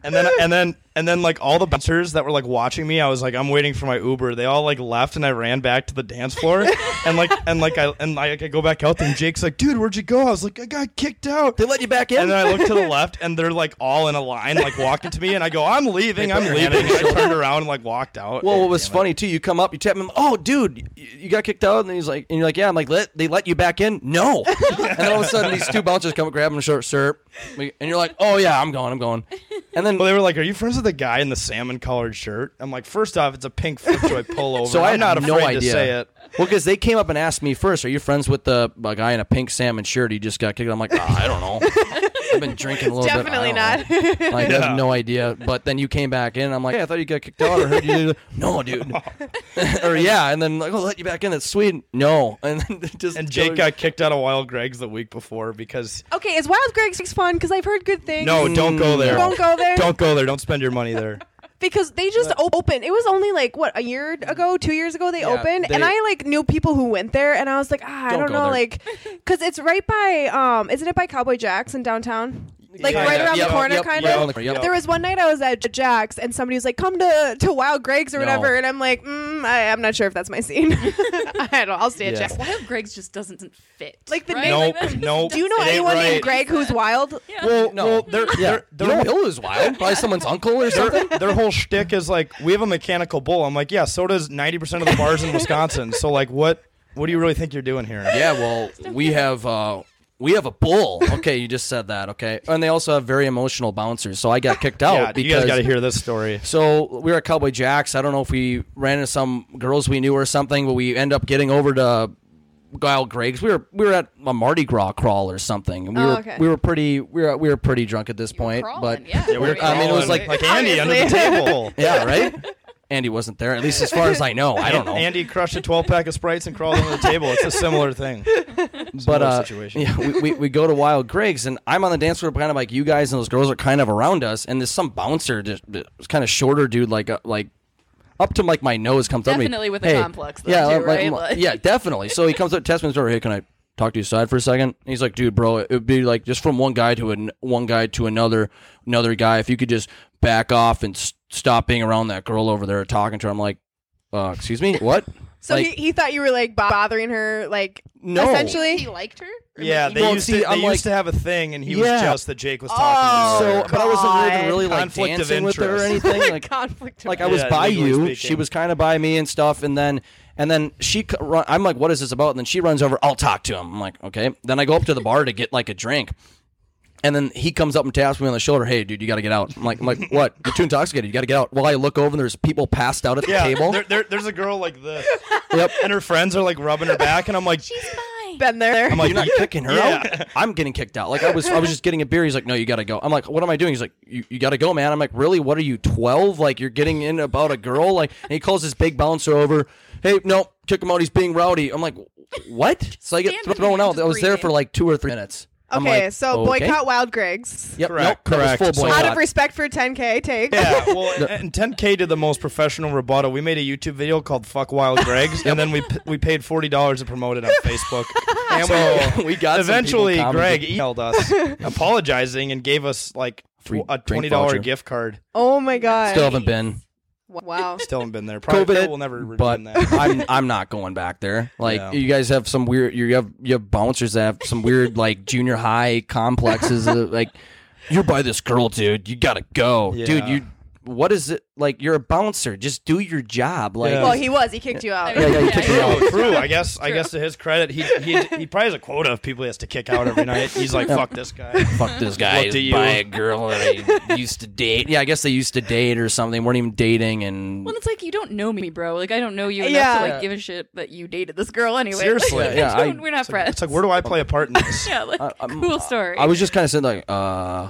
[SPEAKER 6] And then, and then, and then, like all the bouncers that were like watching me, I was like, I'm waiting for my Uber. They all like left, and I ran back to the dance floor. and like, and like, I and like, I go back out there, and Jake's like, Dude, where'd you go? I was like, I got kicked out.
[SPEAKER 1] they let you back in.
[SPEAKER 6] And then I look to the left, and they're like all in a line, like walking to me, and I go, "I'm leaving, I'm leaving." And I turned around and like walked out.
[SPEAKER 1] Well, what was funny too? You come up, you tap him. Oh, dude, y- you got kicked out, and he's like, and you're like, yeah. I'm like, let they let you back in? No. and all of a sudden, these two bouncers come up, grab him, short, sir. And you're like, oh yeah, I'm going, I'm going. And then
[SPEAKER 6] Well, they were like, "Are you friends with the guy in the salmon collared shirt?" I'm like, first off, it's a pink Footjoy pullover.
[SPEAKER 1] so
[SPEAKER 6] I'm
[SPEAKER 1] I had
[SPEAKER 6] not
[SPEAKER 1] no
[SPEAKER 6] afraid
[SPEAKER 1] idea.
[SPEAKER 6] to say it.
[SPEAKER 1] Well, because they came up and asked me first, are you friends with the uh, guy in a pink salmon shirt? He just got kicked. out?" I'm like, ah, I don't know. I've been drinking a little
[SPEAKER 8] Definitely
[SPEAKER 1] bit. I
[SPEAKER 8] not.
[SPEAKER 1] don't know. Like, I have no idea. But then you came back in. and I'm like, hey, I thought you got kicked out. Or heard you. no, dude. or yeah. And then like, oh, let you back in. That's sweet. No. And then just
[SPEAKER 6] And Jake got kicked out of Wild Greg's the week before because
[SPEAKER 8] Okay, is Wild Greg's fun? Because I've heard good things.
[SPEAKER 6] no, don't go there.
[SPEAKER 8] Don't go there.
[SPEAKER 6] Don't go there. Don't spend your money there.
[SPEAKER 8] because they just op- opened. It was only like what a year ago, two years ago they opened, and
[SPEAKER 1] they-
[SPEAKER 8] I like knew people who went there, and I was like, ah, I
[SPEAKER 1] Don't
[SPEAKER 8] don't
[SPEAKER 1] go
[SPEAKER 8] know,
[SPEAKER 1] there.
[SPEAKER 8] like, because it's right by um, isn't it by Cowboy Jacks in downtown? like
[SPEAKER 1] Yeah,
[SPEAKER 8] right
[SPEAKER 1] yeah,
[SPEAKER 8] around
[SPEAKER 1] yeah,
[SPEAKER 8] the corner,
[SPEAKER 1] yep,
[SPEAKER 8] kind
[SPEAKER 1] yeah,
[SPEAKER 8] of.
[SPEAKER 1] around the corner, yep.
[SPEAKER 8] There was one night I was at Jack's, and somebody was like, "Come to to Wild Greg's or
[SPEAKER 1] No.
[SPEAKER 8] whatever," and I'm like, mm, I, "I'm not sure if that's my scene. I don't. I'll stay at
[SPEAKER 6] Yeah.
[SPEAKER 8] Jack's."
[SPEAKER 7] Wild Greg's just doesn't fit.
[SPEAKER 8] Like the
[SPEAKER 7] right?
[SPEAKER 8] name-
[SPEAKER 7] Like
[SPEAKER 6] Nope,
[SPEAKER 7] that-
[SPEAKER 6] nope.
[SPEAKER 8] Do you know
[SPEAKER 6] It ain't
[SPEAKER 8] anyone
[SPEAKER 6] right.
[SPEAKER 8] named Greg who's wild?
[SPEAKER 7] Yeah.
[SPEAKER 6] Well,
[SPEAKER 1] No.
[SPEAKER 6] well, they're,
[SPEAKER 1] Yeah,
[SPEAKER 6] they're, they're,
[SPEAKER 1] you know Bill is wild. Probably someone's uncle or something.
[SPEAKER 6] their whole shtick is like, we have a mechanical bull. I'm like, yeah, so does 90% of the bars in Wisconsin. So, like, what what do you really think you're doing here?
[SPEAKER 1] Yeah, well, we have uh, we have a bull. Okay, you just said that. Okay, and they also have very emotional bouncers. So I got kicked out
[SPEAKER 6] Yeah, you
[SPEAKER 1] oh, because
[SPEAKER 6] guys got to hear this story.
[SPEAKER 1] So we were at Cowboy Jack's. I don't know if we ran into some girls we knew or something, but we end up getting over to Guile Greg's. We were we were at a Mardi Gras crawl or something, and we
[SPEAKER 8] Oh,
[SPEAKER 1] were
[SPEAKER 8] okay.
[SPEAKER 1] we were pretty we were we were pretty drunk at this
[SPEAKER 7] were
[SPEAKER 1] point.
[SPEAKER 7] crawling,
[SPEAKER 1] but
[SPEAKER 7] yeah. Yeah, we were
[SPEAKER 1] I mean, it was
[SPEAKER 6] Crawling
[SPEAKER 1] like
[SPEAKER 6] like Andy under the
[SPEAKER 8] obviously.
[SPEAKER 6] table.
[SPEAKER 1] yeah, right. Andy wasn't there, at least as far as I know. I don't know.
[SPEAKER 6] Andy crushed a 12 pack of sprites and crawled under the table. It's a similar thing.
[SPEAKER 1] but
[SPEAKER 6] Similar
[SPEAKER 1] uh,
[SPEAKER 6] situation.
[SPEAKER 1] yeah, we, we, we go to Wild Greg's, and I'm on the dance floor, kind of like you guys, and those girls are kind of around us, and there's some bouncer, just kind of shorter dude, like uh, like up to like my nose comes up to me.
[SPEAKER 7] Definitely with a complex, though,
[SPEAKER 1] yeah,
[SPEAKER 7] too,
[SPEAKER 1] like-
[SPEAKER 7] right?
[SPEAKER 1] like-
[SPEAKER 7] Like-
[SPEAKER 1] yeah, definitely. So he comes up, tests me, and says, "Hey, can I?" Talk to you side for a second. And he's like, dude, bro, it would be like just from one guy to an, one guy to another, another guy. If you could just back off and s- stop being around that girl over there talking to her, I'm like, uh, excuse me, what?
[SPEAKER 8] So
[SPEAKER 1] Like-
[SPEAKER 8] he, he thought you were like bo- bothering her, like
[SPEAKER 1] No.
[SPEAKER 8] essentially.
[SPEAKER 7] he liked her. Or
[SPEAKER 6] Yeah,
[SPEAKER 7] like,
[SPEAKER 6] they,
[SPEAKER 1] Well,
[SPEAKER 6] used,
[SPEAKER 1] see,
[SPEAKER 6] to,
[SPEAKER 1] I'm
[SPEAKER 6] they
[SPEAKER 1] like-
[SPEAKER 6] used to have a thing, and he
[SPEAKER 1] Yeah. Oh.
[SPEAKER 6] was jealous that Jake was talking to
[SPEAKER 1] So,
[SPEAKER 6] her.
[SPEAKER 1] but I wasn't really, really like
[SPEAKER 6] Conflict of
[SPEAKER 1] dancing with her or
[SPEAKER 6] interest.
[SPEAKER 1] anything. Like,
[SPEAKER 7] conflict.
[SPEAKER 1] like I was
[SPEAKER 6] Yeah,
[SPEAKER 1] by
[SPEAKER 6] legally
[SPEAKER 1] you,
[SPEAKER 6] speaking.
[SPEAKER 1] she was kind of by me and stuff, and then and then she c- run, I'm like, what is this about? And then she runs over, I'll talk to him. I'm like, okay. Then I go up to the bar to get like a drink, and then he comes up and taps me on the shoulder. Hey, dude, you got to get out. I'm like, I'm like, what? You're too intoxicated. You got to get out. Well, I look over and there's people passed out at the
[SPEAKER 6] yeah,
[SPEAKER 1] table.
[SPEAKER 6] There, there, there's a girl like this,
[SPEAKER 1] Yep.
[SPEAKER 6] and her friends are like rubbing her back, and I'm like,
[SPEAKER 8] Been there.
[SPEAKER 6] I'm like,
[SPEAKER 1] You're not kicking her
[SPEAKER 6] Yeah.
[SPEAKER 1] out. I'm getting kicked out. Like I was, I was just getting a beer. He's like, "No, you gotta go." I'm like, "What am I doing?" He's like, "You, you gotta go, man." I'm like, "Really? What are you 12? Like you're getting in about a girl?" Like, and he calls his big bouncer over. Hey, no, kick him out. He's being rowdy. I'm like, "What?" So I get
[SPEAKER 7] stand in
[SPEAKER 1] thrown
[SPEAKER 7] there,
[SPEAKER 1] out.
[SPEAKER 7] just
[SPEAKER 1] I was there
[SPEAKER 7] breathe
[SPEAKER 1] for
[SPEAKER 7] in.
[SPEAKER 1] like two or three minutes. I'm
[SPEAKER 8] okay,
[SPEAKER 1] like, "Oh,
[SPEAKER 8] so
[SPEAKER 1] okay.
[SPEAKER 8] boycott Wild Greg's.
[SPEAKER 1] Yep,
[SPEAKER 6] Correct,
[SPEAKER 1] nope, that was
[SPEAKER 6] correct.
[SPEAKER 1] Full
[SPEAKER 6] So-
[SPEAKER 8] Out
[SPEAKER 1] boycott.
[SPEAKER 8] of respect for 10K, take.
[SPEAKER 6] Yeah, well, and- and 10K did the most professional rebuttal. We made a YouTube video called "Fuck Wild Greg's," and then we p- we paid forty dollars to promote it on Facebook. and so
[SPEAKER 1] we got some
[SPEAKER 6] eventually,
[SPEAKER 1] people
[SPEAKER 6] Greg
[SPEAKER 1] commenting.
[SPEAKER 6] emailed us apologizing and gave us like tw-
[SPEAKER 1] Free
[SPEAKER 6] a
[SPEAKER 1] drink
[SPEAKER 6] twenty dollar
[SPEAKER 1] voucher.
[SPEAKER 6] gift card.
[SPEAKER 8] Oh my god.
[SPEAKER 1] Still haven't been.
[SPEAKER 8] Wow.
[SPEAKER 6] Still haven't been there. Probably
[SPEAKER 1] COVID,
[SPEAKER 6] will never redeem
[SPEAKER 1] but
[SPEAKER 6] that.
[SPEAKER 1] I'm I'm not going back there. Like
[SPEAKER 6] No.
[SPEAKER 1] you guys have some weird. You have you have bouncers that have some weird like junior high complexes. of, like you're by this girl, dude. You gotta go, dude.
[SPEAKER 6] Yeah.
[SPEAKER 1] You what is it like? You're a bouncer. Just do your job. Like
[SPEAKER 6] Yeah.
[SPEAKER 8] Well, he was. He kicked you out.
[SPEAKER 1] yeah, yeah, you kick her out.
[SPEAKER 6] True, true. I guess. I guess to his credit, he, he he probably has a quota of people he has to kick out every night. He's like, fuck this guy.
[SPEAKER 1] Fuck this guy.
[SPEAKER 6] Looked at you.
[SPEAKER 1] By a girl that I used to date. Yeah, I guess they used to date or something. They weren't even dating, and
[SPEAKER 7] Well, it's like you don't know me, bro. Like I don't know you enough
[SPEAKER 8] Yeah.
[SPEAKER 7] to like give a shit that you dated this girl anyway.
[SPEAKER 6] Seriously.
[SPEAKER 7] Like, I
[SPEAKER 1] Yeah, I-
[SPEAKER 7] don't- we're not friends.
[SPEAKER 6] It's like, where do I play a part in this?
[SPEAKER 7] yeah, like cool story.
[SPEAKER 1] I was just kind of sitting like, uh,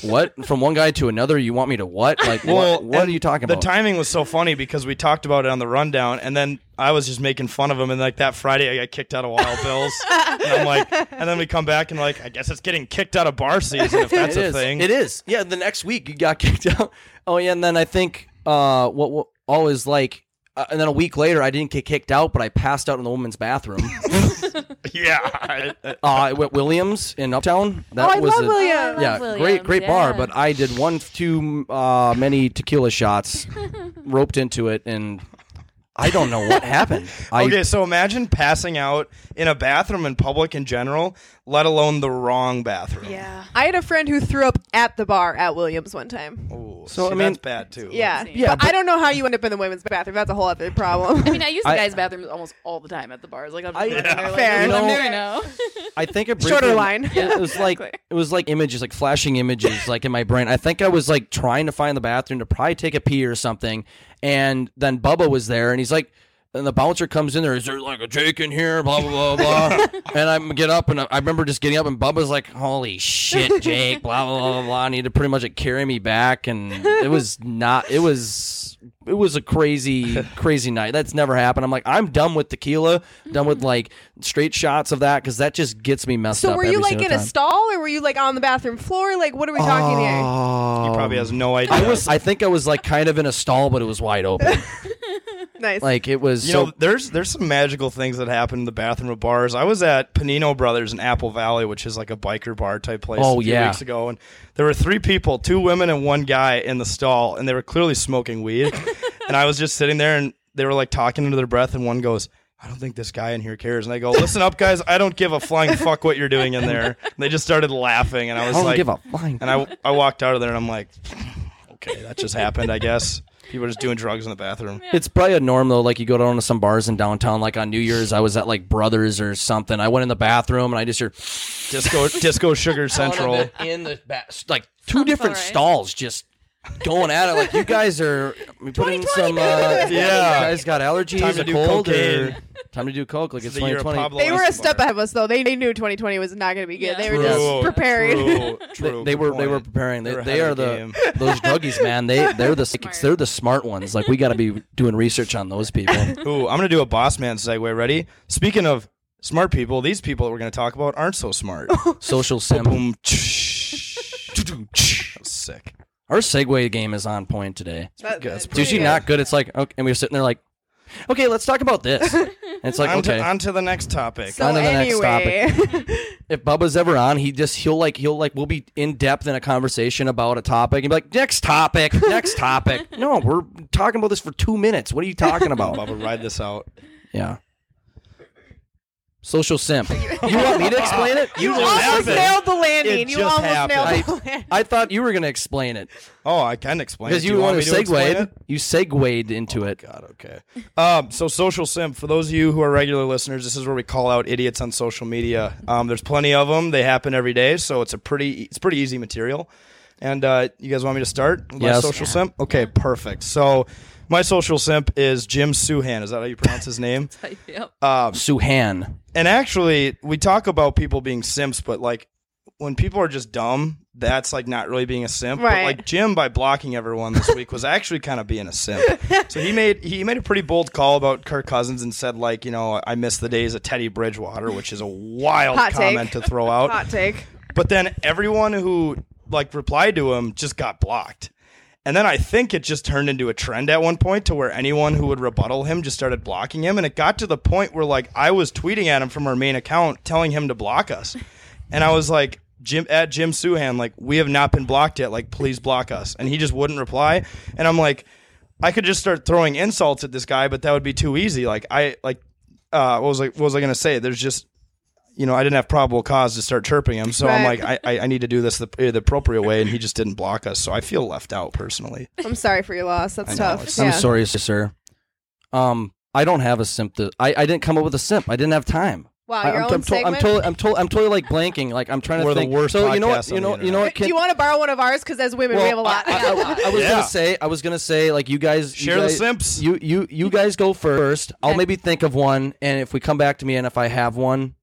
[SPEAKER 1] what? From one guy to another, you want me to what? Like, what, what are
[SPEAKER 6] and
[SPEAKER 1] you talking
[SPEAKER 6] the
[SPEAKER 1] about?
[SPEAKER 6] timing was so funny because we talked about it on the rundown, and then I was just making fun of him. And like that Friday, I got kicked out of Wild Bills. and I'm like, and then we come back and like, I guess it's getting kicked out of bar season if that's
[SPEAKER 1] It
[SPEAKER 6] a
[SPEAKER 1] is.
[SPEAKER 6] thing.
[SPEAKER 1] It is. Yeah, the next week you got kicked out. Oh yeah, and then I think uh what, what always like uh, and then a week later I didn't get kicked out, but I passed out in the women's bathroom.
[SPEAKER 6] Yeah.
[SPEAKER 1] uh at Williams in Uptown.
[SPEAKER 8] Oh,
[SPEAKER 1] That
[SPEAKER 8] I
[SPEAKER 1] was
[SPEAKER 8] love
[SPEAKER 1] a,
[SPEAKER 8] William.
[SPEAKER 7] love
[SPEAKER 1] Yeah, great
[SPEAKER 7] Williams,
[SPEAKER 1] great bar,
[SPEAKER 7] yeah.
[SPEAKER 1] but I did one too uh many tequila shots roped into it and I don't know what happened. I
[SPEAKER 6] okay, so imagine passing out in a bathroom in public in general, let alone the wrong bathroom.
[SPEAKER 7] yeah.
[SPEAKER 8] I had a friend who threw up at the bar at Williams one time.
[SPEAKER 6] Ooh,
[SPEAKER 1] So,
[SPEAKER 6] see,
[SPEAKER 1] I mean-
[SPEAKER 6] that's bad too.
[SPEAKER 8] Yeah.
[SPEAKER 7] Oh, Same.
[SPEAKER 1] Yeah,
[SPEAKER 8] but, I
[SPEAKER 1] but-
[SPEAKER 8] don't know how you end up in the women's bathroom. That's a whole other problem.
[SPEAKER 7] I mean, I use the
[SPEAKER 1] I-
[SPEAKER 7] guys' bathrooms almost all the time at the bars. Like I'm
[SPEAKER 1] I-
[SPEAKER 7] just looking there, like,
[SPEAKER 8] Fair.
[SPEAKER 7] Fair. What I'm
[SPEAKER 1] You know-
[SPEAKER 7] doing now.
[SPEAKER 1] I think it
[SPEAKER 8] Shorter
[SPEAKER 1] briefly-
[SPEAKER 8] line.
[SPEAKER 1] Yeah, it was like
[SPEAKER 7] Exactly.
[SPEAKER 1] it was like images, like flashing images, like in my brain. I think I was like trying to find the bathroom to probably take a pee or something, and then Bubba was there, and he's like. And the bouncer comes in there. Is there like a Jake in here? Blah blah blah blah. and I get up, and I I remember just getting up, and Bubba's like, "Holy shit, Jake!" Blah blah blah blah. blah. And he had to pretty much like, carry me back, and it was not. It was it was a crazy crazy night. That's never happened. I'm like, I'm done with tequila, done with like straight shots of that because that just gets me messed up.
[SPEAKER 8] so were you
[SPEAKER 1] every
[SPEAKER 8] like
[SPEAKER 1] single
[SPEAKER 8] in a
[SPEAKER 1] time.
[SPEAKER 8] stall or were you like on the bathroom floor? Like what are we talking here?
[SPEAKER 1] Um,
[SPEAKER 6] He probably has no idea.
[SPEAKER 1] I was. I think I was like kind of in a stall, but it was wide open.
[SPEAKER 8] Nice.
[SPEAKER 1] Like it was
[SPEAKER 6] You
[SPEAKER 1] so
[SPEAKER 6] know, there's there's some magical things that happen in the bathroom of bars. I was at Panino Brothers in Apple Valley, which is like a biker bar type place.
[SPEAKER 1] Oh,
[SPEAKER 6] a few
[SPEAKER 1] yeah.
[SPEAKER 6] weeks ago, and there were three people, two women and one guy, in the stall, and they were clearly smoking weed. and I was just sitting there, and they were like talking under their breath, and one goes. I don't think this guy in here cares. And I go, listen up, guys. I don't give a flying fuck what you're doing in there. And they just started laughing, and I was
[SPEAKER 1] I don't
[SPEAKER 6] like,
[SPEAKER 1] give a flying.
[SPEAKER 6] And I, I walked out of there, and I'm like, okay, that just happened, I guess. People are just doing drugs in the bathroom.
[SPEAKER 1] It's probably a norm though. Like you go down to some bars in downtown. Like on New Year's, I was at like Brothers or something. I went in the bathroom and I just hear
[SPEAKER 6] Disco, disco sugar central.
[SPEAKER 1] in the ba- like two different stalls just going at it. Like you guys are putting some. Uh,
[SPEAKER 6] Yeah.
[SPEAKER 1] you guys got allergies.
[SPEAKER 6] Time to
[SPEAKER 1] a
[SPEAKER 6] do
[SPEAKER 1] cold or,
[SPEAKER 6] cocaine.
[SPEAKER 1] Time to do coke. Like it's
[SPEAKER 6] the year of
[SPEAKER 1] 2020.
[SPEAKER 6] Pablo
[SPEAKER 8] they were a
[SPEAKER 6] Escobar.
[SPEAKER 8] step ahead of us, though. They, they knew 2020 was not going to be good.
[SPEAKER 7] Yeah.
[SPEAKER 8] They were
[SPEAKER 1] True.
[SPEAKER 8] just preparing.
[SPEAKER 6] True, true,
[SPEAKER 1] they
[SPEAKER 6] good
[SPEAKER 1] were they
[SPEAKER 6] point.
[SPEAKER 1] were preparing. They,
[SPEAKER 6] They were
[SPEAKER 1] they
[SPEAKER 6] ahead
[SPEAKER 1] are
[SPEAKER 6] of the
[SPEAKER 1] the
[SPEAKER 6] game.
[SPEAKER 1] those druggies, man. They they're the they're the smart ones. Like we got to be doing research on those people.
[SPEAKER 6] Ooh, I'm gonna do a boss man segue. Ready? Speaking of smart people, these people that we're gonna talk about aren't so smart.
[SPEAKER 1] Social sim.
[SPEAKER 6] Boom. tsh, doo-doo, tsh. That was sick.
[SPEAKER 1] Our segue game is on point today.
[SPEAKER 8] That-
[SPEAKER 6] Good,
[SPEAKER 8] that's
[SPEAKER 6] that's
[SPEAKER 1] Dude,
[SPEAKER 8] pretty
[SPEAKER 1] she not good. It's like, okay, and we were sitting there like, okay, let's talk about this. And it's like,
[SPEAKER 6] on,
[SPEAKER 1] okay,
[SPEAKER 6] to, on to the next topic.
[SPEAKER 8] So
[SPEAKER 1] On to the next
[SPEAKER 8] anyway,
[SPEAKER 1] if Bubba's ever on, he just he'll like he'll like we'll be in depth in a conversation about a topic and be like, next topic, next topic. no, we're talking about this for two minutes. What are you talking about?
[SPEAKER 6] Bubba, ride this out.
[SPEAKER 1] yeah. Social simp. You want me to explain it?
[SPEAKER 8] you
[SPEAKER 6] just
[SPEAKER 8] almost
[SPEAKER 6] happened.
[SPEAKER 8] nailed the landing.
[SPEAKER 6] It
[SPEAKER 8] you
[SPEAKER 6] just
[SPEAKER 8] almost nailed
[SPEAKER 6] happened.
[SPEAKER 8] the landing.
[SPEAKER 1] I thought you were gonna explain it
[SPEAKER 6] Oh, I can explain.
[SPEAKER 1] because
[SPEAKER 6] it.
[SPEAKER 1] you,
[SPEAKER 6] Do want
[SPEAKER 1] wanted
[SPEAKER 6] me
[SPEAKER 1] to
[SPEAKER 6] to explain
[SPEAKER 1] segue.
[SPEAKER 6] it? Oh
[SPEAKER 1] You segued into it.
[SPEAKER 6] God, okay. Um, so social simp. For those of you who are regular listeners, this is where we call out idiots on social media. Um, there's plenty of them. They happen every day, so it's a pretty it's pretty easy material. And uh, you guys want me to start? My
[SPEAKER 1] Yes.
[SPEAKER 6] social simp. Okay, perfect. So my social simp is Jim Suhan. Is that how you pronounce his name?
[SPEAKER 7] Yep.
[SPEAKER 1] Suhan.
[SPEAKER 6] and actually we talk about people being simps but like when people are just dumb that's like not really being a simp but
[SPEAKER 8] Right.
[SPEAKER 6] like jim by blocking everyone this week was actually kind of being a simp so he made he made a pretty bold call about kirk cousins and said like you know i miss the days of teddy bridgewater which is a wild
[SPEAKER 8] Hot take.
[SPEAKER 6] comment to throw out
[SPEAKER 8] Hot take.
[SPEAKER 6] but then everyone who like replied to him just got blocked. And then I think it just turned into a trend at one point to where anyone who would rebuttal him just started blocking him. And it got to the point where like I was tweeting at him from our main account telling him to block us. And I was like, Jim at Jim Suhan, like, we have not been blocked yet. Like, please block us. And he just wouldn't reply. And I'm like, I could just start throwing insults at this guy, but that would be too easy. Like I like uh what was like what was I gonna say? There's just you know, I didn't have probable cause to start chirping him, so I'm
[SPEAKER 8] Right.
[SPEAKER 6] like, I, I, I need to do this the, the appropriate way, and he just didn't block us, so I feel left out personally.
[SPEAKER 8] I'm sorry for your loss. That's
[SPEAKER 6] I know,
[SPEAKER 8] tough.
[SPEAKER 6] it's-
[SPEAKER 1] I'm
[SPEAKER 8] Yeah.
[SPEAKER 1] sorry, sir. Um, I don't have a simp. To, I I didn't come up with a simp. I didn't have time.
[SPEAKER 8] Wow,
[SPEAKER 1] I,
[SPEAKER 8] Uh, your
[SPEAKER 1] I'm,
[SPEAKER 8] own
[SPEAKER 1] I'm, to- I'm
[SPEAKER 8] segment?
[SPEAKER 1] totally, I'm totally, I'm totally like blanking. Like I'm trying
[SPEAKER 6] We're
[SPEAKER 1] to
[SPEAKER 6] the
[SPEAKER 1] think.
[SPEAKER 6] worst
[SPEAKER 1] so you know what?
[SPEAKER 6] podcast on
[SPEAKER 1] You
[SPEAKER 6] the
[SPEAKER 1] know, you know what? Can,
[SPEAKER 8] Do you want to borrow one of ours? Because as women, we have a lot.
[SPEAKER 1] I, I- I- I was
[SPEAKER 6] Yeah.
[SPEAKER 1] gonna say, I was gonna say, like you guys you
[SPEAKER 6] Share the
[SPEAKER 1] guys-
[SPEAKER 6] simps.
[SPEAKER 1] You you you guys go first. I'll
[SPEAKER 7] Okay.
[SPEAKER 1] maybe think of one, and if we come back to me, and if I have one,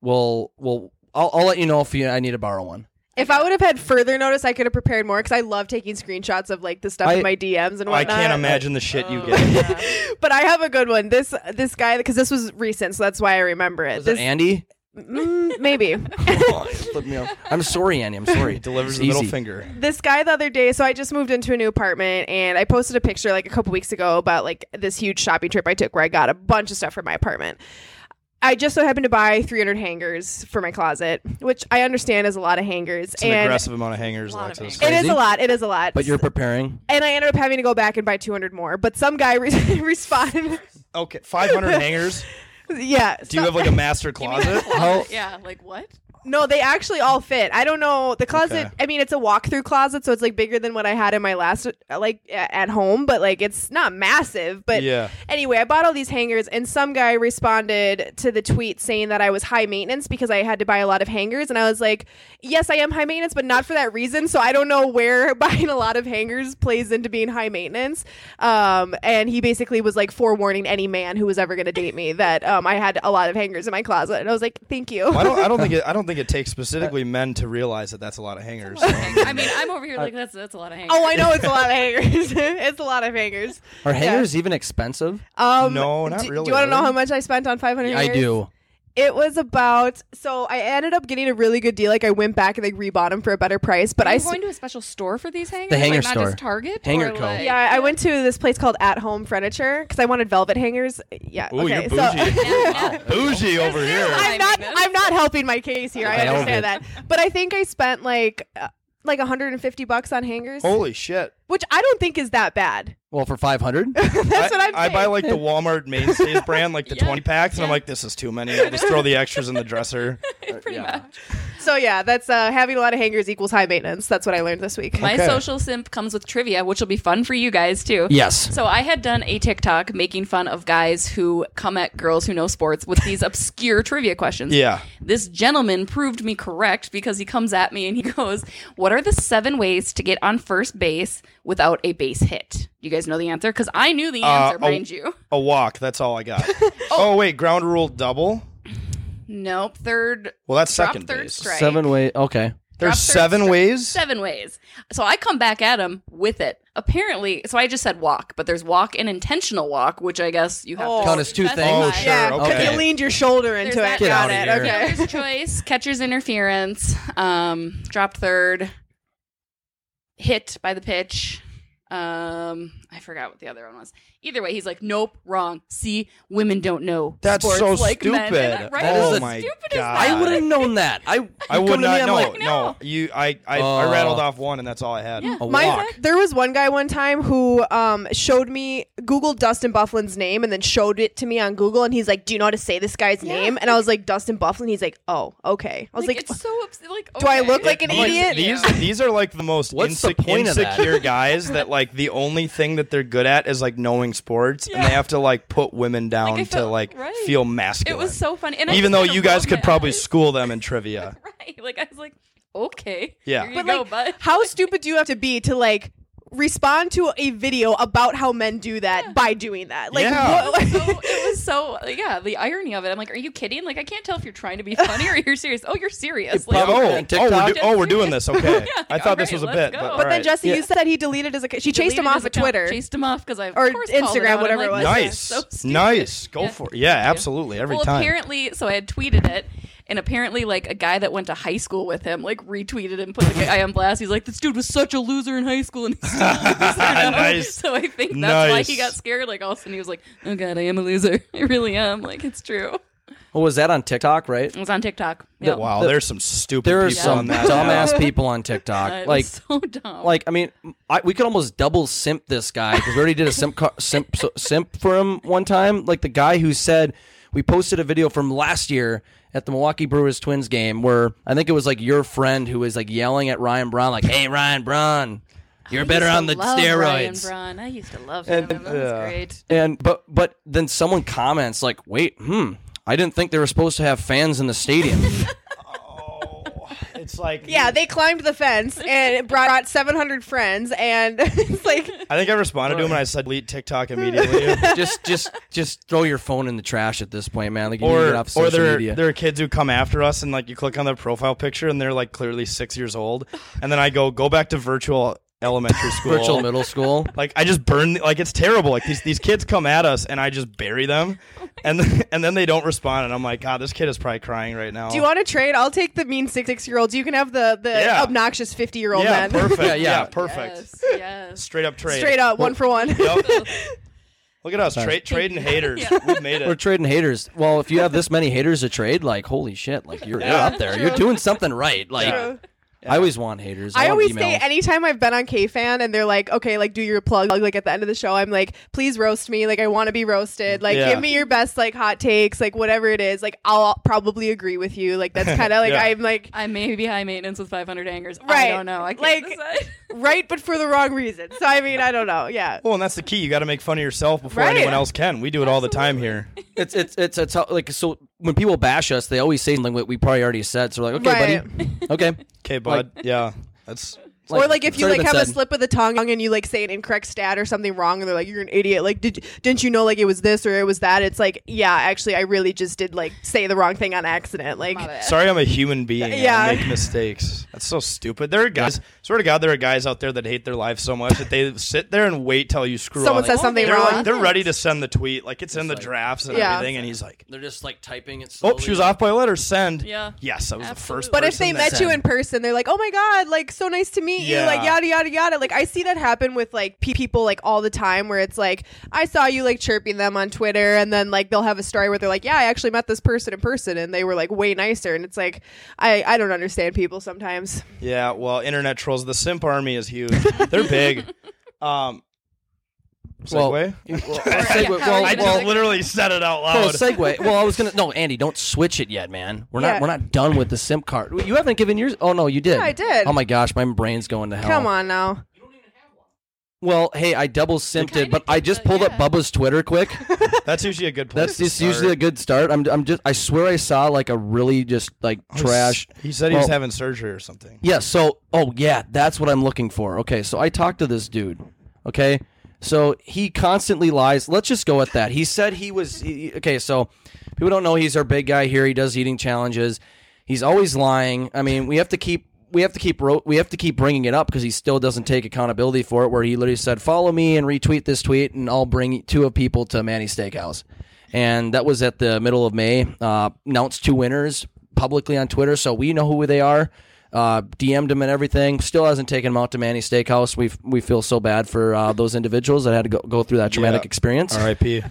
[SPEAKER 1] we'll we'll I'll, I'll let you know if you, I need to borrow one.
[SPEAKER 8] if I would have had further notice, I could have prepared more because I love taking screenshots of like the stuff
[SPEAKER 1] I-
[SPEAKER 8] in my DMs and whatnot.
[SPEAKER 6] I can't imagine the shit
[SPEAKER 8] Oh,
[SPEAKER 6] you get.
[SPEAKER 8] But I have a good one. This this guy because this was recent, so that's why I remember it.
[SPEAKER 1] Is
[SPEAKER 8] This,
[SPEAKER 1] it Andy?
[SPEAKER 8] mm, maybe.
[SPEAKER 1] Flip me off. I'm sorry, Andy. I'm sorry.
[SPEAKER 6] He delivers
[SPEAKER 1] It's
[SPEAKER 6] the middle
[SPEAKER 1] easy.
[SPEAKER 6] finger.
[SPEAKER 8] this guy the other day so i just moved into a new apartment and i posted a picture like a couple weeks ago about like this huge shopping trip i took where i got a bunch of stuff for my apartment i just so happened to buy 300 hangers for my closet which i understand is a lot of hangers
[SPEAKER 6] It's an
[SPEAKER 8] and
[SPEAKER 6] aggressive amount of hangers, Alexis.
[SPEAKER 8] it is
[SPEAKER 1] Crazy.
[SPEAKER 8] a lot it is a lot
[SPEAKER 1] But you're preparing.
[SPEAKER 8] and i ended up having to go back and buy 200 more but some guy re- responded
[SPEAKER 6] Okay, 500 hangers.
[SPEAKER 8] yeah
[SPEAKER 6] Do you have like a master closet?
[SPEAKER 1] How
[SPEAKER 7] yeah. Like what?
[SPEAKER 8] No, they actually all fit. I don't know the closet.
[SPEAKER 6] Okay.
[SPEAKER 8] I mean, it's a walk-through closet, so it's like bigger than what I had in my last uh, like a- at home, but like it's not massive. But
[SPEAKER 6] Yeah.
[SPEAKER 8] anyway, I bought all these hangers, and some guy responded to the tweet saying that I was high maintenance because I had to buy a lot of hangers, and I was like, yes, I am high maintenance, but not for that reason. So I don't know where buying a lot of hangers plays into being high maintenance. Um, and he basically was like forewarning any man who was ever going to date me that um, I had a lot of hangers in my closet, and I was like, thank you.
[SPEAKER 6] I don't. I don't think. It, I don't think it takes specifically men to realize that that's a lot of hangers.
[SPEAKER 7] I mean, I'm over here like that's that's a lot of hangers.
[SPEAKER 8] Oh, I know it's a lot of hangers. it's a lot of hangers.
[SPEAKER 1] are hangers even expensive?
[SPEAKER 8] Um,
[SPEAKER 6] No, not
[SPEAKER 8] do,
[SPEAKER 6] really.
[SPEAKER 8] Do you want to know
[SPEAKER 6] really.
[SPEAKER 8] how much I spent on 500
[SPEAKER 1] I
[SPEAKER 8] hangers?
[SPEAKER 1] do.
[SPEAKER 8] It was about so I ended up getting a really good deal. Like I went back and like rebought them for a better price, but
[SPEAKER 7] Are
[SPEAKER 8] I
[SPEAKER 7] you
[SPEAKER 8] s-
[SPEAKER 7] going to a special store for these hangers?
[SPEAKER 1] The hanger
[SPEAKER 7] like, Not
[SPEAKER 1] store.
[SPEAKER 7] just Target.
[SPEAKER 1] Hanger
[SPEAKER 7] or,
[SPEAKER 1] co.
[SPEAKER 7] like-
[SPEAKER 8] yeah I went to this place called At Home Furniture because I wanted velvet hangers. Yeah,
[SPEAKER 6] Ooh,
[SPEAKER 8] okay,
[SPEAKER 6] you're
[SPEAKER 8] so-
[SPEAKER 6] bougie.
[SPEAKER 7] Yeah,
[SPEAKER 6] bougie over here.
[SPEAKER 8] I'm not. I'm not helping my case here. I
[SPEAKER 1] I own
[SPEAKER 8] understand
[SPEAKER 1] it.
[SPEAKER 8] that, but I think I spent like uh, like 150 bucks on hangers,
[SPEAKER 6] Holy shit.
[SPEAKER 8] which I don't think is that bad.
[SPEAKER 1] Well, for five hundred,
[SPEAKER 8] That's
[SPEAKER 6] I,
[SPEAKER 8] what I'm.
[SPEAKER 6] I
[SPEAKER 8] saying.
[SPEAKER 6] buy like the Walmart mainstays brand, like the
[SPEAKER 7] Yeah.
[SPEAKER 6] 20 packs, and I'm
[SPEAKER 7] Yeah.
[SPEAKER 6] like, this is too many. I just throw the extras in the dresser.
[SPEAKER 7] no, pretty much.
[SPEAKER 8] So yeah, that's uh, having a lot of hangers equals high maintenance. That's what I learned this week.
[SPEAKER 7] My
[SPEAKER 6] Okay.
[SPEAKER 7] social simp comes with trivia, which will be fun for you guys too.
[SPEAKER 1] yes.
[SPEAKER 7] So I had done a TikTok making fun of guys who come at girls who know sports with these obscure trivia questions.
[SPEAKER 6] Yeah.
[SPEAKER 7] This gentleman proved me correct because he comes at me and he goes, "What are the seven ways to get on first base without a base hit?" You guys know the answer because I knew the
[SPEAKER 6] Uh,
[SPEAKER 7] answer,
[SPEAKER 6] a-
[SPEAKER 7] mind you.
[SPEAKER 6] A walk. That's all I got. oh. wait. Ground rule double?
[SPEAKER 7] Nope. Third.
[SPEAKER 6] Well, that's
[SPEAKER 7] drop
[SPEAKER 6] second
[SPEAKER 7] third
[SPEAKER 6] base.
[SPEAKER 7] strike.
[SPEAKER 1] Seven way. Okay.
[SPEAKER 7] Drop
[SPEAKER 6] There's
[SPEAKER 7] third
[SPEAKER 6] seven
[SPEAKER 7] strike.
[SPEAKER 6] ways?
[SPEAKER 7] Seven ways. So I come back at him with it. Apparently, so I just said walk, but there's walk and intentional walk, which I guess you have
[SPEAKER 8] Oh.
[SPEAKER 7] to
[SPEAKER 1] Count as two
[SPEAKER 7] specify.
[SPEAKER 1] things?
[SPEAKER 6] Oh,
[SPEAKER 1] Sure,
[SPEAKER 8] yeah, because
[SPEAKER 1] okay.
[SPEAKER 8] you leaned your shoulder into
[SPEAKER 7] There's
[SPEAKER 8] it.
[SPEAKER 7] that Get
[SPEAKER 8] Got
[SPEAKER 1] outta
[SPEAKER 8] it.
[SPEAKER 1] here.
[SPEAKER 8] Okay.
[SPEAKER 7] Fielder's choice, catcher's interference, um, dropped third, hit by the pitch. Um, I forgot what the other one was. Either way, he's like, nope, wrong. See, women don't know.
[SPEAKER 6] That's
[SPEAKER 7] sports
[SPEAKER 6] so
[SPEAKER 7] like Men.
[SPEAKER 6] stupid.
[SPEAKER 7] And I- right?
[SPEAKER 1] That is
[SPEAKER 7] How
[SPEAKER 1] the-
[SPEAKER 6] my
[SPEAKER 7] stupid
[SPEAKER 6] God.
[SPEAKER 7] Is that?
[SPEAKER 1] I would have known that. I
[SPEAKER 6] I
[SPEAKER 1] you come
[SPEAKER 6] would
[SPEAKER 1] to me,
[SPEAKER 6] not.
[SPEAKER 1] I'm
[SPEAKER 6] No,
[SPEAKER 1] like,
[SPEAKER 7] no.
[SPEAKER 6] no. You, I, I,
[SPEAKER 1] Oh.
[SPEAKER 6] I rattled off one, and that's all I had.
[SPEAKER 7] Yeah.
[SPEAKER 1] A
[SPEAKER 8] My,
[SPEAKER 1] walk.
[SPEAKER 8] there was one guy one time who um, showed me Googled Dustin Bufflin's name and then showed it to me on Google and he's like, "Do you know how to say this guy's
[SPEAKER 7] Yeah,
[SPEAKER 8] name?" And I was like, "Dustin Bufflin." He's like, "Oh, okay." I was like,
[SPEAKER 7] it's so obs- like.
[SPEAKER 8] "Do I
[SPEAKER 7] okay.
[SPEAKER 8] look like an
[SPEAKER 6] I'm like,
[SPEAKER 8] idiot?"
[SPEAKER 6] these these are like the most
[SPEAKER 1] What's the
[SPEAKER 6] insec-
[SPEAKER 1] point of that?
[SPEAKER 6] insecure guys that like the only thing that they're good at is like knowing sports, and they have to like put women down
[SPEAKER 7] Like, I
[SPEAKER 6] to
[SPEAKER 7] felt-
[SPEAKER 6] like
[SPEAKER 7] right.
[SPEAKER 6] feel
[SPEAKER 7] It
[SPEAKER 6] masculine.
[SPEAKER 7] was so funny, and I
[SPEAKER 6] even
[SPEAKER 7] just
[SPEAKER 6] though
[SPEAKER 7] kinda
[SPEAKER 6] you guys
[SPEAKER 7] rolled
[SPEAKER 6] could
[SPEAKER 7] my
[SPEAKER 6] probably
[SPEAKER 7] eyes.
[SPEAKER 6] school them in trivia.
[SPEAKER 7] right. Like I was like, okay,
[SPEAKER 6] Yeah.
[SPEAKER 7] here you
[SPEAKER 8] but
[SPEAKER 7] go,
[SPEAKER 8] like,
[SPEAKER 7] bud.
[SPEAKER 8] how stupid do you have to be to like respond to a video about how men do that by doing that? Like,
[SPEAKER 6] Yeah.
[SPEAKER 8] what-
[SPEAKER 7] so it was so yeah the irony of it i'm like are you kidding like i can't tell if you're trying to be funny or you're serious oh you're serious like,
[SPEAKER 1] probably- on
[SPEAKER 6] oh, oh, we're
[SPEAKER 1] TikTok.
[SPEAKER 6] do- oh, we're doing this. Okay,
[SPEAKER 7] Yeah,
[SPEAKER 6] I thought this
[SPEAKER 7] alright,
[SPEAKER 6] was a
[SPEAKER 7] let's
[SPEAKER 6] bit,
[SPEAKER 7] go. But
[SPEAKER 6] but,
[SPEAKER 8] but
[SPEAKER 6] alright.
[SPEAKER 8] then Jesse,
[SPEAKER 1] Yeah.
[SPEAKER 8] you said he deleted his account. She chased
[SPEAKER 7] deleted
[SPEAKER 8] him off
[SPEAKER 7] his
[SPEAKER 8] of
[SPEAKER 7] account,
[SPEAKER 8] Twitter.
[SPEAKER 7] chased him off because i of
[SPEAKER 8] Or
[SPEAKER 7] course called
[SPEAKER 8] Instagram,
[SPEAKER 7] it out. I'm
[SPEAKER 8] whatever it
[SPEAKER 7] like,
[SPEAKER 8] was.
[SPEAKER 7] this is
[SPEAKER 6] nice,
[SPEAKER 7] so stupid.
[SPEAKER 6] nice. Go
[SPEAKER 7] Yeah.
[SPEAKER 6] for it. Yeah,
[SPEAKER 7] Thank you.
[SPEAKER 6] absolutely. Every
[SPEAKER 7] well
[SPEAKER 6] time.
[SPEAKER 7] apparently so i had tweeted it and apparently like a guy that went to high school with him like retweeted and put the guy on blast he's like this dude was such a loser in high school and he's still a loser now.
[SPEAKER 6] Nice.
[SPEAKER 7] so i think that's why
[SPEAKER 6] Nice.
[SPEAKER 7] he got scared like all of a sudden he was like oh god i am a loser i really am like it's true
[SPEAKER 1] Well, Oh, was that on TikTok? Right.
[SPEAKER 7] it was on tiktok Yep.
[SPEAKER 6] wow, there's some stupid.
[SPEAKER 1] There are
[SPEAKER 6] people on
[SPEAKER 1] some
[SPEAKER 6] that now.
[SPEAKER 1] dumbass people on
[SPEAKER 7] Uh,
[SPEAKER 1] TikTok.
[SPEAKER 7] it
[SPEAKER 1] Like,
[SPEAKER 7] was so dumb.
[SPEAKER 1] like I mean, I, we could almost double simp this guy because we already did a simp co- simp so- simp for him one time. Like the guy who said we posted a video from last year at the Milwaukee Brewers Twins game where I think it was like your friend who was like yelling at Ryan Braun, like, "Hey, Ryan Braun, you're better on the steroids."
[SPEAKER 7] Ryan Braun. I used to love him. that was great.
[SPEAKER 1] And but but then someone comments like, "Wait, hmm." I didn't think they were supposed to have fans in the stadium.
[SPEAKER 6] It's like
[SPEAKER 8] Yeah, they climbed the fence and brought 700 friends, and it's like,
[SPEAKER 6] I think I responded to him and I said delete TikTok immediately.
[SPEAKER 1] just, just, just throw your phone in the trash at this point, man. Like, you need to get
[SPEAKER 6] or
[SPEAKER 1] off
[SPEAKER 6] or
[SPEAKER 1] social
[SPEAKER 6] there
[SPEAKER 1] media.
[SPEAKER 6] there are kids who come after us and like you click on their profile picture and they're like clearly six years old, and then I go go back to virtual elementary school.
[SPEAKER 1] virtual middle school.
[SPEAKER 6] Like I just burn like it's terrible. Like these these kids come at us and I just bury them, and then, and then they don't respond and I'm like God, this kid is probably crying right now.
[SPEAKER 8] do you want to trade? I'll take the mean six six year olds. You can have the the
[SPEAKER 6] Oh. Yeah.
[SPEAKER 8] obnoxious 50 year old
[SPEAKER 6] Yeah,
[SPEAKER 8] man.
[SPEAKER 6] perfect.
[SPEAKER 1] Yeah,
[SPEAKER 6] Yeah,
[SPEAKER 1] yeah.
[SPEAKER 6] perfect.
[SPEAKER 7] Yes, yes.
[SPEAKER 6] Straight up trade.
[SPEAKER 8] Straight up, one for one.
[SPEAKER 6] Yep. Look at us, trade trading haters. We've made
[SPEAKER 1] We're
[SPEAKER 6] it.
[SPEAKER 1] trading haters. Well, if you have this many haters to trade, like holy shit, like you're, you're up there. You're doing something right. Like
[SPEAKER 6] True.
[SPEAKER 1] I always want haters.
[SPEAKER 8] I
[SPEAKER 1] want
[SPEAKER 8] always
[SPEAKER 1] email.
[SPEAKER 8] say anytime I've been on K Fan and they're like, okay, like do your plug, like at the end of the show, I'm like, please roast me, like I want to be roasted, like
[SPEAKER 6] Yeah.
[SPEAKER 8] give me your best, like hot takes, like whatever it is, like I'll probably agree with you, like that's kind of like
[SPEAKER 6] Yeah.
[SPEAKER 8] I'm like
[SPEAKER 7] I may be high maintenance with 500 hangers. I
[SPEAKER 8] Right.
[SPEAKER 7] don't know. I can't
[SPEAKER 8] Like-
[SPEAKER 7] decide.
[SPEAKER 8] right, but for the wrong reason. So I mean, I don't know, yeah.
[SPEAKER 6] Well, and that's the key. You got to make fun of yourself before
[SPEAKER 8] Right.
[SPEAKER 6] anyone else can. We do it all the time here.
[SPEAKER 1] it's it's it's it's how, like so when people bash us, they always say something that we probably already said. So we're like, okay, buddy, okay,
[SPEAKER 6] Okay, bud. yeah, that's
[SPEAKER 8] or like if
[SPEAKER 1] it's
[SPEAKER 8] you
[SPEAKER 1] already
[SPEAKER 8] like
[SPEAKER 1] been
[SPEAKER 8] have a
[SPEAKER 1] said.
[SPEAKER 8] slip of the tongue and you like say an incorrect stat or something wrong and they're like you're an idiot like did you, didn't you know like it was this or it was that it's like yeah actually I really just did like say the wrong thing on accident like
[SPEAKER 6] Sorry, I'm a human being. Yeah.
[SPEAKER 8] Yeah.
[SPEAKER 6] I make mistakes. That's so stupid. There are guys, swear to God, there are guys out there that hate their life so much that they sit there and wait till you screw
[SPEAKER 8] Someone
[SPEAKER 6] up.
[SPEAKER 8] says something
[SPEAKER 6] they're
[SPEAKER 8] wrong.
[SPEAKER 6] Like, they're ready to send the tweet. Like, it's, in the drafts and
[SPEAKER 8] Yeah.
[SPEAKER 6] everything. And he's like,
[SPEAKER 1] They're just like typing it. Slowly.
[SPEAKER 6] oh, she was off by a letter. Send.
[SPEAKER 10] Yeah.
[SPEAKER 6] Yes, I was the
[SPEAKER 10] Absolutely.
[SPEAKER 6] first
[SPEAKER 8] but if
[SPEAKER 6] person
[SPEAKER 8] they
[SPEAKER 6] that
[SPEAKER 8] met you
[SPEAKER 6] sent.
[SPEAKER 8] in person they're like oh my god like so nice to meet you like
[SPEAKER 6] Yeah.
[SPEAKER 8] yada yada yada like I see that happen with like pe- people like all the time where it's like I saw you like chirping them on Twitter and then like they'll have a story where they're like yeah I actually met this person in person and they were like way nicer and it's like I I don't understand people sometimes
[SPEAKER 6] Yeah, well, internet trolls. The simp army is huge. They're big. Um,
[SPEAKER 1] Well,
[SPEAKER 6] segue?
[SPEAKER 1] Segue- well,
[SPEAKER 6] I
[SPEAKER 1] well,
[SPEAKER 6] just literally said it out
[SPEAKER 1] well,
[SPEAKER 6] loud.
[SPEAKER 1] segue. Well, I was gonna. No, Andy, don't switch it yet, man. We're
[SPEAKER 8] Yeah.
[SPEAKER 1] not. We're not done with the sim card. You haven't given yours. Oh no, you did.
[SPEAKER 8] Yeah, I did.
[SPEAKER 1] Oh my gosh, my brain's going to hell.
[SPEAKER 8] come on now
[SPEAKER 1] Well, hey, I double simped it, but I just pulled up Bubba's Twitter quick.
[SPEAKER 6] That's usually a good
[SPEAKER 1] That's
[SPEAKER 6] place.
[SPEAKER 1] just usually a good start. I'm, I'm just. I swear I saw like a really just like trash.
[SPEAKER 6] Oh, He said he was
[SPEAKER 1] Well-
[SPEAKER 6] having surgery or something.
[SPEAKER 1] Yeah, so oh yeah, that's what I'm looking for. Okay, so I talked to this dude. Okay? So he constantly lies. Let's just go with that. He said he was he- okay, so people don't know he's our big guy here. He does eating challenges. He's always lying. I mean, we have to keep we have to keep ro- we have to keep bringing it up because he still doesn't take accountability for it. Where he literally said, "Follow me and retweet this tweet, and I'll bring two of people to Manny's Steakhouse." and that was at the middle of May. Uh, announced two winners publicly on Twitter, so we know who they are. Uh, DM'd them and everything. Still hasn't taken them out to Manny's Steakhouse. We we feel so bad for uh, those individuals that had to go, go through that traumatic
[SPEAKER 6] Yeah.
[SPEAKER 1] experience.
[SPEAKER 6] R.I.P.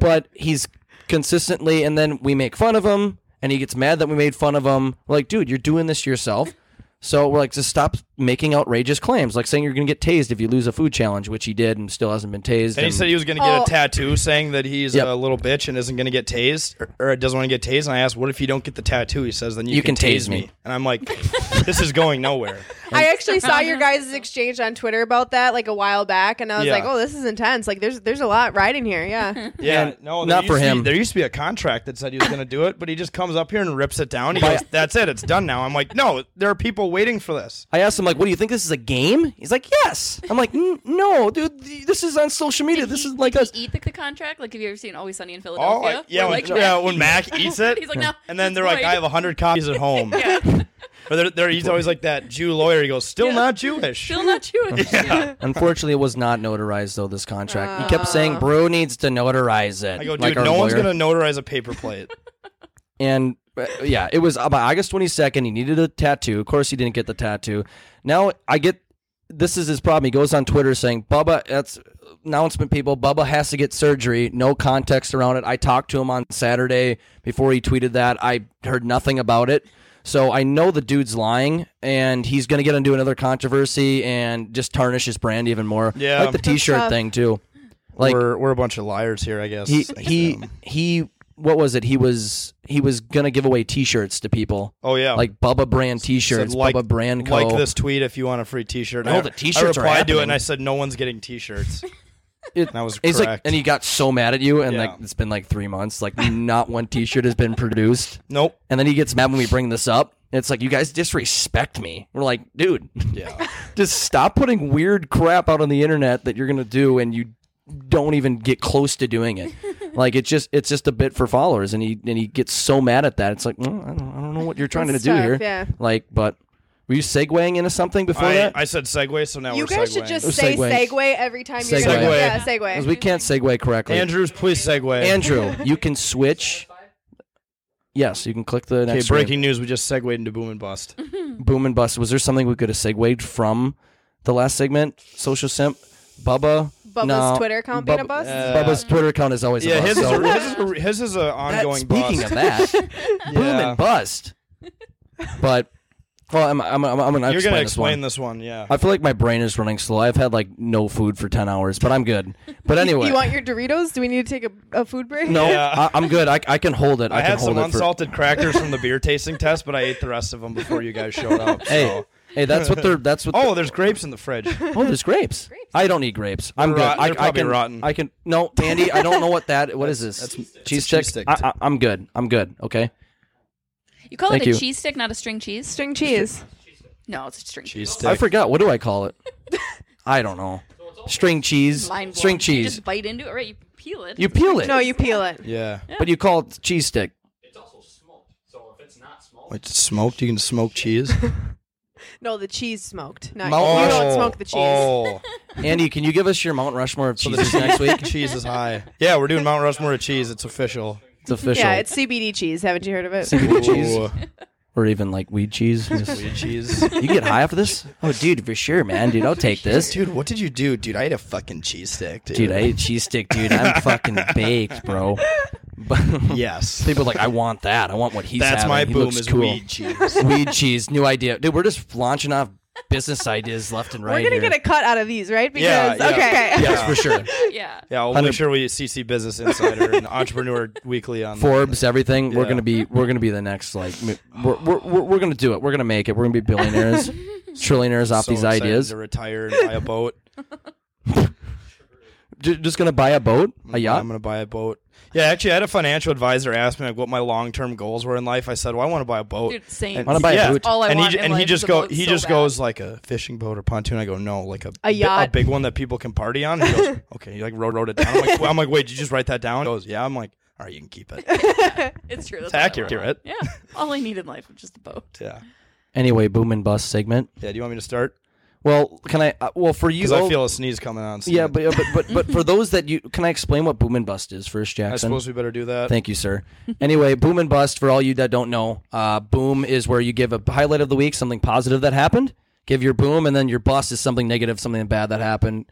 [SPEAKER 1] But he's consistently, and then we make fun of him, and he gets mad that we made fun of him. We're like, dude, you're doing this to yourself. So we're like, just stop making outrageous claims, like saying you're going to get tased if you lose a food challenge, which he did, and still hasn't been tased.
[SPEAKER 6] And he
[SPEAKER 1] and-
[SPEAKER 6] said he was going to get
[SPEAKER 8] Oh.
[SPEAKER 6] a tattoo saying that he's
[SPEAKER 1] Yep.
[SPEAKER 6] a little bitch and isn't going to get tased or, or doesn't want to get tased. And I asked, "What if you don't get the tattoo?" He says, "Then you,
[SPEAKER 1] You can tase me.
[SPEAKER 6] And I'm like, "This is going nowhere."
[SPEAKER 8] I actually saw your guys' exchange on Twitter about that like a while back, and I was
[SPEAKER 6] Yeah.
[SPEAKER 8] like, "Oh, this is intense. Like, there's there's a lot riding here." Yeah,
[SPEAKER 6] Yeah, no, there
[SPEAKER 1] not for
[SPEAKER 6] used to be-
[SPEAKER 1] him.
[SPEAKER 6] there used to be a contract that said he was going to do it, but he just comes up here and rips it down. He goes, "That's it. It's done now." I'm like, "No, there are people waiting for this."
[SPEAKER 1] I asked him like, "What do you think this is a game?" He's like, "Yes." I'm like, "N- "No, dude, th- this is on social media.
[SPEAKER 10] Did
[SPEAKER 1] This
[SPEAKER 10] he-
[SPEAKER 1] is like
[SPEAKER 10] did
[SPEAKER 1] us."
[SPEAKER 10] he eat the, the contract? Like, have you ever seen Always Sunny in
[SPEAKER 6] Oh,
[SPEAKER 10] Philadelphia?
[SPEAKER 6] I- yeah,
[SPEAKER 10] Where,
[SPEAKER 6] when,
[SPEAKER 10] like,
[SPEAKER 6] yeah, when Mac eats it,
[SPEAKER 10] He's like, no.
[SPEAKER 6] and then
[SPEAKER 10] it's
[SPEAKER 6] they're like,
[SPEAKER 10] void.
[SPEAKER 6] "I have hundred copies at home." Or they're, they're, he's always like that Jew lawyer. He goes, "Still
[SPEAKER 10] Yeah.
[SPEAKER 6] not Jewish."
[SPEAKER 10] Still not Jewish.
[SPEAKER 1] Unfortunately, it was not notarized though. This contract. he kept saying, "Brew needs to notarize it."
[SPEAKER 6] I go, dude,
[SPEAKER 1] like our
[SPEAKER 6] no one's
[SPEAKER 1] lawyer.
[SPEAKER 6] gonna notarize a paper plate.
[SPEAKER 1] And uh, yeah, it was uh, by August 22nd. He needed a tattoo. Of course, he didn't get the tattoo. Now I get this is his problem. He goes on Twitter saying, "Bubba, that's announcement people. Bubba has to get surgery. No context around it. I talked to him on Saturday before he tweeted that. I heard nothing about it." So I know the dude's lying, and he's going to get into another controversy and just tarnish his brand even more.
[SPEAKER 6] Yeah.
[SPEAKER 1] like the T-shirt
[SPEAKER 8] tough.
[SPEAKER 1] thing too. Like
[SPEAKER 6] we're we're a bunch of liars here, I guess.
[SPEAKER 1] he
[SPEAKER 6] Thanks,
[SPEAKER 1] he
[SPEAKER 6] Adam.
[SPEAKER 1] he what was it he was he was gonna give away t-shirts to people
[SPEAKER 6] Oh yeah,
[SPEAKER 1] like bubba brand
[SPEAKER 6] Said,
[SPEAKER 1] t-shirts
[SPEAKER 6] like-
[SPEAKER 1] bubba brand co
[SPEAKER 6] Like this tweet if you want a free T-shirt.
[SPEAKER 1] No,
[SPEAKER 6] I-
[SPEAKER 1] the T-shirts
[SPEAKER 6] I
[SPEAKER 1] are
[SPEAKER 6] replied to it and
[SPEAKER 1] happening.
[SPEAKER 6] I said, "No one's getting T-shirts."
[SPEAKER 1] It-
[SPEAKER 6] and I was
[SPEAKER 1] He's like,
[SPEAKER 6] correct.
[SPEAKER 1] and he got so mad at you, and
[SPEAKER 6] Yeah.
[SPEAKER 1] like it's been like three months. Like not one T-shirt has been produced,
[SPEAKER 6] nope.
[SPEAKER 1] and then he gets mad when we bring this up. It's like you guys disrespect me. We're like, dude,
[SPEAKER 6] Yeah.
[SPEAKER 1] just stop putting weird crap out on the internet that you're gonna do, and you don't even get close to doing it. like it's just it's just a bit for followers, and he and he gets so mad at that. It's like mm, I, don't, I don't know what you're trying
[SPEAKER 8] That's
[SPEAKER 1] to do
[SPEAKER 8] tough,
[SPEAKER 1] here.
[SPEAKER 8] yeah.
[SPEAKER 1] Like, but were you segueing into something before
[SPEAKER 6] I,
[SPEAKER 1] that?
[SPEAKER 6] I said segue, so now
[SPEAKER 8] you
[SPEAKER 6] we're
[SPEAKER 8] guys should
[SPEAKER 6] segueing.
[SPEAKER 8] just
[SPEAKER 1] Or
[SPEAKER 8] say
[SPEAKER 1] segue.
[SPEAKER 8] segue. every time you're
[SPEAKER 1] Segue.
[SPEAKER 8] gonna yeah
[SPEAKER 1] Because
[SPEAKER 8] segue.
[SPEAKER 1] we can't segue correctly.
[SPEAKER 6] Andrews, please segue.
[SPEAKER 1] Andrew, you can switch. Yes, you can click the
[SPEAKER 6] Okay,
[SPEAKER 1] next
[SPEAKER 6] breaking news. We just segued into boom and bust.
[SPEAKER 1] screen. boom and bust. Was there something we could have segued from the last segment? Social simp, Bubba.
[SPEAKER 8] Bubba's
[SPEAKER 1] no,
[SPEAKER 8] Twitter account being a bust?
[SPEAKER 1] Bubba's Twitter account is always
[SPEAKER 6] yeah,
[SPEAKER 1] a bust.
[SPEAKER 6] his is,
[SPEAKER 1] so-
[SPEAKER 6] a, his, is a, his is a
[SPEAKER 1] That-
[SPEAKER 6] ongoing.
[SPEAKER 1] speaking
[SPEAKER 6] bust.
[SPEAKER 1] of that, boom and bust. But well, I'm I'm I'm, I'm gonna explain,
[SPEAKER 6] you're gonna
[SPEAKER 1] this one.
[SPEAKER 6] explain this one, yeah.
[SPEAKER 1] I feel like my brain is running slow. I've had like no food for ten hours, but I'm good. But anyway,
[SPEAKER 8] you want your Doritos? Do we need to take a, a food break?
[SPEAKER 1] no,
[SPEAKER 6] Yeah.
[SPEAKER 1] I, I'm good. I, I can hold it. I,
[SPEAKER 6] I
[SPEAKER 1] can
[SPEAKER 6] had
[SPEAKER 1] hold
[SPEAKER 6] some
[SPEAKER 1] it for
[SPEAKER 6] unsalted crackers from the beer tasting test, but I ate the rest of them before you guys showed up.
[SPEAKER 1] Hey,
[SPEAKER 6] so.
[SPEAKER 1] hey, that's what they're. That's what.
[SPEAKER 6] oh, there's grapes in the fridge.
[SPEAKER 1] oh, there's grapes. I don't eat grapes. I'm
[SPEAKER 6] They're
[SPEAKER 1] good.
[SPEAKER 6] rotten.
[SPEAKER 1] I,
[SPEAKER 6] They're
[SPEAKER 1] I
[SPEAKER 6] probably
[SPEAKER 1] can.
[SPEAKER 6] rotten.
[SPEAKER 1] I can. No, Andy, I don't know what that. What is this? cheese
[SPEAKER 6] a
[SPEAKER 1] stick.
[SPEAKER 6] cheese stick.
[SPEAKER 1] I, I, am good. I'm good. Okay.
[SPEAKER 10] You call
[SPEAKER 1] Thank
[SPEAKER 10] it a
[SPEAKER 1] you.
[SPEAKER 10] cheese stick, not a string cheese.
[SPEAKER 8] string cheese.
[SPEAKER 10] No, it's a string
[SPEAKER 6] Cheese
[SPEAKER 10] cheese.
[SPEAKER 6] stick.
[SPEAKER 1] I forgot. What do I call it? I don't know. String cheese.
[SPEAKER 10] Mind
[SPEAKER 1] String
[SPEAKER 10] blown. You
[SPEAKER 1] cheese.
[SPEAKER 10] just bite into it, right? You peel it.
[SPEAKER 1] You peel it.
[SPEAKER 8] No, you peel it.
[SPEAKER 6] Yeah.
[SPEAKER 1] But you call it cheese stick.
[SPEAKER 6] Wait, it's smoked. You can smoke cheese.
[SPEAKER 8] No, the cheese smoked. Not
[SPEAKER 1] Mount
[SPEAKER 8] you don't
[SPEAKER 1] Rushmore.
[SPEAKER 8] smoke the cheese.
[SPEAKER 6] Oh,
[SPEAKER 1] Andy, can you give us your Mount Rushmore of cheeses next week?
[SPEAKER 6] cheese is high. Yeah, we're doing Mount Rushmore of cheese. It's official.
[SPEAKER 1] It's official.
[SPEAKER 8] Yeah, it's CBD cheese. Haven't you heard of it?
[SPEAKER 1] Ooh. cheese.
[SPEAKER 6] Ooh.
[SPEAKER 1] Or even like weed cheese.
[SPEAKER 6] Weed cheese.
[SPEAKER 1] You get high off of this? Oh, dude, for sure, man. Dude, I'll take this.
[SPEAKER 6] Dude, what did you do? Dude, I ate a fucking cheese stick, dude.
[SPEAKER 1] Dude, I ate cheese stick, dude. I'm fucking baked, bro. But
[SPEAKER 6] Yes.
[SPEAKER 1] people are like, I want that. I want what he's
[SPEAKER 6] That's
[SPEAKER 1] having.
[SPEAKER 6] my
[SPEAKER 1] He
[SPEAKER 6] boom
[SPEAKER 1] looks
[SPEAKER 6] is
[SPEAKER 1] cool.
[SPEAKER 6] weed cheese.
[SPEAKER 1] Weed cheese, new idea. Dude, we're just launching off business ideas left and right.
[SPEAKER 8] We're gonna
[SPEAKER 1] here.
[SPEAKER 8] get a cut out of these, right?
[SPEAKER 6] Yeah,
[SPEAKER 8] Because
[SPEAKER 6] yeah.
[SPEAKER 8] okay,
[SPEAKER 1] Yes, for sure.
[SPEAKER 10] Yeah.
[SPEAKER 6] Yeah, we'll make sure we CC Business Insider and Entrepreneur Weekly on
[SPEAKER 1] Forbes, everything. We're
[SPEAKER 6] Yeah.
[SPEAKER 1] gonna be we're gonna be the next like m- we're, we're, we're, we're gonna do it. We're gonna make it. We're gonna be billionaires, trillionaires off
[SPEAKER 6] So
[SPEAKER 1] these
[SPEAKER 6] excited
[SPEAKER 1] ideas.
[SPEAKER 6] to retire and buy a boat.
[SPEAKER 1] Ju- just gonna buy a boat, a yacht.
[SPEAKER 6] Mm-hmm. I'm gonna buy a boat. Yeah, actually, I had a financial advisor ask me like what my long term goals were in life. I said, "Well, I want to buy a boat."
[SPEAKER 10] Dude, same.
[SPEAKER 6] And
[SPEAKER 1] Wanna
[SPEAKER 6] he-
[SPEAKER 1] buy a
[SPEAKER 6] yeah.
[SPEAKER 1] boat.
[SPEAKER 10] All I
[SPEAKER 6] and
[SPEAKER 10] want
[SPEAKER 6] he,
[SPEAKER 10] in
[SPEAKER 6] and he
[SPEAKER 10] life is
[SPEAKER 6] just
[SPEAKER 10] a
[SPEAKER 6] go
[SPEAKER 10] boat
[SPEAKER 6] he
[SPEAKER 10] so
[SPEAKER 6] just
[SPEAKER 10] bad.
[SPEAKER 6] goes like a fishing boat or pontoon. I go no, like a bi-
[SPEAKER 8] yacht.
[SPEAKER 6] a big one that people can party on. He goes, okay, he like wrote, wrote it down. I'm like, I'm like, wait, did you just write that down? He goes, yeah. I'm like, all right, you can keep it. It's
[SPEAKER 10] It's true. That's
[SPEAKER 6] accurate.
[SPEAKER 10] Yeah. All I need in life was just a boat.
[SPEAKER 6] Yeah,
[SPEAKER 1] Anyway, boom and bust segment.
[SPEAKER 6] yeah. Do you want me to start?
[SPEAKER 1] Well, can I? Uh, well, for you,
[SPEAKER 6] Because
[SPEAKER 1] oh,
[SPEAKER 6] I feel a sneeze coming on. soon.
[SPEAKER 1] yeah, but, but but but for those that you can I explain what boom and bust is first,
[SPEAKER 6] I
[SPEAKER 1] Jackson.
[SPEAKER 6] suppose we better do that.
[SPEAKER 1] Thank you, sir. Anyway, boom and bust for all you that don't know. Uh, boom is where you give a highlight of the week, something positive that happened. Give your boom, and then your bust is something negative, something bad that happened.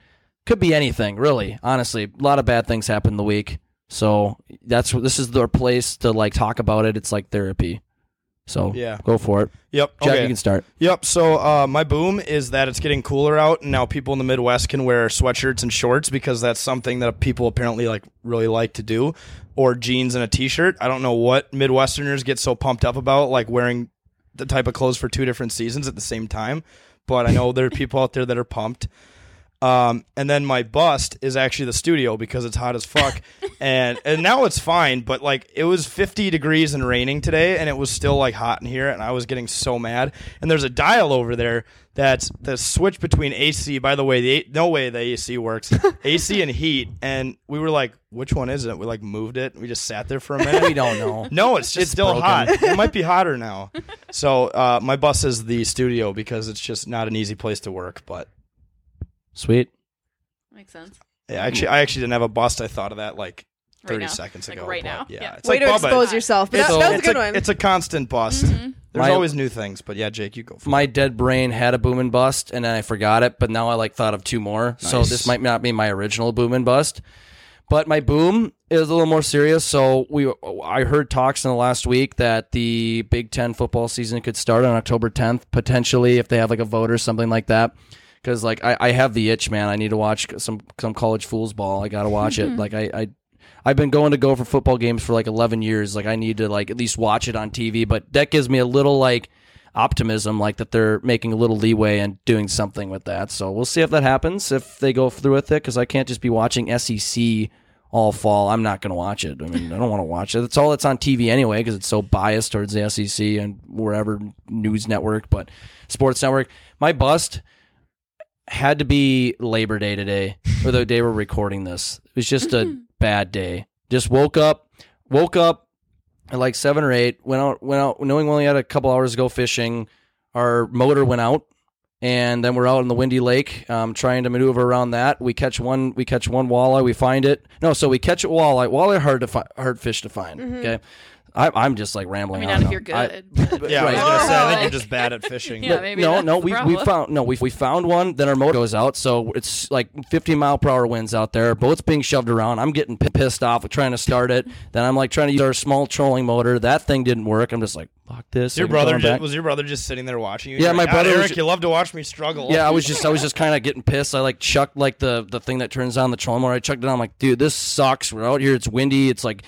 [SPEAKER 1] Could be anything, really. Honestly, a lot of bad things happened the week, so that's this is their place to like talk about it. It's like therapy. So
[SPEAKER 6] Yeah.
[SPEAKER 1] go for it,
[SPEAKER 6] Yep.
[SPEAKER 1] Jack.
[SPEAKER 6] okay.
[SPEAKER 1] You can start.
[SPEAKER 6] Yep. So uh, my boom is that it's getting cooler out, and now people in the Midwest can wear sweatshirts and shorts because that's something that people apparently like really like to do, or jeans and a t-shirt. I don't know what Midwesterners get so pumped up about, like wearing the type of clothes for two different seasons at the same time. But I know there are people out there that are pumped. Um, and then my bust is actually the studio because it's hot as fuck, and and now it's fine. But like it was 50 degrees and raining today, and it was still like hot in here, and I was getting so mad. And there's a dial over there that's the switch between AC. By the way, the A- no way the AC works, AC and heat. And we were like, which one is it? We like moved it. We just sat there for a minute.
[SPEAKER 1] We don't know.
[SPEAKER 6] No, it's just still
[SPEAKER 1] broken.
[SPEAKER 6] hot. It might be hotter now. So uh, my bus is the studio because it's just not an easy place to work, but.
[SPEAKER 1] Sweet.
[SPEAKER 10] Makes sense.
[SPEAKER 6] Yeah, actually, I actually didn't have a bust. I thought of that like
[SPEAKER 10] Right
[SPEAKER 6] 30
[SPEAKER 10] now.
[SPEAKER 6] seconds
[SPEAKER 10] Like
[SPEAKER 6] ago.
[SPEAKER 10] right
[SPEAKER 6] but
[SPEAKER 10] now.
[SPEAKER 6] Yeah.
[SPEAKER 10] Yeah.
[SPEAKER 6] It's
[SPEAKER 8] way
[SPEAKER 6] like
[SPEAKER 8] to
[SPEAKER 6] Bubba.
[SPEAKER 8] expose yourself. But that,
[SPEAKER 1] It's-
[SPEAKER 8] that was a
[SPEAKER 6] it's
[SPEAKER 8] good one. Mm-hmm.
[SPEAKER 6] It's a constant bust. There's
[SPEAKER 1] My-
[SPEAKER 6] always new things, but yeah, Jake, you go. For
[SPEAKER 1] my dead brain had a boom and bust and then I forgot it, but now I like thought of two more. So
[SPEAKER 6] Nice.
[SPEAKER 1] this might not be my original boom and bust. But my boom is a little more serious. So we I heard talks in the last week that the Big 10 football season could start on October 10th potentially if they have like a vote or something like that. Cuz like I, I have the itch, man. I need to watch some some college fools ball. I got to watch it. Like I I I've been going to go for football games for like 11 years. Like I need to like at least watch it on TV, but that gives me a little like optimism like that they're making a little leeway and doing something with that. So we'll see if that happens if they go through with it cuz I can't just be watching SEC all fall. I'm not going to watch it. I mean, I don't want to watch it. That's all that's on TV anyway cuz it's so biased towards the SEC and wherever news network, but sports network. My bust had to be Labor Day today, or the day we're recording this. It was just a bad day. Just woke up, woke up at like seven or eight. Went out, went out, knowing we only had a couple hours to go fishing. Our motor went out, and then we're out in the windy lake, um, trying to maneuver around that. We catch one, we catch one walleye, we find it. No, so we catch a walleye. Walleye hard to fi- hard fish to find. Okay, I, I'm just like
[SPEAKER 10] I
[SPEAKER 1] rambling.
[SPEAKER 10] mean, not
[SPEAKER 1] on
[SPEAKER 10] if
[SPEAKER 1] now.
[SPEAKER 10] you're good.
[SPEAKER 1] I-
[SPEAKER 10] but-
[SPEAKER 6] yeah, I was
[SPEAKER 1] Right.
[SPEAKER 6] gonna say, I think
[SPEAKER 10] Like-
[SPEAKER 6] you're just bad at fishing.
[SPEAKER 10] Yeah,
[SPEAKER 6] but-
[SPEAKER 10] maybe
[SPEAKER 1] no,
[SPEAKER 10] that's
[SPEAKER 1] no,
[SPEAKER 10] the
[SPEAKER 1] we we
[SPEAKER 10] problem.
[SPEAKER 1] found no, we we found one. Then our motor goes out, so it's like 50 mile per hour winds out there. Boat's being shoved around. I'm getting p- pissed off with trying to start it. then I'm like trying to use our small trolling motor. That thing didn't work. I'm just like, fuck this.
[SPEAKER 6] your
[SPEAKER 1] Like, I'm
[SPEAKER 6] brother
[SPEAKER 1] going
[SPEAKER 6] just,
[SPEAKER 1] back.
[SPEAKER 6] was your brother just sitting there watching you?
[SPEAKER 1] Yeah,
[SPEAKER 6] You're
[SPEAKER 1] my
[SPEAKER 6] like, "God,
[SPEAKER 1] brother was
[SPEAKER 6] Eric,
[SPEAKER 1] ju-
[SPEAKER 6] you love to watch me struggle.
[SPEAKER 1] Yeah, I was just I was just kind of getting pissed. I like chucked like the the thing that turns on the trolling motor. I chucked it on. I'm like, dude, this sucks. We're out here. It's windy. It's like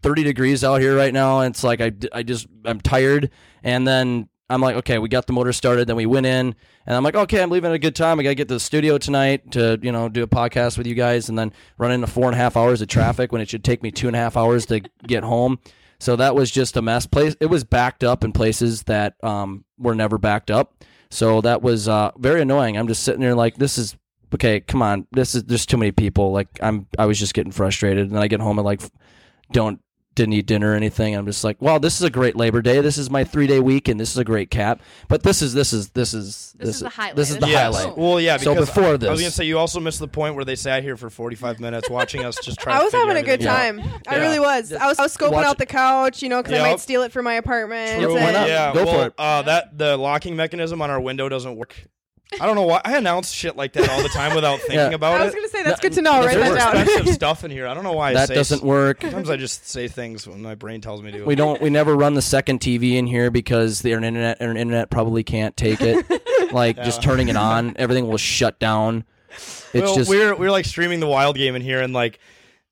[SPEAKER 1] 30 degrees out here right now. And it's like I, I just I'm tired. And then I'm like, okay, we got the motor started. Then we went in, and I'm like, okay, I'm leaving at a good time. I gotta get to the studio tonight to you know do a podcast with you guys, and then run into four and a half hours of traffic when it should take me two and a half hours to get home. So that was just a mess. Place it was backed up in places that um, were never backed up. So that was uh, very annoying. I'm just sitting there like, this is okay. Come on, this is there's too many people. Like I'm, I was just getting frustrated, and then I get home and like don't didn't eat dinner or anything. I'm just like, wow, this is a great Labor Day. This is my three day week, and this is a great cap. But this is this is this is this,
[SPEAKER 10] is the highlight.
[SPEAKER 1] This is the
[SPEAKER 10] Yes.
[SPEAKER 1] highlight.
[SPEAKER 6] Well, yeah.
[SPEAKER 1] So
[SPEAKER 6] Because
[SPEAKER 1] before
[SPEAKER 6] I,
[SPEAKER 1] this,
[SPEAKER 6] I was gonna say you also missed the point where they sat here for 45 minutes watching us just try.
[SPEAKER 8] I
[SPEAKER 6] to
[SPEAKER 8] was
[SPEAKER 6] figure
[SPEAKER 8] having a good
[SPEAKER 6] everything
[SPEAKER 8] time.
[SPEAKER 6] out.
[SPEAKER 8] I really was. I was, I was scoping
[SPEAKER 6] Watch-
[SPEAKER 8] out the couch, you know, because I
[SPEAKER 6] Yep.
[SPEAKER 8] might steal it for my apartment.
[SPEAKER 1] True. Why
[SPEAKER 8] and-
[SPEAKER 1] not?
[SPEAKER 6] Yeah,
[SPEAKER 1] Go
[SPEAKER 6] well,
[SPEAKER 1] for it.
[SPEAKER 6] Uh, that the locking mechanism on our window doesn't work. I don't know why I announce shit like that all the time without thinking
[SPEAKER 1] Yeah.
[SPEAKER 6] about
[SPEAKER 8] I
[SPEAKER 6] it.
[SPEAKER 8] was gonna say that's good to know. Write
[SPEAKER 6] There's
[SPEAKER 8] that down.
[SPEAKER 6] expensive stuff in here. I don't know why I
[SPEAKER 1] that
[SPEAKER 6] say
[SPEAKER 1] doesn't work.
[SPEAKER 6] Sometimes I just say things when my brain tells me to.
[SPEAKER 1] We don't. We never run the second TV in here because the internet. Our internet probably can't take it. like just turning it on, everything will shut down. It's
[SPEAKER 6] well,
[SPEAKER 1] just
[SPEAKER 6] we were we were like streaming the wild game in here and like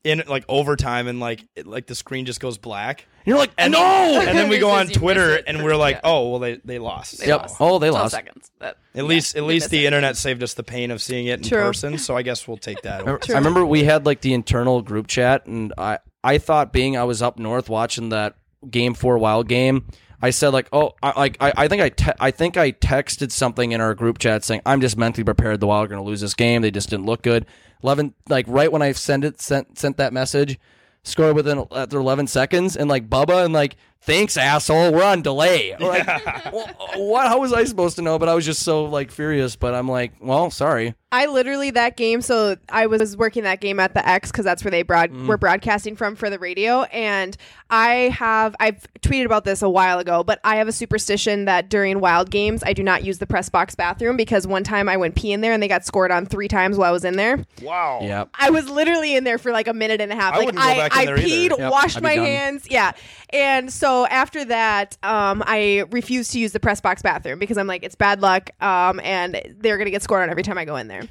[SPEAKER 6] in like overtime and like it, like the screen just goes black.
[SPEAKER 1] you're like
[SPEAKER 6] And,
[SPEAKER 1] no.
[SPEAKER 6] and then we go
[SPEAKER 10] This
[SPEAKER 6] on
[SPEAKER 10] is- you
[SPEAKER 6] Twitter
[SPEAKER 10] miss it
[SPEAKER 6] and
[SPEAKER 10] for-
[SPEAKER 6] we're like,
[SPEAKER 10] yeah.
[SPEAKER 6] oh well, they they lost.
[SPEAKER 1] yep.
[SPEAKER 10] lost.
[SPEAKER 1] Oh, they lost.
[SPEAKER 10] seconds. That,
[SPEAKER 6] At least at
[SPEAKER 10] we
[SPEAKER 6] least
[SPEAKER 10] miss
[SPEAKER 6] the
[SPEAKER 10] it.
[SPEAKER 6] internet saved us the pain of seeing it in
[SPEAKER 8] True.
[SPEAKER 6] person. So I guess we'll take
[SPEAKER 1] I
[SPEAKER 6] that. over.
[SPEAKER 1] remember- I remember we had like the internal group chat, and I I thought being I was up north watching that game four wild game. I said like, oh, I like I, I think I te- I think I texted something in our group chat saying I'm just mentally prepared. The Wild are going to lose this game. They just didn't look good. Eleven like right when I sent it sent sent that message, scored within uh, after 11 seconds, and like Bubba and like thanks asshole, we're on delay. We're Like, "Wha- what? How was I supposed to know? But I was just so like furious. But I'm like, well, sorry.
[SPEAKER 8] I literally that game. So I was working that game at the X because that's where they broad
[SPEAKER 6] Mm.
[SPEAKER 8] were broadcasting from for the radio. And I have I've tweeted about this a while ago, but I have a superstition that during wild games I do not use the press box bathroom because one time I went pee in there and they got scored on three times while I was in there.
[SPEAKER 6] wow.
[SPEAKER 1] Yeah.
[SPEAKER 8] I was literally in there for like a minute and a half.
[SPEAKER 6] I
[SPEAKER 8] like
[SPEAKER 6] wouldn't go
[SPEAKER 8] I,
[SPEAKER 6] back in
[SPEAKER 8] I
[SPEAKER 6] there either.
[SPEAKER 8] peed,
[SPEAKER 1] Yep,
[SPEAKER 8] washed
[SPEAKER 1] I'd be
[SPEAKER 8] my
[SPEAKER 1] done.
[SPEAKER 8] hands, yeah. And so after that, um, I refused to use the press box bathroom because I'm like, it's bad luck, um, and they're gonna get scored on every time I go in there.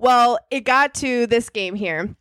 [SPEAKER 8] Well, it got to this game here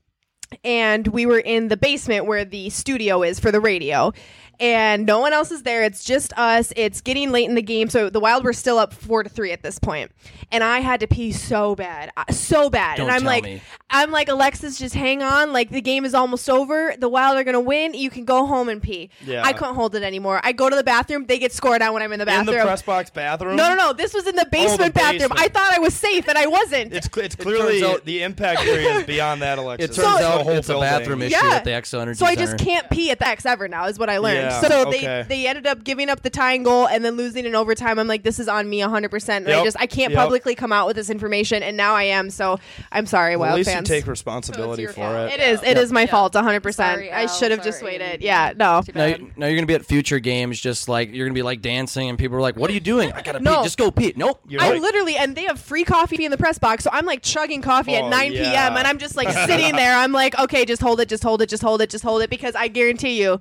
[SPEAKER 8] and we were in the basement where the studio is for the radio and no one else is there it's just us it's getting late in the game so the wild were still up four to three at this point and i had to pee so bad uh, so bad
[SPEAKER 1] Don't
[SPEAKER 8] and i'm
[SPEAKER 1] tell
[SPEAKER 8] like
[SPEAKER 1] me.
[SPEAKER 8] i'm like alexis just hang on like the game is almost over the wild are gonna win you can go home and pee
[SPEAKER 6] Yeah.
[SPEAKER 8] i couldn't hold it anymore i go to the bathroom they get scored on when i'm in the
[SPEAKER 6] In
[SPEAKER 8] bathroom
[SPEAKER 6] the press box bathroom.
[SPEAKER 8] no no no this was in the basement bathroom
[SPEAKER 6] basement.
[SPEAKER 8] i thought i was safe and i wasn't
[SPEAKER 6] It's cl- it's clearly
[SPEAKER 1] out-
[SPEAKER 6] the impact area is beyond that,
[SPEAKER 1] It
[SPEAKER 6] Alexis. It's
[SPEAKER 1] turns
[SPEAKER 6] the
[SPEAKER 1] out
[SPEAKER 6] whole
[SPEAKER 1] it's a
[SPEAKER 6] building.
[SPEAKER 1] bathroom issue
[SPEAKER 8] Yeah.
[SPEAKER 1] at the Exo Energy
[SPEAKER 8] So I
[SPEAKER 1] Center.
[SPEAKER 8] just can't pee at the X ever now is what I learned.
[SPEAKER 6] Yeah,
[SPEAKER 8] So
[SPEAKER 6] okay.
[SPEAKER 8] they they ended up giving up the tying goal and then losing in overtime. I'm like, this is on me 100. percent I
[SPEAKER 6] Yep,
[SPEAKER 8] just I can't
[SPEAKER 6] yep.
[SPEAKER 8] publicly come out with this information, and now I am. So I'm sorry,
[SPEAKER 6] Well,
[SPEAKER 8] Wild
[SPEAKER 6] at least
[SPEAKER 8] fans.
[SPEAKER 6] you take responsibility
[SPEAKER 10] So it's your
[SPEAKER 6] for
[SPEAKER 10] fault.
[SPEAKER 6] it.
[SPEAKER 8] it is it is my fault 100. percent
[SPEAKER 10] Sorry,
[SPEAKER 8] I
[SPEAKER 10] Al,
[SPEAKER 8] should have just
[SPEAKER 10] sorry.
[SPEAKER 8] waited. Yeah, no.
[SPEAKER 10] Too
[SPEAKER 1] Now,
[SPEAKER 10] bad.
[SPEAKER 1] now you're gonna be at future games, just like you're gonna be like dancing, and people are like, "What are you doing? I gotta
[SPEAKER 8] No.
[SPEAKER 1] pee. Just go pee." Nope.
[SPEAKER 6] You're
[SPEAKER 8] I
[SPEAKER 6] right.
[SPEAKER 8] literally and they have free coffee in the press box, so I'm like chugging coffee
[SPEAKER 6] Oh,
[SPEAKER 8] at 9
[SPEAKER 6] yeah.
[SPEAKER 8] p.m. and I'm just like sitting there. I'm like, okay, just hold it, just hold it, just hold it, just hold it, because I guarantee you,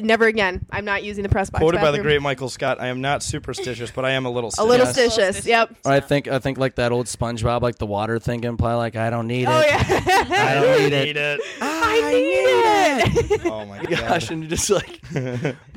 [SPEAKER 8] never again. I'm not using the press box.
[SPEAKER 6] Quoted by the
[SPEAKER 8] bathroom.
[SPEAKER 6] great Michael Scott. I am not superstitious, but I am a little.
[SPEAKER 8] A little
[SPEAKER 1] Yes.
[SPEAKER 8] stitious. Yep.
[SPEAKER 1] Or I think I think like that old SpongeBob, like the water thing, and probably like, "I don't need
[SPEAKER 8] Oh
[SPEAKER 1] it.
[SPEAKER 8] yeah.
[SPEAKER 1] I don't need it." Ah,
[SPEAKER 6] Need it.
[SPEAKER 8] I need it.
[SPEAKER 6] Oh my
[SPEAKER 1] Gosh,
[SPEAKER 6] gosh.
[SPEAKER 1] and you're just like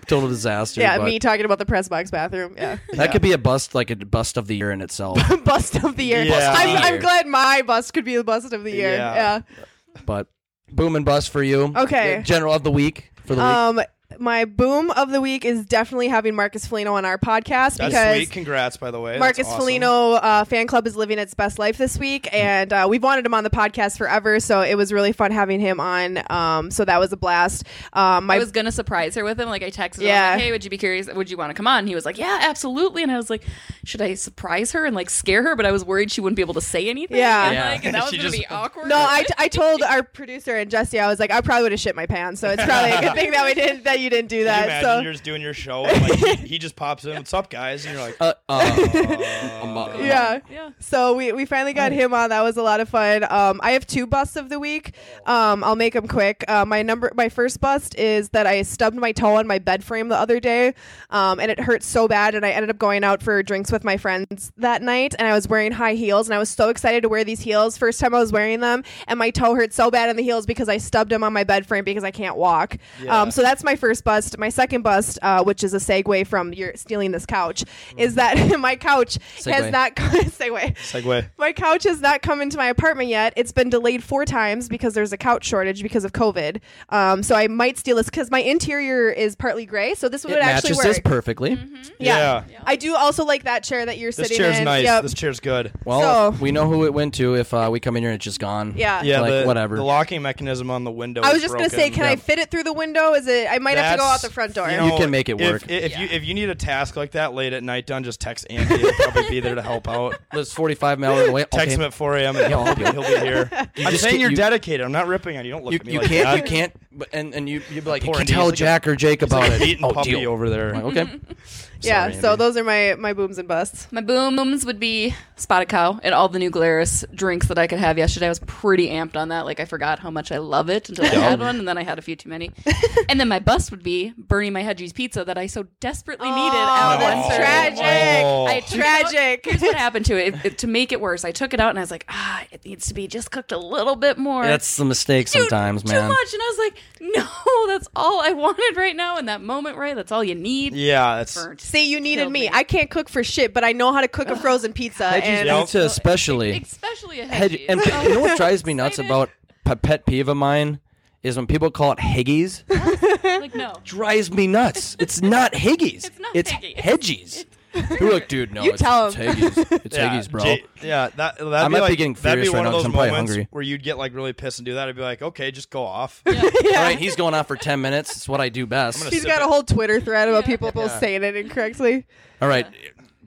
[SPEAKER 1] total disaster.
[SPEAKER 8] Yeah,
[SPEAKER 1] but
[SPEAKER 8] me talking about the press box bathroom. Yeah.
[SPEAKER 1] That could be a bust, like a bust of the year in itself.
[SPEAKER 8] bust of the year.
[SPEAKER 6] Yeah. Bust of
[SPEAKER 8] I'm,
[SPEAKER 1] the
[SPEAKER 8] I'm
[SPEAKER 1] year.
[SPEAKER 8] glad my bust could be the bust of the year.
[SPEAKER 6] Yeah.
[SPEAKER 8] Yeah.
[SPEAKER 1] but boom and bust for you.
[SPEAKER 8] Okay.
[SPEAKER 1] Yeah, General of the week for the week.
[SPEAKER 8] Um, my boom of the week is definitely having Marcus Foligno on our podcast
[SPEAKER 6] That's
[SPEAKER 8] because.
[SPEAKER 6] sweet. Congrats, by the way. That's
[SPEAKER 8] Marcus
[SPEAKER 6] awesome. Mm-hmm.
[SPEAKER 8] Foligno uh, fan club is living its best life this week, and uh, we've wanted him on the podcast forever, so it was really fun having him on. Um, so that was a blast. Um,
[SPEAKER 10] I
[SPEAKER 8] my
[SPEAKER 10] was gonna surprise her with him. Like I texted
[SPEAKER 8] Yeah.
[SPEAKER 10] him, like, "Hey, would you be curious? Would you want to come on?" He was like, "Yeah, absolutely." And I was like, "Should I surprise her and like scare her?" But I was worried she wouldn't be able to say anything.
[SPEAKER 8] Yeah.
[SPEAKER 10] and,
[SPEAKER 1] Yeah.
[SPEAKER 10] like, and that was
[SPEAKER 6] She
[SPEAKER 10] gonna
[SPEAKER 6] just-
[SPEAKER 10] be awkward.
[SPEAKER 8] No, I, I told our producer and Jesse, I was like, I probably would have shit my pants. So it's probably a good thing that we didn't that you didn't do
[SPEAKER 6] Can you
[SPEAKER 8] that.
[SPEAKER 6] imagine
[SPEAKER 8] So
[SPEAKER 6] you're just doing your show and like, he, he just pops in. What's up, guys? And you're like,
[SPEAKER 1] Uh, uh,
[SPEAKER 6] uh,
[SPEAKER 8] yeah.
[SPEAKER 10] yeah.
[SPEAKER 8] So we, we finally got him on. That was a lot of fun. Um, I have two busts of the week. Um, I'll make them quick. Uh, my number, my first bust is that I stubbed my toe on my bed frame the other day, um, and it hurt so bad. And I ended up going out for drinks with my friends that night, and I was wearing high heels, and I was so excited to wear these heels. First time I was wearing them, and my toe hurt so bad on the heels because I stubbed them on my bed frame because I can't walk.
[SPEAKER 6] Yeah.
[SPEAKER 8] Um, so that's my first first bust. My second bust, uh, which is a segue from you're stealing this couch, is that my couch
[SPEAKER 1] Segue.
[SPEAKER 8] has not segue.
[SPEAKER 6] Segue.
[SPEAKER 8] My couch has not come into my apartment yet. It's been delayed four times because there's a couch shortage because of COVID. Um, so I might steal this because my interior is partly gray, so this would
[SPEAKER 1] it matches
[SPEAKER 8] actually work. Mm-hmm.
[SPEAKER 1] this perfectly.
[SPEAKER 8] Yeah.
[SPEAKER 6] Yeah.
[SPEAKER 8] I do also like that chair that you're
[SPEAKER 6] This
[SPEAKER 8] sitting
[SPEAKER 6] chair's
[SPEAKER 8] in.
[SPEAKER 6] nice.
[SPEAKER 8] Yep.
[SPEAKER 6] This chair's good.
[SPEAKER 1] Well,
[SPEAKER 8] So-
[SPEAKER 1] we know who it went to if uh, we come in here and it's just gone.
[SPEAKER 8] Yeah.
[SPEAKER 6] Yeah,
[SPEAKER 1] Like,
[SPEAKER 6] the,
[SPEAKER 1] whatever.
[SPEAKER 6] The locking mechanism on the window.
[SPEAKER 8] I was
[SPEAKER 6] is
[SPEAKER 8] just
[SPEAKER 6] broken.
[SPEAKER 8] gonna say, can I fit it through the window? Is it? I might have to go out
[SPEAKER 6] That's-
[SPEAKER 8] the front door.
[SPEAKER 1] know- You can make it
[SPEAKER 6] if-
[SPEAKER 1] work.
[SPEAKER 6] i- If, you if you need a task like that late at night done, just text Andy. He'll probably be there to help out.
[SPEAKER 1] Lives 45 miles away.
[SPEAKER 6] Text
[SPEAKER 1] Okay.
[SPEAKER 6] him at 4 a.m. and
[SPEAKER 1] He'll
[SPEAKER 6] he'll,
[SPEAKER 1] help you.
[SPEAKER 6] he'll be here. I'm
[SPEAKER 1] just
[SPEAKER 6] saying
[SPEAKER 1] can't-
[SPEAKER 6] you're
[SPEAKER 1] you-
[SPEAKER 6] dedicated. I'm not ripping on you. Don't look
[SPEAKER 1] You,
[SPEAKER 6] at me
[SPEAKER 1] you
[SPEAKER 6] like
[SPEAKER 1] can't
[SPEAKER 6] that.
[SPEAKER 1] you can't but- and and you you'd be like you
[SPEAKER 6] Poor
[SPEAKER 1] can
[SPEAKER 6] Andy,
[SPEAKER 1] tell
[SPEAKER 6] he's like a-
[SPEAKER 1] Jack or Jake about
[SPEAKER 6] like a
[SPEAKER 1] it.
[SPEAKER 6] beaten
[SPEAKER 1] oh,
[SPEAKER 6] puppy
[SPEAKER 1] deal.
[SPEAKER 6] over there.
[SPEAKER 1] I'm like, okay.
[SPEAKER 8] yeah.
[SPEAKER 1] Sorry,
[SPEAKER 8] so
[SPEAKER 1] Andy.
[SPEAKER 8] those are my my booms and busts.
[SPEAKER 10] My booms would be Spotted Cow and all the new Glarus drinks that I could have yesterday. I was pretty amped on that. Like, I forgot how much I love it until I had one, and then I had a few too many. and then my bust would be Bernie My Hedgie's Pizza that I so desperately needed.
[SPEAKER 8] Oh,
[SPEAKER 10] at
[SPEAKER 8] that's
[SPEAKER 10] one time.
[SPEAKER 8] tragic.
[SPEAKER 1] Oh.
[SPEAKER 10] I took it out-
[SPEAKER 8] Tragic.
[SPEAKER 10] Here's what happened to it. It- it- To make it worse, I took it out and I was like, ah, it needs to be just cooked a little bit more.
[SPEAKER 1] That's the mistake
[SPEAKER 10] Dude,
[SPEAKER 1] sometimes,
[SPEAKER 10] too
[SPEAKER 1] man.
[SPEAKER 10] much. And I was like, no, that's all I wanted right now in that moment, right? That's all you need.
[SPEAKER 6] Yeah, that's
[SPEAKER 10] Burnt.
[SPEAKER 8] See, you needed
[SPEAKER 10] Killed
[SPEAKER 8] me.
[SPEAKER 10] me.
[SPEAKER 8] I can't cook for shit, but I know how to cook a frozen pizza.
[SPEAKER 1] Hedges
[SPEAKER 8] And
[SPEAKER 1] pizza especially.
[SPEAKER 10] Especially a
[SPEAKER 1] Hedge,
[SPEAKER 10] Hedgie.
[SPEAKER 1] and you know what drives me nuts
[SPEAKER 10] excited.
[SPEAKER 1] about p- pet peeve of mine is when people call it Higgies.
[SPEAKER 10] like, no.
[SPEAKER 1] drives me nuts. It's not Higgies. It's
[SPEAKER 10] not Higgies.
[SPEAKER 1] Hedgies. You're like, dude, no, it's,
[SPEAKER 8] tell
[SPEAKER 1] it's
[SPEAKER 8] 'em.
[SPEAKER 1] Higgies. It's
[SPEAKER 6] yeah,
[SPEAKER 1] Higgies, bro.
[SPEAKER 6] J- yeah, that that'd
[SPEAKER 1] I
[SPEAKER 6] be
[SPEAKER 1] might be
[SPEAKER 6] like,
[SPEAKER 1] getting
[SPEAKER 6] that'd be
[SPEAKER 1] furious right
[SPEAKER 6] one
[SPEAKER 1] now
[SPEAKER 6] of
[SPEAKER 1] 'cause
[SPEAKER 6] those
[SPEAKER 1] I'm probably
[SPEAKER 6] moments
[SPEAKER 1] hungry.
[SPEAKER 6] where you'd get like really pissed and do that. I'd be like, okay, just go off.
[SPEAKER 1] All right, he's going on for 10 minutes. It's what I do best.
[SPEAKER 8] She's got a whole Twitter thread about people saying it incorrectly.
[SPEAKER 1] All right.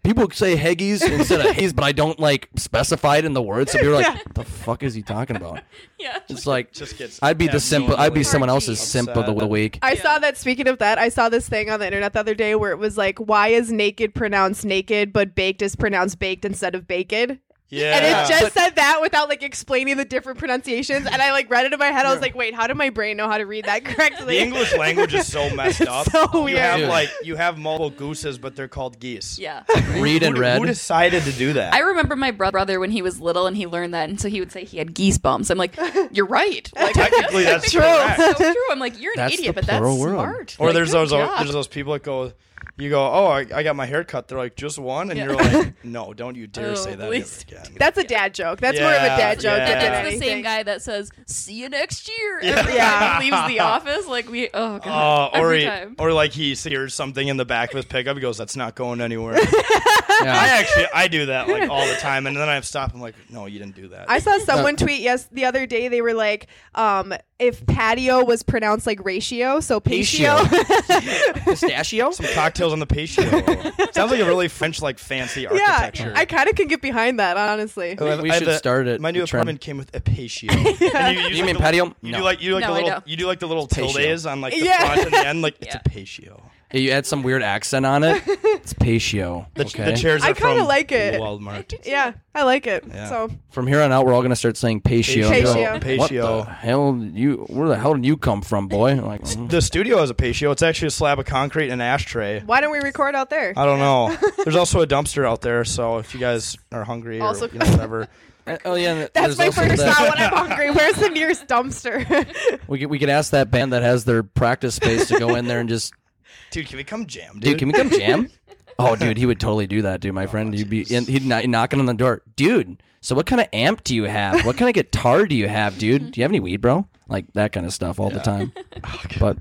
[SPEAKER 1] People say Heggies instead of Higgies, but I don't like specify it in the words. So people are like, the fuck is he talking about?
[SPEAKER 10] Yeah.
[SPEAKER 1] It's like,
[SPEAKER 6] Just gets
[SPEAKER 1] I'd be the simple, I'd be
[SPEAKER 6] abnormally
[SPEAKER 1] someone else's
[SPEAKER 6] upset.
[SPEAKER 1] simp of the week.
[SPEAKER 8] I saw that. Speaking of that, I saw this thing on the internet the other day where it was like, "Why is naked pronounced naked, but baked is pronounced baked instead of bacon?"
[SPEAKER 6] Yeah,
[SPEAKER 8] And it just said that without like explaining the different pronunciations. And I like read it in my head. I was like, "Wait, how did my brain know how to read that correctly?"
[SPEAKER 6] the English language is so messed up.
[SPEAKER 8] so weird.
[SPEAKER 6] You have
[SPEAKER 1] Dude.
[SPEAKER 6] like you have multiple gooses, but they're called geese.
[SPEAKER 10] Yeah.
[SPEAKER 1] Read and
[SPEAKER 6] Who- Who
[SPEAKER 1] read.
[SPEAKER 6] decided to do that?
[SPEAKER 10] I remember my bro- brother when he was little and he learned that. And so he would say he had geese bumps. I'm like, you're right. Like,
[SPEAKER 6] Technically, that's
[SPEAKER 10] true.
[SPEAKER 6] correct.
[SPEAKER 10] That's so true. I'm like, you're an
[SPEAKER 1] That's
[SPEAKER 10] idiot,
[SPEAKER 1] the
[SPEAKER 10] but that's
[SPEAKER 1] plural world.
[SPEAKER 10] smart.
[SPEAKER 6] Or
[SPEAKER 10] Like,
[SPEAKER 6] there's
[SPEAKER 10] good
[SPEAKER 6] those
[SPEAKER 10] job.
[SPEAKER 6] there's those people that go, you go, oh, I, I got my hair cut. They're like, just one, and you're like, no, don't you dare
[SPEAKER 10] Oh,
[SPEAKER 6] say that
[SPEAKER 10] please.
[SPEAKER 6] ever again.
[SPEAKER 8] That's a dad joke. That's more of a
[SPEAKER 6] Yeah,
[SPEAKER 8] dad joke.
[SPEAKER 6] yeah.
[SPEAKER 8] than
[SPEAKER 10] That's the
[SPEAKER 8] anything.
[SPEAKER 10] same guy that says, "See you next year." Every time he leaves the office, like we. Oh
[SPEAKER 6] Uh,
[SPEAKER 10] god.
[SPEAKER 6] or
[SPEAKER 10] Every
[SPEAKER 6] he,
[SPEAKER 10] time.
[SPEAKER 6] or like he hears something in the back of his pickup. He goes, "That's not going anywhere." I
[SPEAKER 1] Yeah.
[SPEAKER 6] actually I do that like all the time, and then I stop. I'm like, "No, you didn't do that."
[SPEAKER 8] I saw someone tweet yes the other day. They were like, um, if patio was pronounced like ratio, so patio.
[SPEAKER 1] Pistachio?
[SPEAKER 6] Some cocktails on the patio. Sounds like a really French like fancy
[SPEAKER 8] yeah,
[SPEAKER 6] architecture. Oh.
[SPEAKER 8] I kind of can get behind that honestly.
[SPEAKER 1] We- we
[SPEAKER 6] I
[SPEAKER 1] should
[SPEAKER 6] had the-
[SPEAKER 1] start it,
[SPEAKER 6] My new
[SPEAKER 1] the trend.
[SPEAKER 6] apartment came with a patio. And you,
[SPEAKER 1] You mean
[SPEAKER 6] the-
[SPEAKER 1] patio?
[SPEAKER 6] You
[SPEAKER 1] No.
[SPEAKER 6] do like you do like
[SPEAKER 10] No,
[SPEAKER 6] the
[SPEAKER 10] I
[SPEAKER 6] little
[SPEAKER 10] don't.
[SPEAKER 6] you do like the little
[SPEAKER 1] patio.
[SPEAKER 6] tildes on like the
[SPEAKER 8] Yeah.
[SPEAKER 6] front and the end. Like it's a patio.
[SPEAKER 1] You add some weird accent on it. It's patio.
[SPEAKER 6] The,
[SPEAKER 1] okay.
[SPEAKER 6] the chairs are
[SPEAKER 8] I kinda
[SPEAKER 6] from
[SPEAKER 8] like it.
[SPEAKER 6] Walmart.
[SPEAKER 8] Yeah, I like it.
[SPEAKER 6] Yeah.
[SPEAKER 8] So
[SPEAKER 1] From here on out, we're all gonna start saying patio.
[SPEAKER 8] Patio.
[SPEAKER 1] They're like, What
[SPEAKER 6] Patio.
[SPEAKER 1] the hell? did You where the hell did you come from, boy? I'm like, mm.
[SPEAKER 6] The studio has a patio. It's actually a slab of concrete and an ashtray.
[SPEAKER 8] why don't we record out there?
[SPEAKER 6] I don't know. There's also a dumpster out there, so if you guys are hungry or
[SPEAKER 8] Also-
[SPEAKER 6] you know, whatever,
[SPEAKER 1] Uh, oh yeah. and
[SPEAKER 8] That's
[SPEAKER 1] there's
[SPEAKER 8] my
[SPEAKER 1] also
[SPEAKER 8] first
[SPEAKER 1] that-
[SPEAKER 8] thought when I'm hungry. Where's the nearest dumpster?
[SPEAKER 1] We could, we could ask that band that has their practice space to go in there and just,
[SPEAKER 6] dude, can we come jam,
[SPEAKER 1] dude,
[SPEAKER 6] dude?
[SPEAKER 1] can we come jam? Oh, dude, he would totally do that,
[SPEAKER 10] Oh,
[SPEAKER 1] dude. My friend, he'd be in, he'd kno- knocking on the door, dude. So what kind of amp do you have? What kind of guitar do you have, dude? Do you have any weed, bro? Like that kind of stuff all the time.
[SPEAKER 10] Oh,
[SPEAKER 1] But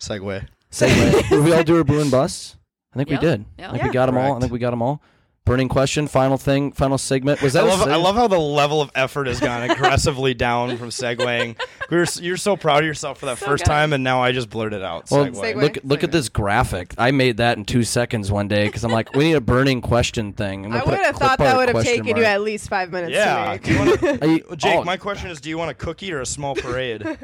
[SPEAKER 6] Segway.
[SPEAKER 1] Segway. Did we all do our brew and bust? I think
[SPEAKER 10] Yeah.
[SPEAKER 1] we did.
[SPEAKER 10] Yeah.
[SPEAKER 1] I think we got them all. I
[SPEAKER 6] Correct.
[SPEAKER 1] think we got them all. Burning question, final thing, final segment. Was
[SPEAKER 6] I
[SPEAKER 1] that? a
[SPEAKER 6] love, I
[SPEAKER 1] seg-
[SPEAKER 6] love how the level of effort has gone aggressively down from segueing. We were, s- you're so proud of yourself for that first time, and now I just blurted out.
[SPEAKER 1] Well,
[SPEAKER 6] segue.
[SPEAKER 8] Segway.
[SPEAKER 1] look look at this graphic. I made that in two seconds one day because I'm like, we need a burning question thing.
[SPEAKER 8] I would have thought that would have taken you at least five minutes.
[SPEAKER 6] Yeah.
[SPEAKER 8] To
[SPEAKER 6] Do you
[SPEAKER 8] make.
[SPEAKER 6] wanna,
[SPEAKER 1] least.
[SPEAKER 6] Jake, my question is do you want a cookie or a small parade? 'Cause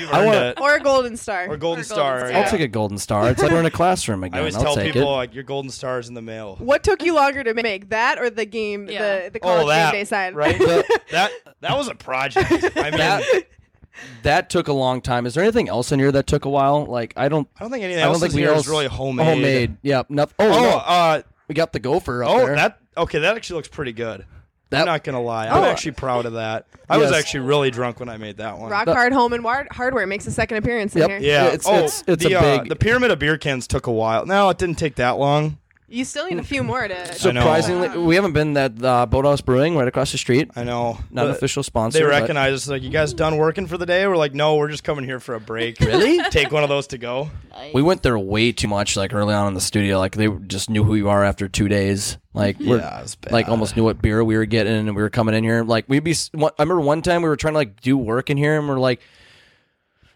[SPEAKER 6] you've
[SPEAKER 1] I
[SPEAKER 6] earned
[SPEAKER 1] wanna-
[SPEAKER 6] it.
[SPEAKER 8] Or a golden star.
[SPEAKER 6] Or Golden Star.
[SPEAKER 10] Star.
[SPEAKER 6] yeah.
[SPEAKER 1] I'll take a golden star. It's like we're in a classroom
[SPEAKER 6] I
[SPEAKER 1] again.
[SPEAKER 6] always
[SPEAKER 1] will
[SPEAKER 6] tell
[SPEAKER 1] take
[SPEAKER 6] people,
[SPEAKER 1] it.
[SPEAKER 6] like, your Golden Star is in the mail.
[SPEAKER 8] what took you longer to make that or the game?
[SPEAKER 10] Yeah.
[SPEAKER 8] The the college
[SPEAKER 6] Oh, that.
[SPEAKER 8] game day side.
[SPEAKER 6] Right?
[SPEAKER 1] That-
[SPEAKER 6] that, that was a project. I mean,
[SPEAKER 1] That that took a long time. Is there anything else in here that took a while? Like I don't.
[SPEAKER 6] I don't think anything
[SPEAKER 1] I don't
[SPEAKER 6] else
[SPEAKER 1] think
[SPEAKER 6] is
[SPEAKER 1] we
[SPEAKER 6] here
[SPEAKER 1] else
[SPEAKER 6] is really homemade.
[SPEAKER 1] Homemade. Yeah. Nothing. Oh,
[SPEAKER 6] Oh,
[SPEAKER 1] no,
[SPEAKER 6] uh,
[SPEAKER 1] we got the gopher. Up
[SPEAKER 6] oh,
[SPEAKER 1] there.
[SPEAKER 6] that okay. That actually looks pretty good. I'm
[SPEAKER 11] That
[SPEAKER 6] not gonna lie. I'm
[SPEAKER 8] Oh.
[SPEAKER 6] actually proud of that. I was
[SPEAKER 11] Yes.
[SPEAKER 6] actually really drunk when I made that one.
[SPEAKER 8] Rock Hard Home and Ward- Hardware makes a second appearance
[SPEAKER 11] Yep.
[SPEAKER 8] in here.
[SPEAKER 6] Yeah, Oh,
[SPEAKER 11] It's- it's- it's a
[SPEAKER 6] the, uh,
[SPEAKER 11] big-
[SPEAKER 6] the pyramid of beer cans took a while. No, it didn't take that long.
[SPEAKER 8] You still need a few more to.
[SPEAKER 6] I know.
[SPEAKER 1] Surprisingly, we haven't been that uh, Boathouse Brewing right across the street.
[SPEAKER 6] I know.
[SPEAKER 1] Not an
[SPEAKER 6] But
[SPEAKER 1] official sponsor.
[SPEAKER 6] They
[SPEAKER 1] but-
[SPEAKER 6] recognize us like you guys done working for the day. We're like, no, we're just coming here for a break. Really? Take one of those to go.
[SPEAKER 1] We went there way too much, like early on in the studio. Like they just knew who you are after two days. Like we're
[SPEAKER 6] Yeah, it was bad.
[SPEAKER 1] like almost knew what beer we were getting, and we were coming in here. Like we'd be. s- One, I remember one time we were trying to like do work in here, and we're like,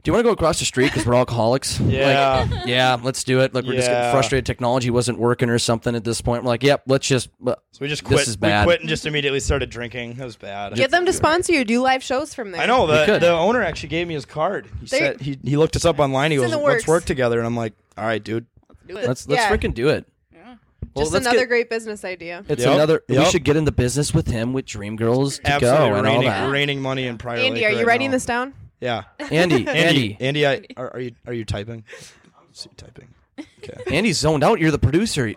[SPEAKER 1] "Do you want to go across the street because we're alcoholics?"
[SPEAKER 6] Yeah.
[SPEAKER 1] Like, yeah, let's do it. Like we're just
[SPEAKER 6] Yeah.
[SPEAKER 1] getting frustrated. Technology wasn't working or something at this point. We're like, "Yep, let's just."
[SPEAKER 6] So we just
[SPEAKER 1] This
[SPEAKER 6] quit.
[SPEAKER 1] is bad.
[SPEAKER 6] We quit and just immediately started drinking. That was bad.
[SPEAKER 8] Get them to sponsor you. Do live shows from there.
[SPEAKER 6] I know
[SPEAKER 1] We
[SPEAKER 6] the
[SPEAKER 1] could.
[SPEAKER 6] the owner actually gave me his card. He
[SPEAKER 8] They-
[SPEAKER 6] said he, he looked us up online. He
[SPEAKER 8] It's
[SPEAKER 6] goes,
[SPEAKER 8] in the
[SPEAKER 6] "Let's
[SPEAKER 8] works.
[SPEAKER 6] work together," and I'm like, "All right, dude."
[SPEAKER 1] Let's let's
[SPEAKER 8] yeah.
[SPEAKER 1] freaking do it. Well,
[SPEAKER 8] Just
[SPEAKER 1] let's
[SPEAKER 8] another
[SPEAKER 1] get-
[SPEAKER 8] great business idea.
[SPEAKER 1] It's
[SPEAKER 6] Yep.
[SPEAKER 1] another. We
[SPEAKER 6] Yep.
[SPEAKER 1] should get into business with him with Dream Girls to
[SPEAKER 6] Absolutely
[SPEAKER 1] go and all
[SPEAKER 6] raining,
[SPEAKER 1] that.
[SPEAKER 6] raining money in Prior
[SPEAKER 8] Andy,
[SPEAKER 6] Lake
[SPEAKER 8] are
[SPEAKER 6] right
[SPEAKER 8] you writing
[SPEAKER 6] now.
[SPEAKER 8] this down?
[SPEAKER 6] Yeah,
[SPEAKER 1] Andy, Andy,
[SPEAKER 6] Andy, Andy, I, are, are you are you typing? See, typing. Okay.
[SPEAKER 1] Andy's zoned out. You're the producer.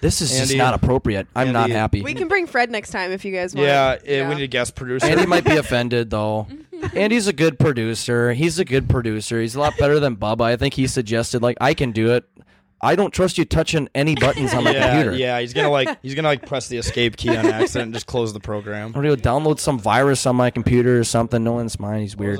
[SPEAKER 1] This is just
[SPEAKER 6] Andy.
[SPEAKER 1] not appropriate. I'm not
[SPEAKER 6] Andy.
[SPEAKER 1] happy.
[SPEAKER 8] We can bring Fred next time if you guys want.
[SPEAKER 6] Yeah, eh, we need a guest producer.
[SPEAKER 1] Andy might be offended though. Andy's a good producer. He's a good producer. He's a lot better than Bubba. I think he suggested like I can do it. I don't trust you touching any buttons on my
[SPEAKER 6] yeah,
[SPEAKER 1] computer.
[SPEAKER 6] yeah, he's gonna like he's gonna like press the escape key on accident and just close the program.
[SPEAKER 1] I'm gonna go download some virus on my computer or something. No one's mine. He's weird.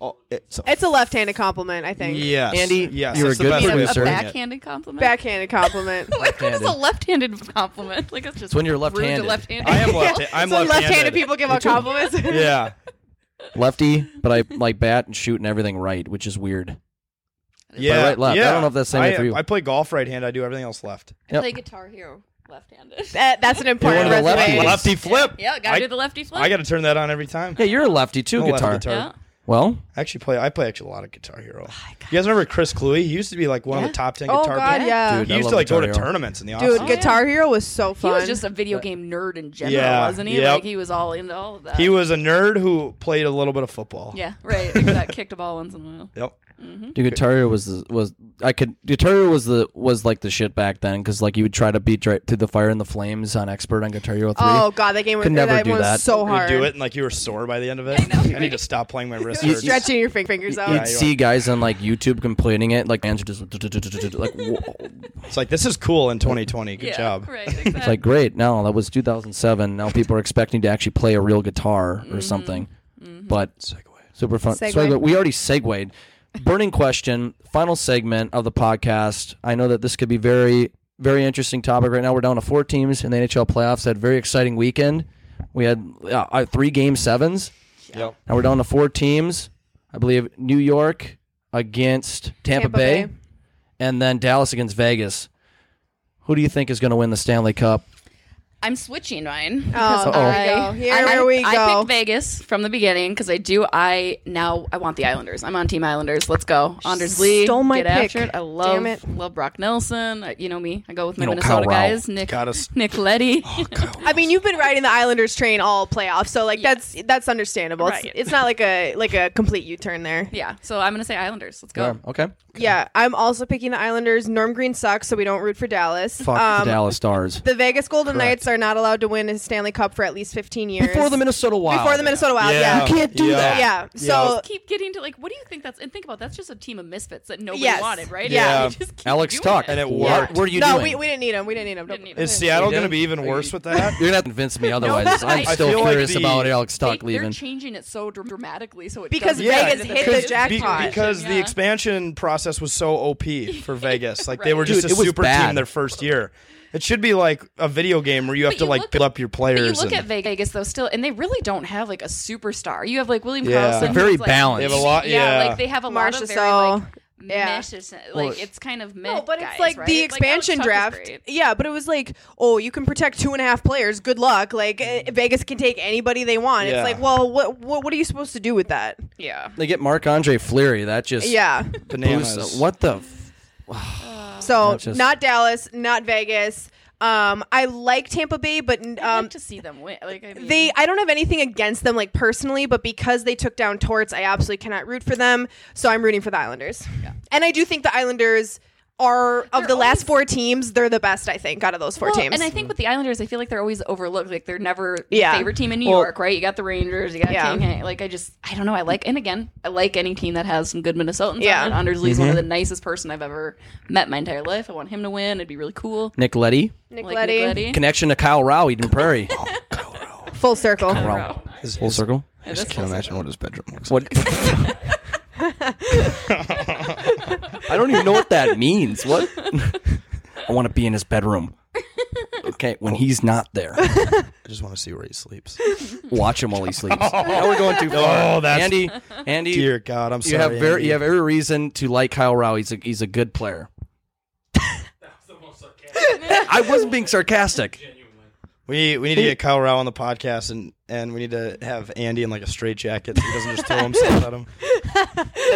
[SPEAKER 6] Oh, it's
[SPEAKER 8] It's a left-handed compliment, I think.
[SPEAKER 6] yes,
[SPEAKER 1] Andy,
[SPEAKER 6] yes,
[SPEAKER 1] you're a
[SPEAKER 6] it's the
[SPEAKER 1] good
[SPEAKER 6] best way of
[SPEAKER 1] producer.
[SPEAKER 6] putting it.
[SPEAKER 10] Backhanded compliment.
[SPEAKER 8] Backhanded compliment.
[SPEAKER 10] what is a left-handed compliment? Like that's just
[SPEAKER 1] when you're
[SPEAKER 10] rude to
[SPEAKER 1] left-handed.
[SPEAKER 10] left-handed.
[SPEAKER 6] I am left. I'm
[SPEAKER 8] so
[SPEAKER 6] left-handed.
[SPEAKER 8] left-handed people give out compliments.
[SPEAKER 6] Yeah,
[SPEAKER 1] Lefty, but I like bat and shoot and everything right, which is weird.
[SPEAKER 6] yeah,
[SPEAKER 1] right, left. I
[SPEAKER 6] yeah.
[SPEAKER 1] don't know if that's the same
[SPEAKER 6] I,
[SPEAKER 1] for you.
[SPEAKER 6] I play golf right hand. I do everything else left.
[SPEAKER 1] Yep.
[SPEAKER 10] Play Guitar Hero left-handed.
[SPEAKER 8] That- Eh, that's an important
[SPEAKER 1] one of the
[SPEAKER 8] resume.
[SPEAKER 1] lefties.
[SPEAKER 6] Lefty flip.
[SPEAKER 10] Yeah, gotta
[SPEAKER 6] I-
[SPEAKER 10] do the lefty flip.
[SPEAKER 6] I got to turn that on every time.
[SPEAKER 1] Yeah, you're a lefty too.
[SPEAKER 6] No left
[SPEAKER 1] guitar.
[SPEAKER 10] yeah.
[SPEAKER 1] Well,
[SPEAKER 6] I actually play. I play actually a lot of Guitar Hero.
[SPEAKER 10] Oh
[SPEAKER 6] you guys remember Chris Cluey? He used to be like one of the top ten
[SPEAKER 8] Oh
[SPEAKER 6] guitar
[SPEAKER 8] God,
[SPEAKER 6] players.
[SPEAKER 8] yeah.
[SPEAKER 1] Dude,
[SPEAKER 6] He
[SPEAKER 1] I
[SPEAKER 6] used
[SPEAKER 1] love
[SPEAKER 6] to like go
[SPEAKER 1] Guitar
[SPEAKER 6] to
[SPEAKER 1] Hero.
[SPEAKER 6] tournaments in the
[SPEAKER 8] Dude,
[SPEAKER 6] office.
[SPEAKER 8] Guitar Hero was so
[SPEAKER 10] He
[SPEAKER 8] fun.
[SPEAKER 10] was just a video game nerd in general,
[SPEAKER 6] Yeah,
[SPEAKER 10] wasn't he?
[SPEAKER 6] yep.
[SPEAKER 10] Like he was all into all of that.
[SPEAKER 6] He was a nerd who played a little bit of football.
[SPEAKER 10] Yeah, right. He got kicked a ball once in a while.
[SPEAKER 6] Yep.
[SPEAKER 1] Dude, Guitar Hero was the, was I could Guitar Hero was the was like the shit back then because like you would try to beat right through the fire and the flames on expert on Guitar Hero three.
[SPEAKER 8] oh god, that game was
[SPEAKER 1] Could never
[SPEAKER 8] that
[SPEAKER 1] do
[SPEAKER 8] was
[SPEAKER 1] that.
[SPEAKER 8] so
[SPEAKER 6] You
[SPEAKER 8] hard.
[SPEAKER 6] would do it and like you were sore by the end of it. I, need to stop playing my wrist.
[SPEAKER 1] You-
[SPEAKER 6] hurts.
[SPEAKER 8] Stretching your fin- fingers out.
[SPEAKER 1] You'd see guys on like YouTube complaining it like fans are just like whoa.
[SPEAKER 6] It's like this is cool in 2020. Good
[SPEAKER 10] yeah,
[SPEAKER 6] job.
[SPEAKER 10] Right. Exactly.
[SPEAKER 1] it's like great now that was 2007 now people are expecting to actually play a real guitar or something but super fun
[SPEAKER 8] Segue.
[SPEAKER 1] Segue. we already segued burning question final segment of the podcast I know that this could be very very interesting topic right now we're down to four teams in the NHL playoffs had a very exciting weekend we had uh, uh, three game sevens
[SPEAKER 6] Yep.
[SPEAKER 1] now we're down to four teams I believe New York against Tampa,
[SPEAKER 8] Tampa
[SPEAKER 1] Bay,
[SPEAKER 8] Bay.
[SPEAKER 1] and then Dallas against Vegas who do you think is going to win the Stanley Cup
[SPEAKER 10] I'm switching mine.
[SPEAKER 8] Oh,
[SPEAKER 10] because
[SPEAKER 8] there we
[SPEAKER 10] I-
[SPEAKER 8] go. Here
[SPEAKER 10] I,
[SPEAKER 8] we
[SPEAKER 10] I
[SPEAKER 8] go.
[SPEAKER 10] picked Vegas from the beginning because I do. I now I want the Islanders. I'm on Team Islanders. Let's go. Anders Lee.
[SPEAKER 8] stole my
[SPEAKER 10] get
[SPEAKER 8] pick.
[SPEAKER 10] after it. I love
[SPEAKER 8] Damn it.
[SPEAKER 10] love Brock Nelson. I, you know me. I go with my
[SPEAKER 1] You know, Kyle
[SPEAKER 10] Minnesota
[SPEAKER 1] Rao.
[SPEAKER 10] guys. Nick
[SPEAKER 6] Got us.
[SPEAKER 10] Nick Letty.
[SPEAKER 6] Oh,
[SPEAKER 8] I mean, you've been riding the Islanders train all playoffs, so like that's that's understandable.
[SPEAKER 10] Right.
[SPEAKER 8] It's, it's not like a like a complete U turn there.
[SPEAKER 10] yeah. So I'm gonna say Islanders. Let's go.
[SPEAKER 1] Yeah, okay
[SPEAKER 8] Yeah, I'm also picking the Islanders. Norm Green sucks, so we don't root for Dallas.
[SPEAKER 1] Fuck
[SPEAKER 8] Um,
[SPEAKER 1] the Dallas Stars.
[SPEAKER 8] The Vegas Golden
[SPEAKER 1] Correct.
[SPEAKER 8] Knights are not allowed to win a Stanley Cup for at least 15 years.
[SPEAKER 1] Before the Minnesota Wild.
[SPEAKER 8] Before the Minnesota Wild, yeah.
[SPEAKER 1] You can't do
[SPEAKER 6] Yeah.
[SPEAKER 1] that.
[SPEAKER 8] Yeah. So
[SPEAKER 10] Keep getting to like, what do you think that's? And think about that's just a team of misfits that nobody
[SPEAKER 8] Yes.
[SPEAKER 10] wanted, right?
[SPEAKER 8] Yeah.
[SPEAKER 10] And they just keep
[SPEAKER 1] Alex
[SPEAKER 10] doing
[SPEAKER 1] Tuck.
[SPEAKER 10] it.
[SPEAKER 6] And it
[SPEAKER 1] What
[SPEAKER 6] worked.
[SPEAKER 1] were you
[SPEAKER 8] no,
[SPEAKER 1] doing?
[SPEAKER 8] we, we didn't need him. We didn't need him.
[SPEAKER 10] Didn't need
[SPEAKER 6] Is Seattle
[SPEAKER 1] You
[SPEAKER 6] going to
[SPEAKER 1] did?
[SPEAKER 6] be even worse with that?
[SPEAKER 1] You're going to have to convince me otherwise. I'm
[SPEAKER 10] I
[SPEAKER 1] still
[SPEAKER 6] feel like
[SPEAKER 1] curious
[SPEAKER 6] the-
[SPEAKER 1] about Alex Tuck
[SPEAKER 10] they, They're
[SPEAKER 1] leaving.
[SPEAKER 10] changing it so dr- dramatically, so it
[SPEAKER 8] Because
[SPEAKER 10] doesn't
[SPEAKER 8] Yeah.
[SPEAKER 10] fit
[SPEAKER 8] Vegas
[SPEAKER 10] into
[SPEAKER 8] hit the
[SPEAKER 10] budget.
[SPEAKER 8] jackpot.
[SPEAKER 6] be- because the
[SPEAKER 10] Yeah.
[SPEAKER 6] expansion process was so OP for Vegas. Like they were
[SPEAKER 1] Dude,
[SPEAKER 6] just a
[SPEAKER 1] it was
[SPEAKER 6] super
[SPEAKER 1] bad.
[SPEAKER 6] team their first year. It should be like a video game where you have
[SPEAKER 10] But
[SPEAKER 6] to
[SPEAKER 10] you
[SPEAKER 6] like
[SPEAKER 10] look-
[SPEAKER 6] build up your
[SPEAKER 10] But you
[SPEAKER 6] players.
[SPEAKER 10] look
[SPEAKER 6] and
[SPEAKER 10] at Vegas though, still, and they really don't have like a superstar. You have like William
[SPEAKER 6] Yeah.
[SPEAKER 10] Carlson.
[SPEAKER 6] They're
[SPEAKER 10] who's,
[SPEAKER 1] very
[SPEAKER 10] like,
[SPEAKER 1] balanced.
[SPEAKER 6] They have a lot- yeah.
[SPEAKER 10] like they have a lot
[SPEAKER 8] Marcia
[SPEAKER 10] of very
[SPEAKER 8] Saul.
[SPEAKER 10] like
[SPEAKER 8] Yeah.
[SPEAKER 10] mesh. is- Like it's kind of meh
[SPEAKER 8] No, but
[SPEAKER 10] guys,
[SPEAKER 8] it's like the
[SPEAKER 10] right? Like, Alex
[SPEAKER 8] expansion
[SPEAKER 10] Tuck is
[SPEAKER 8] draft.
[SPEAKER 10] great.
[SPEAKER 8] Yeah, but it was like, oh, you can protect two and a half players. Good luck. Like eh, Vegas can take anybody they want.
[SPEAKER 6] Yeah.
[SPEAKER 8] It's like, well, what, what what are you supposed to do with that?
[SPEAKER 10] Yeah,
[SPEAKER 1] They get Marc Andre Fleury. That just
[SPEAKER 8] Yeah.
[SPEAKER 1] boosts-
[SPEAKER 6] bananas.
[SPEAKER 1] What the? F-
[SPEAKER 8] So
[SPEAKER 1] Not just-
[SPEAKER 8] not Dallas, not Vegas. Um, I like Tampa Bay, but
[SPEAKER 10] I'd
[SPEAKER 8] um,
[SPEAKER 10] like to see them win. Like I mean,
[SPEAKER 8] they I don't have anything against them like personally, but because they took down Torts, I absolutely cannot root for them. So I'm rooting for the Islanders. And I do think the Islanders are of the
[SPEAKER 7] They're
[SPEAKER 8] last four teams, they're the best. I think out of those four
[SPEAKER 7] Well,
[SPEAKER 8] teams.
[SPEAKER 7] And I think with the Islanders, I feel like they're always overlooked. Like they're never
[SPEAKER 8] Yeah.
[SPEAKER 7] the favorite team in New
[SPEAKER 6] Well-
[SPEAKER 7] York, right? You got the Rangers, you got
[SPEAKER 8] Yeah.
[SPEAKER 7] King. Hen- Like I just, I don't know. I like, and again, I like any team that has some good Minnesotans.
[SPEAKER 8] Yeah.
[SPEAKER 7] Yeah, on it. Undersley's one of the nicest person I've ever met my entire life. I want him to win. It'd be really cool.
[SPEAKER 1] Nick Letty,
[SPEAKER 8] Nick
[SPEAKER 7] Like
[SPEAKER 8] Letty.
[SPEAKER 7] Nicoletti.
[SPEAKER 1] connection to Kyle Rao, Eden Prairie.
[SPEAKER 8] full circle.
[SPEAKER 6] His,
[SPEAKER 1] Full circle.
[SPEAKER 6] I just can't imagine what his bedroom looks like.
[SPEAKER 1] What? I don't even know what that means. What? I want to be in his bedroom. Okay, when he's not there,
[SPEAKER 6] I just want to see where he sleeps.
[SPEAKER 1] watch him while he sleeps. Now we're going too far.
[SPEAKER 6] Oh, that's-
[SPEAKER 1] Andy. Andy,
[SPEAKER 6] Dear God, I'm sorry.
[SPEAKER 1] you have very,
[SPEAKER 6] Andy.
[SPEAKER 1] you have every reason to like Kyle Rao. He's a, he's a good player. I wasn't being sarcastic.
[SPEAKER 6] We we need to get Kyle Rao on the podcast and and we need to have Andy in like a straight jacket so he doesn't just throw himself at him.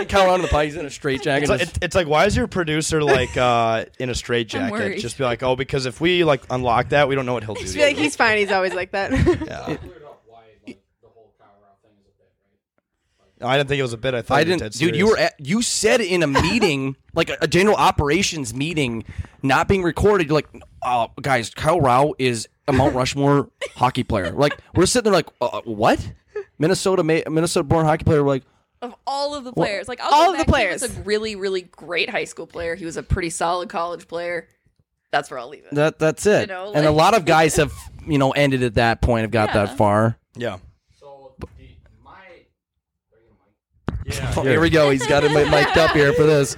[SPEAKER 1] Kyle Rao in the pie. He's in a straight
[SPEAKER 6] It's
[SPEAKER 1] jacket.
[SPEAKER 6] like, it's, it's like why is your producer like uh in a straight
[SPEAKER 7] I'm
[SPEAKER 6] jacket?
[SPEAKER 7] worried.
[SPEAKER 6] Just be like, oh, because if we like unlock that, we don't know what he'll do.
[SPEAKER 8] Just
[SPEAKER 6] to
[SPEAKER 8] feel like
[SPEAKER 6] you."
[SPEAKER 8] he's fine. He's always like that.
[SPEAKER 6] yeah. No, I didn't think it was a bit. I thought
[SPEAKER 1] I
[SPEAKER 6] you
[SPEAKER 1] didn't,
[SPEAKER 6] dead
[SPEAKER 1] dude.
[SPEAKER 6] serious.
[SPEAKER 1] You were at, you said in a meeting, like a, a general operations meeting, not being recorded. You're like, uh, guys, Kyle Rao is a Mount Rushmore hockey player. Like we're sitting there, like, uh, what? Minnesota, ma- Minnesota-born hockey player. We're like,
[SPEAKER 7] of all of the players, like I'll
[SPEAKER 8] all
[SPEAKER 7] go
[SPEAKER 8] of the
[SPEAKER 7] back, he was
[SPEAKER 8] players.
[SPEAKER 7] a really, really great high school player. He was a pretty solid college player. That's where I'll leave it.
[SPEAKER 1] that that's it.
[SPEAKER 7] You know,
[SPEAKER 1] and a
[SPEAKER 7] like-
[SPEAKER 1] lot of guys have, you know, ended at that point. Have got that far.
[SPEAKER 6] yeah.
[SPEAKER 1] Oh, here we go. He's got it mi- mic'd up here for this.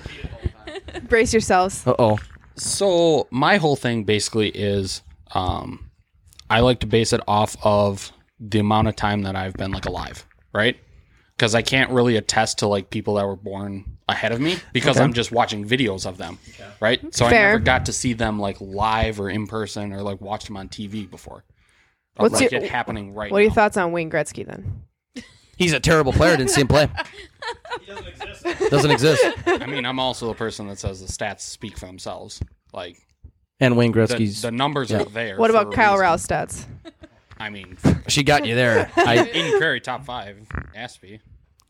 [SPEAKER 8] Brace yourselves.
[SPEAKER 1] Uh oh.
[SPEAKER 4] So my whole thing basically is, um, I like to base it off of the amount of time that I've been like alive, right? Because I can't really attest to like people that were born ahead of me because I'm just watching videos of them, right? So I
[SPEAKER 8] Fair.
[SPEAKER 4] never got to see them like live or in person or like watch them on TV before. I
[SPEAKER 8] What's
[SPEAKER 4] like
[SPEAKER 8] your-
[SPEAKER 4] it happening right
[SPEAKER 8] What are your
[SPEAKER 4] now.
[SPEAKER 8] thoughts on Wayne Gretzky then?
[SPEAKER 1] He's a terrible player. Didn't see him play. Doesn't exist.
[SPEAKER 4] I mean, I'm also the person that says the stats speak for themselves. Like
[SPEAKER 1] And Wayne
[SPEAKER 4] the,
[SPEAKER 1] Gretzky's.
[SPEAKER 4] the numbers are there.
[SPEAKER 8] What
[SPEAKER 4] for
[SPEAKER 8] about
[SPEAKER 4] a
[SPEAKER 8] Kyle
[SPEAKER 4] reason.
[SPEAKER 8] Rouse stats?
[SPEAKER 4] I mean,
[SPEAKER 1] she got you there. I,
[SPEAKER 4] Eden Prairie top five, Aspie.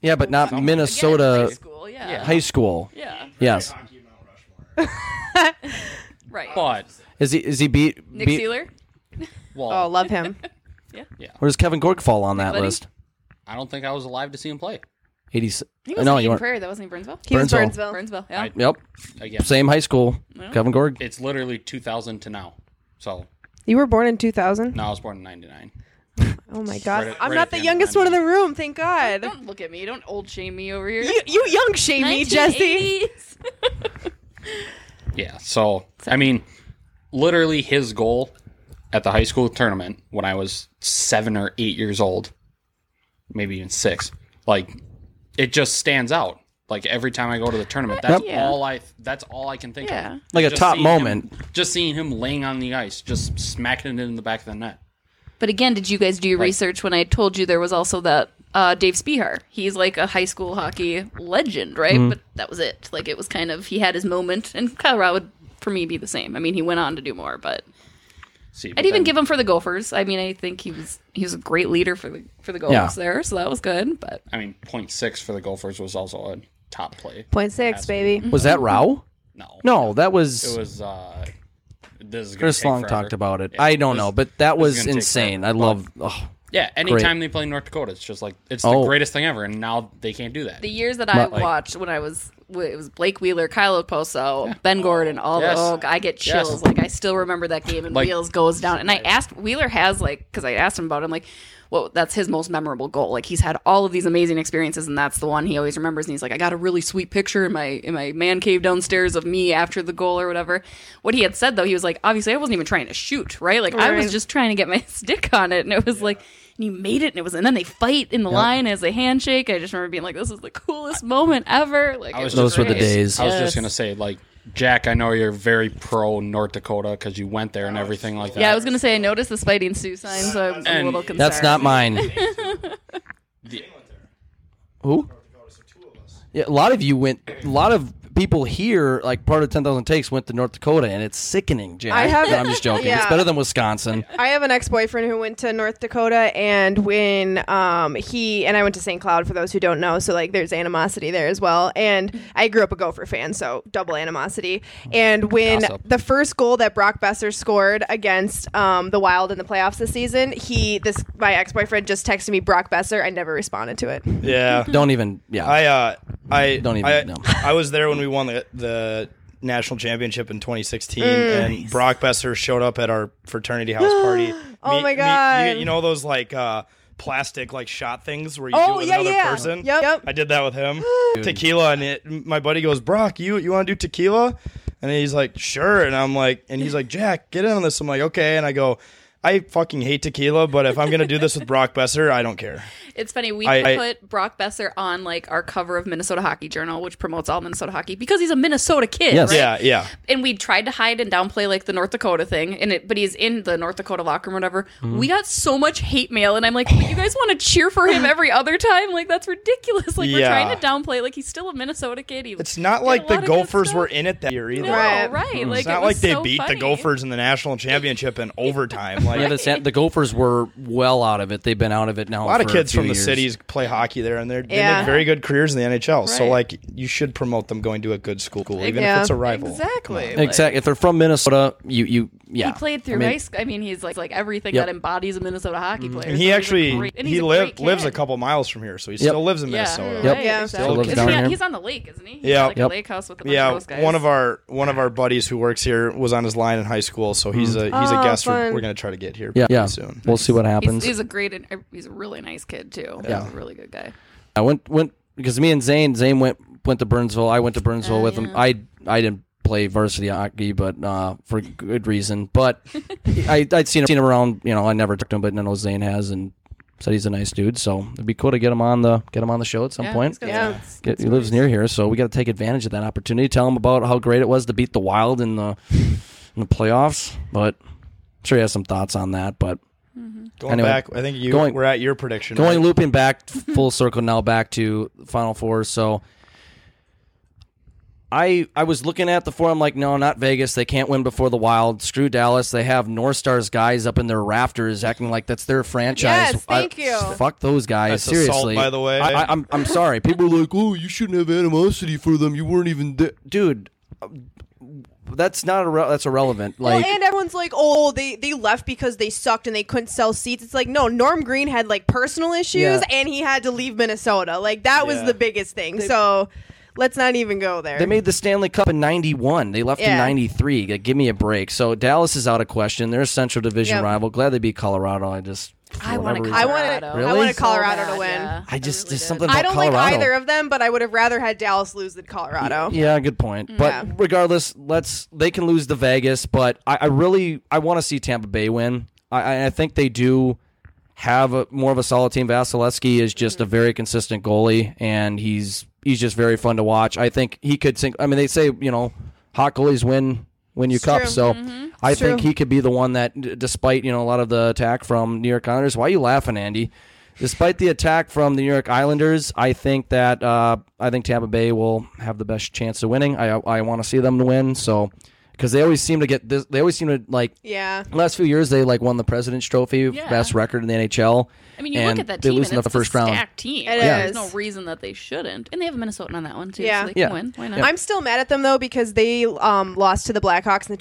[SPEAKER 1] yeah, but not
[SPEAKER 7] Again,
[SPEAKER 1] Minnesota.
[SPEAKER 7] high school, yeah,
[SPEAKER 1] High school.
[SPEAKER 7] yeah,
[SPEAKER 1] Yes.
[SPEAKER 7] right.
[SPEAKER 4] But
[SPEAKER 1] Is he is he beat
[SPEAKER 7] Nick
[SPEAKER 1] beat
[SPEAKER 7] Sealer,
[SPEAKER 4] well,
[SPEAKER 8] Oh, love him.
[SPEAKER 1] where does Kevin Gork fall on that
[SPEAKER 7] Letty?
[SPEAKER 1] list?
[SPEAKER 4] I don't think I was alive to see him play.
[SPEAKER 1] Eighty s-
[SPEAKER 7] he was
[SPEAKER 1] No,
[SPEAKER 7] in
[SPEAKER 1] you
[SPEAKER 7] Eden
[SPEAKER 1] weren't.
[SPEAKER 7] Prairie. That wasn't in Burnsville.
[SPEAKER 8] He was
[SPEAKER 1] Burnsville.
[SPEAKER 8] Burnsville.
[SPEAKER 7] Burnsville, yeah.
[SPEAKER 4] I-
[SPEAKER 1] Yep.
[SPEAKER 4] Again,
[SPEAKER 1] Same high school. Kevin Gorg.
[SPEAKER 4] it's literally 2000 to now. So
[SPEAKER 8] You were born in 2000.
[SPEAKER 4] now I was born in 99.
[SPEAKER 8] Oh my God!
[SPEAKER 4] Right at-
[SPEAKER 8] I'm
[SPEAKER 4] right at
[SPEAKER 8] not
[SPEAKER 4] the
[SPEAKER 8] the
[SPEAKER 4] end
[SPEAKER 8] youngest
[SPEAKER 4] of
[SPEAKER 8] one in the room. Thank God.
[SPEAKER 7] Don't look at me. Don't old shame me over here.
[SPEAKER 8] You, you young shamey, Jesse.
[SPEAKER 7] 1980s.
[SPEAKER 4] Yeah. So I mean, literally his goal at the high school tournament when I was seven or eight years old, maybe even six. Like it just stands out. Like every time I go to the tournament, that's
[SPEAKER 7] Yep.
[SPEAKER 4] all I. That's all I can think
[SPEAKER 7] Yeah.
[SPEAKER 4] of.
[SPEAKER 1] Like a
[SPEAKER 4] Just
[SPEAKER 1] top
[SPEAKER 4] seeing him-
[SPEAKER 1] moment.
[SPEAKER 4] just seeing him laying on the ice, just smacking it in the back of the net.
[SPEAKER 7] But again, did you guys do your research when I told you there was also that uh, Dave Spihar? He's like a high school hockey legend, right?
[SPEAKER 1] Mm-hmm.
[SPEAKER 7] But that was it. Like it was kind of he had his moment, and Kyle Rao would for me be the same. I mean, he went on to do more, but
[SPEAKER 4] See,
[SPEAKER 7] I'd even give him for the Gophers. I mean, I think he was he was a great leader for the for the Gophers
[SPEAKER 1] Yeah.
[SPEAKER 7] there, so that was good. But
[SPEAKER 4] I mean, 0.6 for the Gophers was also a top play.
[SPEAKER 8] Point six, baby.
[SPEAKER 1] Was that Rao?
[SPEAKER 4] No,
[SPEAKER 1] No, that was.
[SPEAKER 4] it was. uh This is gonna
[SPEAKER 1] Chris
[SPEAKER 4] take
[SPEAKER 1] Long
[SPEAKER 4] forever.
[SPEAKER 1] talked about it.
[SPEAKER 4] Yeah,
[SPEAKER 1] I don't
[SPEAKER 4] this-
[SPEAKER 1] know, but that
[SPEAKER 4] is
[SPEAKER 1] was
[SPEAKER 4] gonna take
[SPEAKER 1] insane. I
[SPEAKER 4] forever,
[SPEAKER 1] love. Oh,
[SPEAKER 4] Yeah, anytime they play North Dakota, it's just like it's the
[SPEAKER 1] Oh.
[SPEAKER 4] greatest thing ever, and now they can't do that.
[SPEAKER 7] the years that I
[SPEAKER 1] Like-
[SPEAKER 7] watched when I was it was Blake Wheeler, Kyle Oposo, Ben Gordon, all
[SPEAKER 4] Yes.
[SPEAKER 7] oh, I get chills.
[SPEAKER 4] Yes.
[SPEAKER 7] Like I still remember that game and
[SPEAKER 4] Like-
[SPEAKER 7] Wheels goes down. And I asked Wheeler has like because I asked him about it, I'm like, well, that's his most memorable goal. Like he's had all of these amazing experiences and that's the one he always remembers. And he's like, I got a really sweet picture in my in my man cave downstairs of me after the goal or whatever. What he had said though, he was like, obviously I wasn't even trying to shoot, right? Like I was
[SPEAKER 8] Right.
[SPEAKER 7] just trying to get my stick on it, and it was like. And he made it, and it was, and then they fight in the line as they handshake. I just remember being like, "This is the coolest moment ever!" Like,
[SPEAKER 4] I
[SPEAKER 7] it
[SPEAKER 4] was
[SPEAKER 1] Those
[SPEAKER 4] just
[SPEAKER 1] were the
[SPEAKER 4] gonna-
[SPEAKER 7] great.
[SPEAKER 1] days.
[SPEAKER 4] I was
[SPEAKER 7] Yes.
[SPEAKER 4] just gonna say, like Jack, I know you're very pro North Dakota because you went there and everything like that.
[SPEAKER 7] Yeah, I was gonna say I noticed the Spidey and Sue sign, so I was
[SPEAKER 4] And-
[SPEAKER 7] a little concerned.
[SPEAKER 1] that's not mine. Who? Yeah, a lot of you went. A lot of people here, like part of ten thousand takes, went to North Dakota, and it's sickening. Jack,
[SPEAKER 8] I have-
[SPEAKER 1] But I'm just joking. It's
[SPEAKER 8] Yeah.
[SPEAKER 1] better than Wisconsin.
[SPEAKER 8] I have an ex-boyfriend who went to North Dakota, and when um, he and I went to St. Cloud, for those who don't know, so like there's animosity there as well. And I grew up a Gopher fan, so double animosity. And when
[SPEAKER 1] Gossip.
[SPEAKER 8] the first goal that Brock Besser scored against um, the Wild in the playoffs this season, he this my ex-boyfriend just texted me Brock Besser. I never responded to it.
[SPEAKER 6] Yeah.
[SPEAKER 1] Don't even. Yeah.
[SPEAKER 6] I uh, I
[SPEAKER 1] Don't even
[SPEAKER 6] I,
[SPEAKER 1] know.
[SPEAKER 6] I was there when we won the, the national championship in 2016,
[SPEAKER 8] Mm.
[SPEAKER 6] and Brock Besser showed up at our fraternity house party.
[SPEAKER 8] Oh
[SPEAKER 6] Me-
[SPEAKER 8] my
[SPEAKER 6] me-
[SPEAKER 8] God.
[SPEAKER 6] you, you know those like uh, plastic like shot things where you do it
[SPEAKER 8] Oh
[SPEAKER 6] with
[SPEAKER 8] yeah,
[SPEAKER 6] another
[SPEAKER 8] yeah.
[SPEAKER 6] person.
[SPEAKER 8] Yep. yep.
[SPEAKER 6] I did that with him. tequila and it, my buddy goes, Brock, you you want to do tequila? And he's like, sure. And I'm like, and he's like, Jack, get in on this. I'm like, okay. And I go, I fucking hate tequila, but if I'm gonna do this with Brock Besser, I don't care.
[SPEAKER 10] It's funny. We
[SPEAKER 6] I- I-
[SPEAKER 10] put Brock Besser on like our cover of Minnesota Hockey Journal, which promotes all Minnesota hockey because he's a Minnesota kid,
[SPEAKER 1] Yes.
[SPEAKER 10] right?
[SPEAKER 6] Yeah, yeah.
[SPEAKER 10] And we tried to hide and downplay like the North Dakota thing, and it. But he's in the North Dakota locker room, or whatever.
[SPEAKER 1] Mm-hmm.
[SPEAKER 10] We got so much hate mail, and I'm like, "But you guys want to cheer for him every other time? Like that's ridiculous. Like
[SPEAKER 6] Yeah.
[SPEAKER 10] we're trying to downplay. Like he's still a Minnesota kid. He,
[SPEAKER 6] It's not
[SPEAKER 10] did a
[SPEAKER 6] like the
[SPEAKER 10] lot of good
[SPEAKER 6] Gophers
[SPEAKER 10] stuff.
[SPEAKER 6] were in it that year either.
[SPEAKER 10] no,
[SPEAKER 8] Right.
[SPEAKER 10] right?
[SPEAKER 6] Mm. It's
[SPEAKER 10] Like
[SPEAKER 6] not
[SPEAKER 10] it was
[SPEAKER 6] like they
[SPEAKER 10] so
[SPEAKER 6] beat
[SPEAKER 10] funny.
[SPEAKER 6] the Gophers in the national championship in overtime. Like
[SPEAKER 1] yeah, the, San- the Gophers were well out of it. They've been out of it now.
[SPEAKER 6] a lot of
[SPEAKER 1] for
[SPEAKER 6] kids
[SPEAKER 1] few
[SPEAKER 6] from the
[SPEAKER 1] years.
[SPEAKER 6] cities play hockey there, and they're, they
[SPEAKER 8] Yeah.
[SPEAKER 6] make very good careers in the NHL. So
[SPEAKER 10] Right.
[SPEAKER 6] like, you should promote them going to a good school, even if
[SPEAKER 8] Yeah.
[SPEAKER 6] it's a rival.
[SPEAKER 8] Exactly.
[SPEAKER 1] Exactly. If they're from Minnesota, you you yeah.
[SPEAKER 10] He played through
[SPEAKER 1] I mean,
[SPEAKER 10] high school. I mean, he's like like everything
[SPEAKER 1] Yep.
[SPEAKER 10] that embodies a Minnesota hockey player.
[SPEAKER 6] And
[SPEAKER 10] So
[SPEAKER 6] he
[SPEAKER 10] he's a
[SPEAKER 6] actually
[SPEAKER 10] great- and he's
[SPEAKER 6] he
[SPEAKER 10] a
[SPEAKER 6] live,
[SPEAKER 10] great
[SPEAKER 6] lives a
[SPEAKER 10] kid.
[SPEAKER 6] couple miles from here, so he
[SPEAKER 1] Yep.
[SPEAKER 6] still lives in
[SPEAKER 10] Yeah.
[SPEAKER 6] Minnesota.
[SPEAKER 1] Yep.
[SPEAKER 8] Yeah.
[SPEAKER 1] Still lives
[SPEAKER 10] Because
[SPEAKER 1] down
[SPEAKER 10] he-
[SPEAKER 1] here.
[SPEAKER 10] He's on the lake, isn't he? He's
[SPEAKER 6] Yeah.
[SPEAKER 10] got, like
[SPEAKER 1] Yep.
[SPEAKER 10] a lake house with a bunch
[SPEAKER 6] Yeah,
[SPEAKER 10] of those guys.
[SPEAKER 6] one of our one of our buddies who works here was on his line in high school, so he's a he's a
[SPEAKER 8] Oh,
[SPEAKER 6] guest we're,
[SPEAKER 8] fun.
[SPEAKER 6] we're gonna try to get here
[SPEAKER 1] Mm. yeah,
[SPEAKER 6] pretty
[SPEAKER 1] yeah.
[SPEAKER 6] soon.
[SPEAKER 1] We'll see what
[SPEAKER 10] He's,
[SPEAKER 1] happens.
[SPEAKER 10] he's a great. and er, He's a really nice kid too. Yeah, he's a really good guy.
[SPEAKER 1] I went went because me and Zane Zane went went to Burnsville. I went to Burnsville with him. I I didn't play varsity hockey, but uh, for good reason. But I I'd seen him, seen him around. You know, I never talked to him, but I know Zane has and said he's a nice dude. So it'd be cool to get him on the get him on the show at some point.
[SPEAKER 10] yeah.
[SPEAKER 1] Get, he lives near here, so we got to take advantage of that opportunity. Tell him about how great it was to beat the Wild in the in the playoffs. But I'm sure he has some thoughts on that. But
[SPEAKER 6] Going
[SPEAKER 1] Anyway,
[SPEAKER 6] back, I think you
[SPEAKER 1] going-
[SPEAKER 6] we're at your prediction.
[SPEAKER 1] going
[SPEAKER 6] right?
[SPEAKER 1] looping back full circle now back to final four so I, I was looking at the four. I'm like, no, not Vegas. They can't win before the Wild. Screw Dallas. They have North Stars guys up in their rafters acting like that's their franchise.
[SPEAKER 8] Yes, thank
[SPEAKER 1] I-
[SPEAKER 8] you.
[SPEAKER 1] Fuck those guys.
[SPEAKER 6] That's assault,
[SPEAKER 1] Seriously,
[SPEAKER 6] by the way.
[SPEAKER 1] I, I, I'm I'm sorry. People were like, oh, you shouldn't have animosity for them. You weren't even, there. dude. uh, That's not irre- that's irrelevant. Like,
[SPEAKER 8] well, and everyone's like, "Oh, they they left because they sucked and they couldn't sell seats." It's like, no, Norm Green had like personal issues
[SPEAKER 1] Yeah.
[SPEAKER 8] and he had to leave Minnesota. Like that was
[SPEAKER 6] Yeah.
[SPEAKER 8] the biggest thing. so let's not even go there.
[SPEAKER 1] They made the Stanley Cup in '91. They left in
[SPEAKER 8] Yeah.
[SPEAKER 1] '93. Like, give me a break. So Dallas is out of question. They're a Central Division
[SPEAKER 8] Yep.
[SPEAKER 1] rival. Glad they beat Colorado. I just for
[SPEAKER 10] I want to.
[SPEAKER 1] whatever reason-
[SPEAKER 8] I wanted-
[SPEAKER 10] Colorado.
[SPEAKER 1] I wanted
[SPEAKER 10] So
[SPEAKER 8] Colorado
[SPEAKER 10] bad,
[SPEAKER 8] to win.
[SPEAKER 10] yeah.
[SPEAKER 1] I just
[SPEAKER 10] really
[SPEAKER 1] there's
[SPEAKER 10] did.
[SPEAKER 1] something. About
[SPEAKER 8] I don't like
[SPEAKER 1] Colorado.
[SPEAKER 8] either of them, but I would have rather had Dallas lose than Colorado.
[SPEAKER 1] Yeah, good point.
[SPEAKER 8] Yeah.
[SPEAKER 1] But regardless, let's they can lose to Vegas, but I, I really I want to see Tampa Bay win. I- I, I think they do have a, more of a solid team. Vasilevsky is just
[SPEAKER 8] Mm-hmm.
[SPEAKER 1] a very consistent goalie, and he's he's just very fun to watch. I think he could sink. I mean, they say you know hot goalies win win you cups,
[SPEAKER 8] true. Mm-hmm.
[SPEAKER 1] so I think
[SPEAKER 8] true.
[SPEAKER 1] he could be the one that, d- despite you know a lot of the attack from New York Islanders. Why are you laughing, Andy? Despite the attack from the New York Islanders, I think that uh, I think Tampa Bay will have the best chance of winning. I I want to see them to win, so because they always seem to get this. They always seem to like
[SPEAKER 8] Yeah.
[SPEAKER 1] last few years they like won the President's Trophy,
[SPEAKER 10] Yeah.
[SPEAKER 1] best record in the NHL.
[SPEAKER 10] I mean, you
[SPEAKER 1] and
[SPEAKER 10] look at that
[SPEAKER 1] they
[SPEAKER 10] team.
[SPEAKER 1] lose in
[SPEAKER 10] and
[SPEAKER 1] the
[SPEAKER 10] it's
[SPEAKER 1] first
[SPEAKER 10] a
[SPEAKER 1] round.
[SPEAKER 10] stacked team.
[SPEAKER 8] It
[SPEAKER 1] Yeah.
[SPEAKER 10] There's no
[SPEAKER 8] is.
[SPEAKER 10] reason that they shouldn't, and they have a Minnesotan on that one too.
[SPEAKER 8] Yeah.
[SPEAKER 10] so they
[SPEAKER 1] Yeah.
[SPEAKER 10] can win. Why not?
[SPEAKER 8] I'm still mad at them though because they um, lost to the Blackhawks in the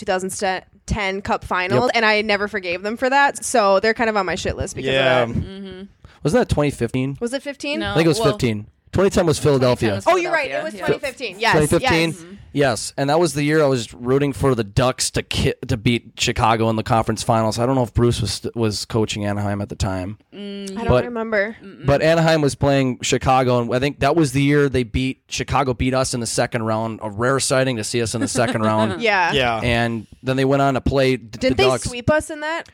[SPEAKER 8] 2010 Cup Finals,
[SPEAKER 1] Yep.
[SPEAKER 8] and I never forgave them for that. So they're kind of on my shit list because
[SPEAKER 6] Yeah,
[SPEAKER 8] of that.
[SPEAKER 1] Wasn't that 2015?
[SPEAKER 8] Was it 15?
[SPEAKER 10] No.
[SPEAKER 1] I think it was
[SPEAKER 10] well,
[SPEAKER 1] 15. 2010 was Philadelphia.
[SPEAKER 10] was
[SPEAKER 8] Oh, you're right. It was
[SPEAKER 10] Yeah.
[SPEAKER 8] 2015. Yes.
[SPEAKER 1] 2015.
[SPEAKER 8] Yes.
[SPEAKER 1] Yes, and that was the year I was rooting for the Ducks to ki- to beat Chicago in the conference finals. I don't know if Bruce was was coaching Anaheim at the time,
[SPEAKER 8] I don't
[SPEAKER 1] But-
[SPEAKER 8] remember.
[SPEAKER 1] Mm-hmm. but Anaheim was playing Chicago, and I think that was the year they beat Chicago beat us in the second round. A rare sighting to see us in the second round.
[SPEAKER 8] Yeah.
[SPEAKER 6] yeah.
[SPEAKER 1] and then they went on to play d- the
[SPEAKER 8] Didn't they
[SPEAKER 1] Ducks.
[SPEAKER 8] sweep us in that?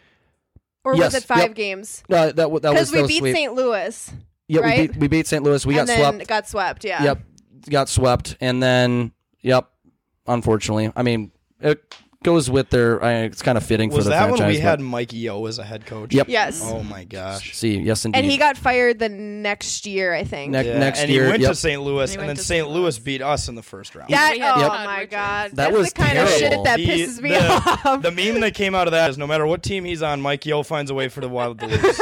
[SPEAKER 8] Or
[SPEAKER 1] Yes.
[SPEAKER 8] was it five
[SPEAKER 1] Yep.
[SPEAKER 8] games?
[SPEAKER 1] No, that, w- that was
[SPEAKER 8] Because
[SPEAKER 1] that
[SPEAKER 8] we
[SPEAKER 1] was
[SPEAKER 8] beat
[SPEAKER 1] sweep.
[SPEAKER 8] St. Louis
[SPEAKER 1] Yeah, we
[SPEAKER 8] right?
[SPEAKER 1] beat we beat St. Louis. We
[SPEAKER 8] and
[SPEAKER 1] got
[SPEAKER 8] then
[SPEAKER 1] swept.
[SPEAKER 8] got swept. Yeah.
[SPEAKER 1] Yep, got swept, and then yep. Unfortunately, I mean, it goes with their. I it's kind of fitting
[SPEAKER 6] Was
[SPEAKER 1] for the
[SPEAKER 6] that
[SPEAKER 1] franchise.
[SPEAKER 6] when we
[SPEAKER 1] but-
[SPEAKER 6] had Mike Yo as a head coach?
[SPEAKER 1] Yep.
[SPEAKER 8] Yes.
[SPEAKER 6] Oh my gosh.
[SPEAKER 1] See, yes, indeed.
[SPEAKER 8] and he got fired the next year, I think.
[SPEAKER 1] Ne- next
[SPEAKER 6] and
[SPEAKER 1] year.
[SPEAKER 6] he went
[SPEAKER 1] yep.
[SPEAKER 6] to St. Louis, and,
[SPEAKER 10] went
[SPEAKER 6] then
[SPEAKER 10] to
[SPEAKER 6] St. Louis beat us in the first round.
[SPEAKER 8] that,
[SPEAKER 10] Yep.
[SPEAKER 8] oh
[SPEAKER 10] Yep.
[SPEAKER 8] my god,
[SPEAKER 1] That
[SPEAKER 8] that's
[SPEAKER 1] was
[SPEAKER 8] the kind of shit
[SPEAKER 1] terrible.
[SPEAKER 8] that
[SPEAKER 6] The-
[SPEAKER 8] pisses me
[SPEAKER 6] the,
[SPEAKER 8] off.
[SPEAKER 6] The meme that came out of that is no matter what team he's on, Mike Yo finds a way for the Wild to lose.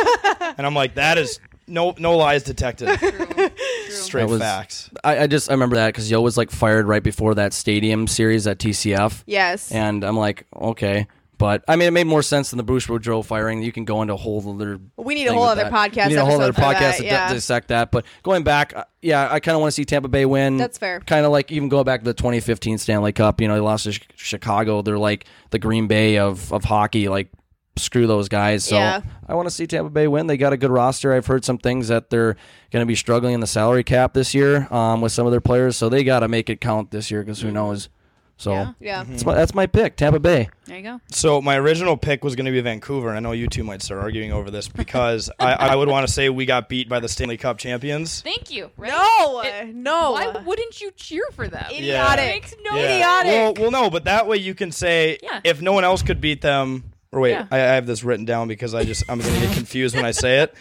[SPEAKER 6] and I'm like, that is no no lies detected. Straight
[SPEAKER 1] That was-
[SPEAKER 6] facts.
[SPEAKER 1] I, I just I remember that because Yo was like fired right before that stadium series at TCF.
[SPEAKER 8] yes,
[SPEAKER 1] And I'm like, okay. But I mean, it made more sense than the Bruce Boudreaux firing. You can go into a whole other.
[SPEAKER 8] We need a
[SPEAKER 1] thing
[SPEAKER 8] whole
[SPEAKER 1] with
[SPEAKER 8] other
[SPEAKER 1] that.
[SPEAKER 8] podcast
[SPEAKER 1] We need a whole
[SPEAKER 8] episode
[SPEAKER 1] other
[SPEAKER 8] for
[SPEAKER 1] podcast
[SPEAKER 8] that,
[SPEAKER 1] to di-
[SPEAKER 8] yeah.
[SPEAKER 1] dissect that. But going back, uh, yeah, I kind of want to see Tampa Bay win.
[SPEAKER 8] That's fair.
[SPEAKER 1] Kind of like even going back to the 2015 Stanley Cup. You know, they lost to Chi- Chicago. They're like the Green Bay of of hockey. Like screw those guys. So
[SPEAKER 8] Yeah.
[SPEAKER 1] I want to see Tampa Bay win. They got a good roster. I've heard some things that they're going to be struggling in the salary cap this year um, with some of their players. So they got to make it count this year because who knows. So
[SPEAKER 8] yeah.
[SPEAKER 1] that's my that's my pick, Tampa Bay.
[SPEAKER 10] There you go.
[SPEAKER 6] So my original pick was going to be Vancouver, and I know you two might start arguing over this because I, I would want to say we got beat by the Stanley Cup champions.
[SPEAKER 10] Thank you. Right?
[SPEAKER 8] No,
[SPEAKER 10] It-
[SPEAKER 8] Oh, uh, no.
[SPEAKER 10] Why wouldn't you cheer for them?
[SPEAKER 8] Idiotic.
[SPEAKER 6] Yeah.
[SPEAKER 10] It makes no
[SPEAKER 8] Idiotic.
[SPEAKER 6] Well, well, no, but that way you can say
[SPEAKER 10] Yeah.
[SPEAKER 6] if no one else could beat them. Or wait,
[SPEAKER 10] Yeah.
[SPEAKER 6] I, I have this written down because I just I'm going to get confused when I say it.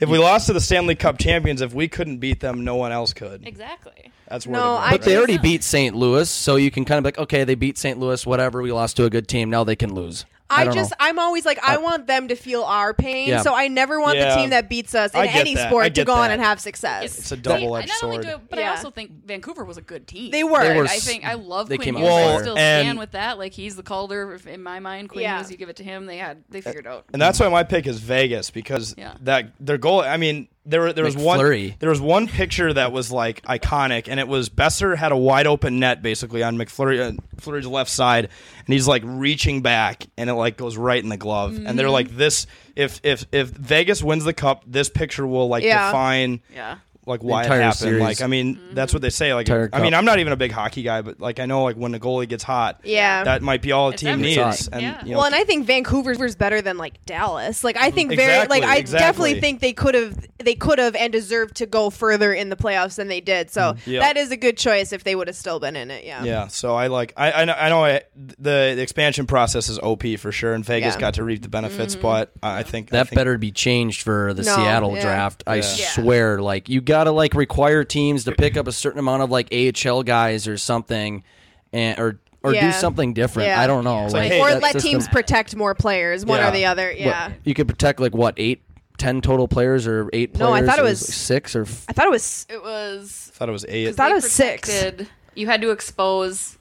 [SPEAKER 6] If we lost to the Stanley Cup champions, if we couldn't beat them, no one else could.
[SPEAKER 10] Exactly.
[SPEAKER 6] That's where
[SPEAKER 8] No,
[SPEAKER 6] they're
[SPEAKER 8] I
[SPEAKER 6] at,
[SPEAKER 1] But they
[SPEAKER 6] right?
[SPEAKER 1] already beat St. Louis, so you can kind of be like, okay, they beat St. Louis, whatever. We lost to a good team. Now they can lose. I,
[SPEAKER 8] I,
[SPEAKER 1] don't
[SPEAKER 8] just
[SPEAKER 1] know. Uh,
[SPEAKER 8] I'm always like I want them to feel our pain,
[SPEAKER 1] Yeah.
[SPEAKER 8] so I never want
[SPEAKER 6] Yeah.
[SPEAKER 8] the team that beats us in
[SPEAKER 6] I get
[SPEAKER 8] any
[SPEAKER 6] that. I
[SPEAKER 8] sport to
[SPEAKER 6] get
[SPEAKER 8] go on
[SPEAKER 6] that.
[SPEAKER 8] and have success.
[SPEAKER 6] It's a double-edged
[SPEAKER 10] I- I not only
[SPEAKER 6] sword.
[SPEAKER 10] do- but I
[SPEAKER 8] Yeah.
[SPEAKER 10] also think Vancouver was a good team.
[SPEAKER 8] They were. They
[SPEAKER 1] were
[SPEAKER 10] I
[SPEAKER 1] s-
[SPEAKER 10] think I love
[SPEAKER 1] they
[SPEAKER 10] Quinn
[SPEAKER 1] came
[SPEAKER 10] Hughes.
[SPEAKER 1] out
[SPEAKER 10] I
[SPEAKER 1] fire.
[SPEAKER 10] still
[SPEAKER 6] Well, and-
[SPEAKER 10] stand with that. Like he's the Calder if- in my mind. Quinn
[SPEAKER 8] Yeah.
[SPEAKER 10] Hughes, you give it to him. They had they figured out.
[SPEAKER 6] And that's why my pick is Vegas because
[SPEAKER 10] Yeah.
[SPEAKER 6] that their goal. I mean, there were- there was
[SPEAKER 1] McFlurry.
[SPEAKER 6] one there was one picture that was like iconic, and it was Besser had a wide open net basically on McFlurry uh, Flurry's left side, and he's like reaching back, and it like goes right in the glove, and they're
[SPEAKER 8] Mm-hmm.
[SPEAKER 6] like this. If if if Vegas wins the cup, this picture will like
[SPEAKER 8] Yeah.
[SPEAKER 6] define.
[SPEAKER 10] Yeah.
[SPEAKER 6] Like why it
[SPEAKER 1] entire
[SPEAKER 6] happened.
[SPEAKER 1] series.
[SPEAKER 6] Like I mean, that's what they say. Like
[SPEAKER 1] Entire
[SPEAKER 6] I mean,
[SPEAKER 1] cup.
[SPEAKER 6] I'm not even a big hockey guy, but like I know like when the goalie gets hot,
[SPEAKER 8] Yeah.
[SPEAKER 6] that might be all a
[SPEAKER 10] It's
[SPEAKER 6] team
[SPEAKER 10] everything.
[SPEAKER 6] needs. And
[SPEAKER 10] Yeah.
[SPEAKER 6] you know,
[SPEAKER 8] well, and I think Vancouver's better than like Dallas. Like I
[SPEAKER 1] Mm-hmm.
[SPEAKER 8] think very
[SPEAKER 6] Exactly,
[SPEAKER 8] like I
[SPEAKER 6] exactly.
[SPEAKER 8] definitely think they could have they could have and deserved to go further in the playoffs than they did. So
[SPEAKER 1] Mm-hmm.
[SPEAKER 6] Yeah.
[SPEAKER 8] that is a good choice if they would have still been in it. Yeah.
[SPEAKER 6] Yeah, so I like I I know, I know I, the, the expansion process is OP for sure, and Vegas
[SPEAKER 8] Yeah. Mm-hmm.
[SPEAKER 6] got to reap the benefits, but I I think I
[SPEAKER 1] that
[SPEAKER 6] think-
[SPEAKER 1] better be changed for the
[SPEAKER 8] No,
[SPEAKER 1] Seattle
[SPEAKER 8] yeah.
[SPEAKER 1] draft. I swear, like you gotta like require teams to pick up a certain amount of like AHL guys or something, and or or do
[SPEAKER 8] Yeah.
[SPEAKER 1] something different.
[SPEAKER 8] Yeah.
[SPEAKER 1] I don't know.
[SPEAKER 6] like,
[SPEAKER 1] like,
[SPEAKER 6] hey,
[SPEAKER 8] or
[SPEAKER 1] that
[SPEAKER 8] let
[SPEAKER 1] system-
[SPEAKER 8] teams protect more players, one
[SPEAKER 6] Yeah.
[SPEAKER 8] or the other.
[SPEAKER 1] what-
[SPEAKER 8] Yeah.
[SPEAKER 1] you could protect like what eight, ten total players or eight.
[SPEAKER 8] No, I
[SPEAKER 1] players?
[SPEAKER 8] thought it was-
[SPEAKER 1] like, six or f-
[SPEAKER 8] I thought it was
[SPEAKER 10] It was.
[SPEAKER 6] I thought it was eight.
[SPEAKER 8] thought
[SPEAKER 10] they
[SPEAKER 8] it was six.
[SPEAKER 10] protected- You had to expose.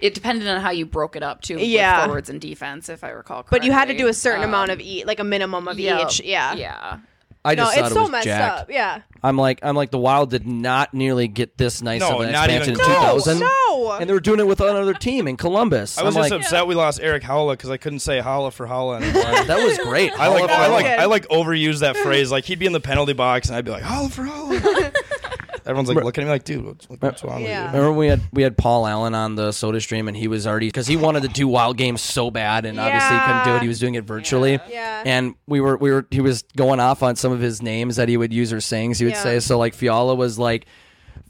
[SPEAKER 10] It depended on how you broke it up too. with
[SPEAKER 8] Yeah.
[SPEAKER 10] forwards and defense, if I recall. Correctly.
[SPEAKER 8] but you had to do a certain amount of each, like a minimum of
[SPEAKER 10] Yeah.
[SPEAKER 8] each. Um, Yeah.
[SPEAKER 10] Yeah.
[SPEAKER 1] I
[SPEAKER 8] No,
[SPEAKER 1] just thought
[SPEAKER 8] it's
[SPEAKER 1] it
[SPEAKER 8] so
[SPEAKER 1] was
[SPEAKER 8] messed
[SPEAKER 1] jacked.
[SPEAKER 8] up. Yeah.
[SPEAKER 1] I'm like I'm like the Wild did not nearly get this nice
[SPEAKER 6] No,
[SPEAKER 1] of an
[SPEAKER 6] not
[SPEAKER 1] expansion
[SPEAKER 6] even
[SPEAKER 1] in
[SPEAKER 6] close. No,
[SPEAKER 1] 2000.
[SPEAKER 8] no.
[SPEAKER 1] and they were doing it with another team in Columbus.
[SPEAKER 6] I was
[SPEAKER 1] am
[SPEAKER 6] just
[SPEAKER 1] like,
[SPEAKER 6] upset we lost Eric Howla because I couldn't say Howla for Howla. Anymore.
[SPEAKER 1] that was great.
[SPEAKER 6] I like I
[SPEAKER 8] was
[SPEAKER 6] like
[SPEAKER 8] good.
[SPEAKER 6] I like overuse that phrase. Like he'd be in the penalty box, and I'd be like Howla for Howla. Everyone's like looking at me like, dude, what's, what's wrong
[SPEAKER 8] Yeah.
[SPEAKER 6] with you?
[SPEAKER 1] Remember we had we had Paul Allen on the Soda Stream and he was already because he wanted to do wild games so bad and obviously he couldn't do it. He was doing it virtually.
[SPEAKER 8] Yeah.
[SPEAKER 1] And we were we were he was going off on some of his names that he would use or sayings he would
[SPEAKER 8] Yeah.
[SPEAKER 1] say. So like Fiala was like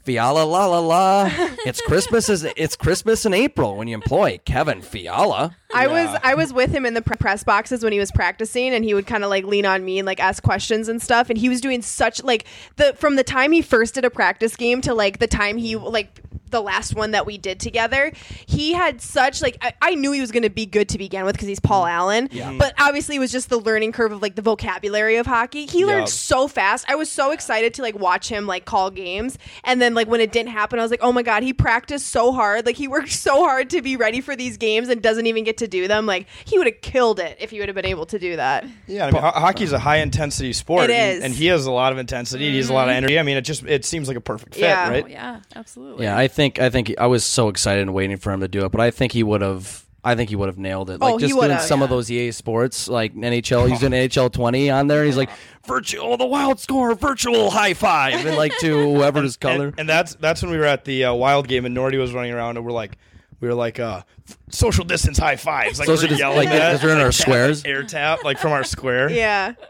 [SPEAKER 1] Fiala la la la. It's Christmas is it's Christmas in April when you employ Kevin Fiala.
[SPEAKER 8] I was I was with him in the pre- press boxes when he was practicing, and he would kind of like lean on me and like ask questions and stuff. And he was doing such like the from the time he first did a practice game to like the time he like the last one that we did together, he had such like I, I knew he was going to be good to begin with because he's Paul Allen. But obviously, it was just the learning curve of like the vocabulary of hockey. He
[SPEAKER 6] Yeah.
[SPEAKER 8] learned so fast. I was so excited to like watch him like call games, and then like when it didn't happen, I was like, oh my god, he practiced so hard. Like he worked so hard to be ready for these games and doesn't even get to do them. Like he would have killed it if he would have been able to do that.
[SPEAKER 6] Yeah, I mean, ho- hockey's a high intensity sport,
[SPEAKER 8] It
[SPEAKER 6] and-
[SPEAKER 8] is. Mm-hmm.
[SPEAKER 6] and he has a lot of intensity. and He's a lot of energy. I mean, it just it seems like a perfect fit,
[SPEAKER 8] Yeah.
[SPEAKER 6] right?
[SPEAKER 10] Oh, Yeah. Absolutely.
[SPEAKER 1] Yeah, I think I think I was so excited and waiting for him to do it, but I think he would have. I think he would have nailed it. Like
[SPEAKER 8] Oh, he
[SPEAKER 1] just
[SPEAKER 8] would
[SPEAKER 1] doing
[SPEAKER 8] have,
[SPEAKER 1] some of those EA sports, like NHL. He's doing NHL 20 on there, and he's like, "Virtual, the wild score, virtual high five, and like to whoever's color.
[SPEAKER 6] And, and that's that's when we were at the uh, wild game, and Nordy was running around, and we're like, we were like, uh, f- social distance high fives, like
[SPEAKER 1] Social
[SPEAKER 6] we're
[SPEAKER 1] dis-
[SPEAKER 6] yelling
[SPEAKER 1] like,
[SPEAKER 6] that,
[SPEAKER 1] because we're in our
[SPEAKER 6] tap-
[SPEAKER 1] squares.
[SPEAKER 6] air tap, like from our square.
[SPEAKER 8] Yeah.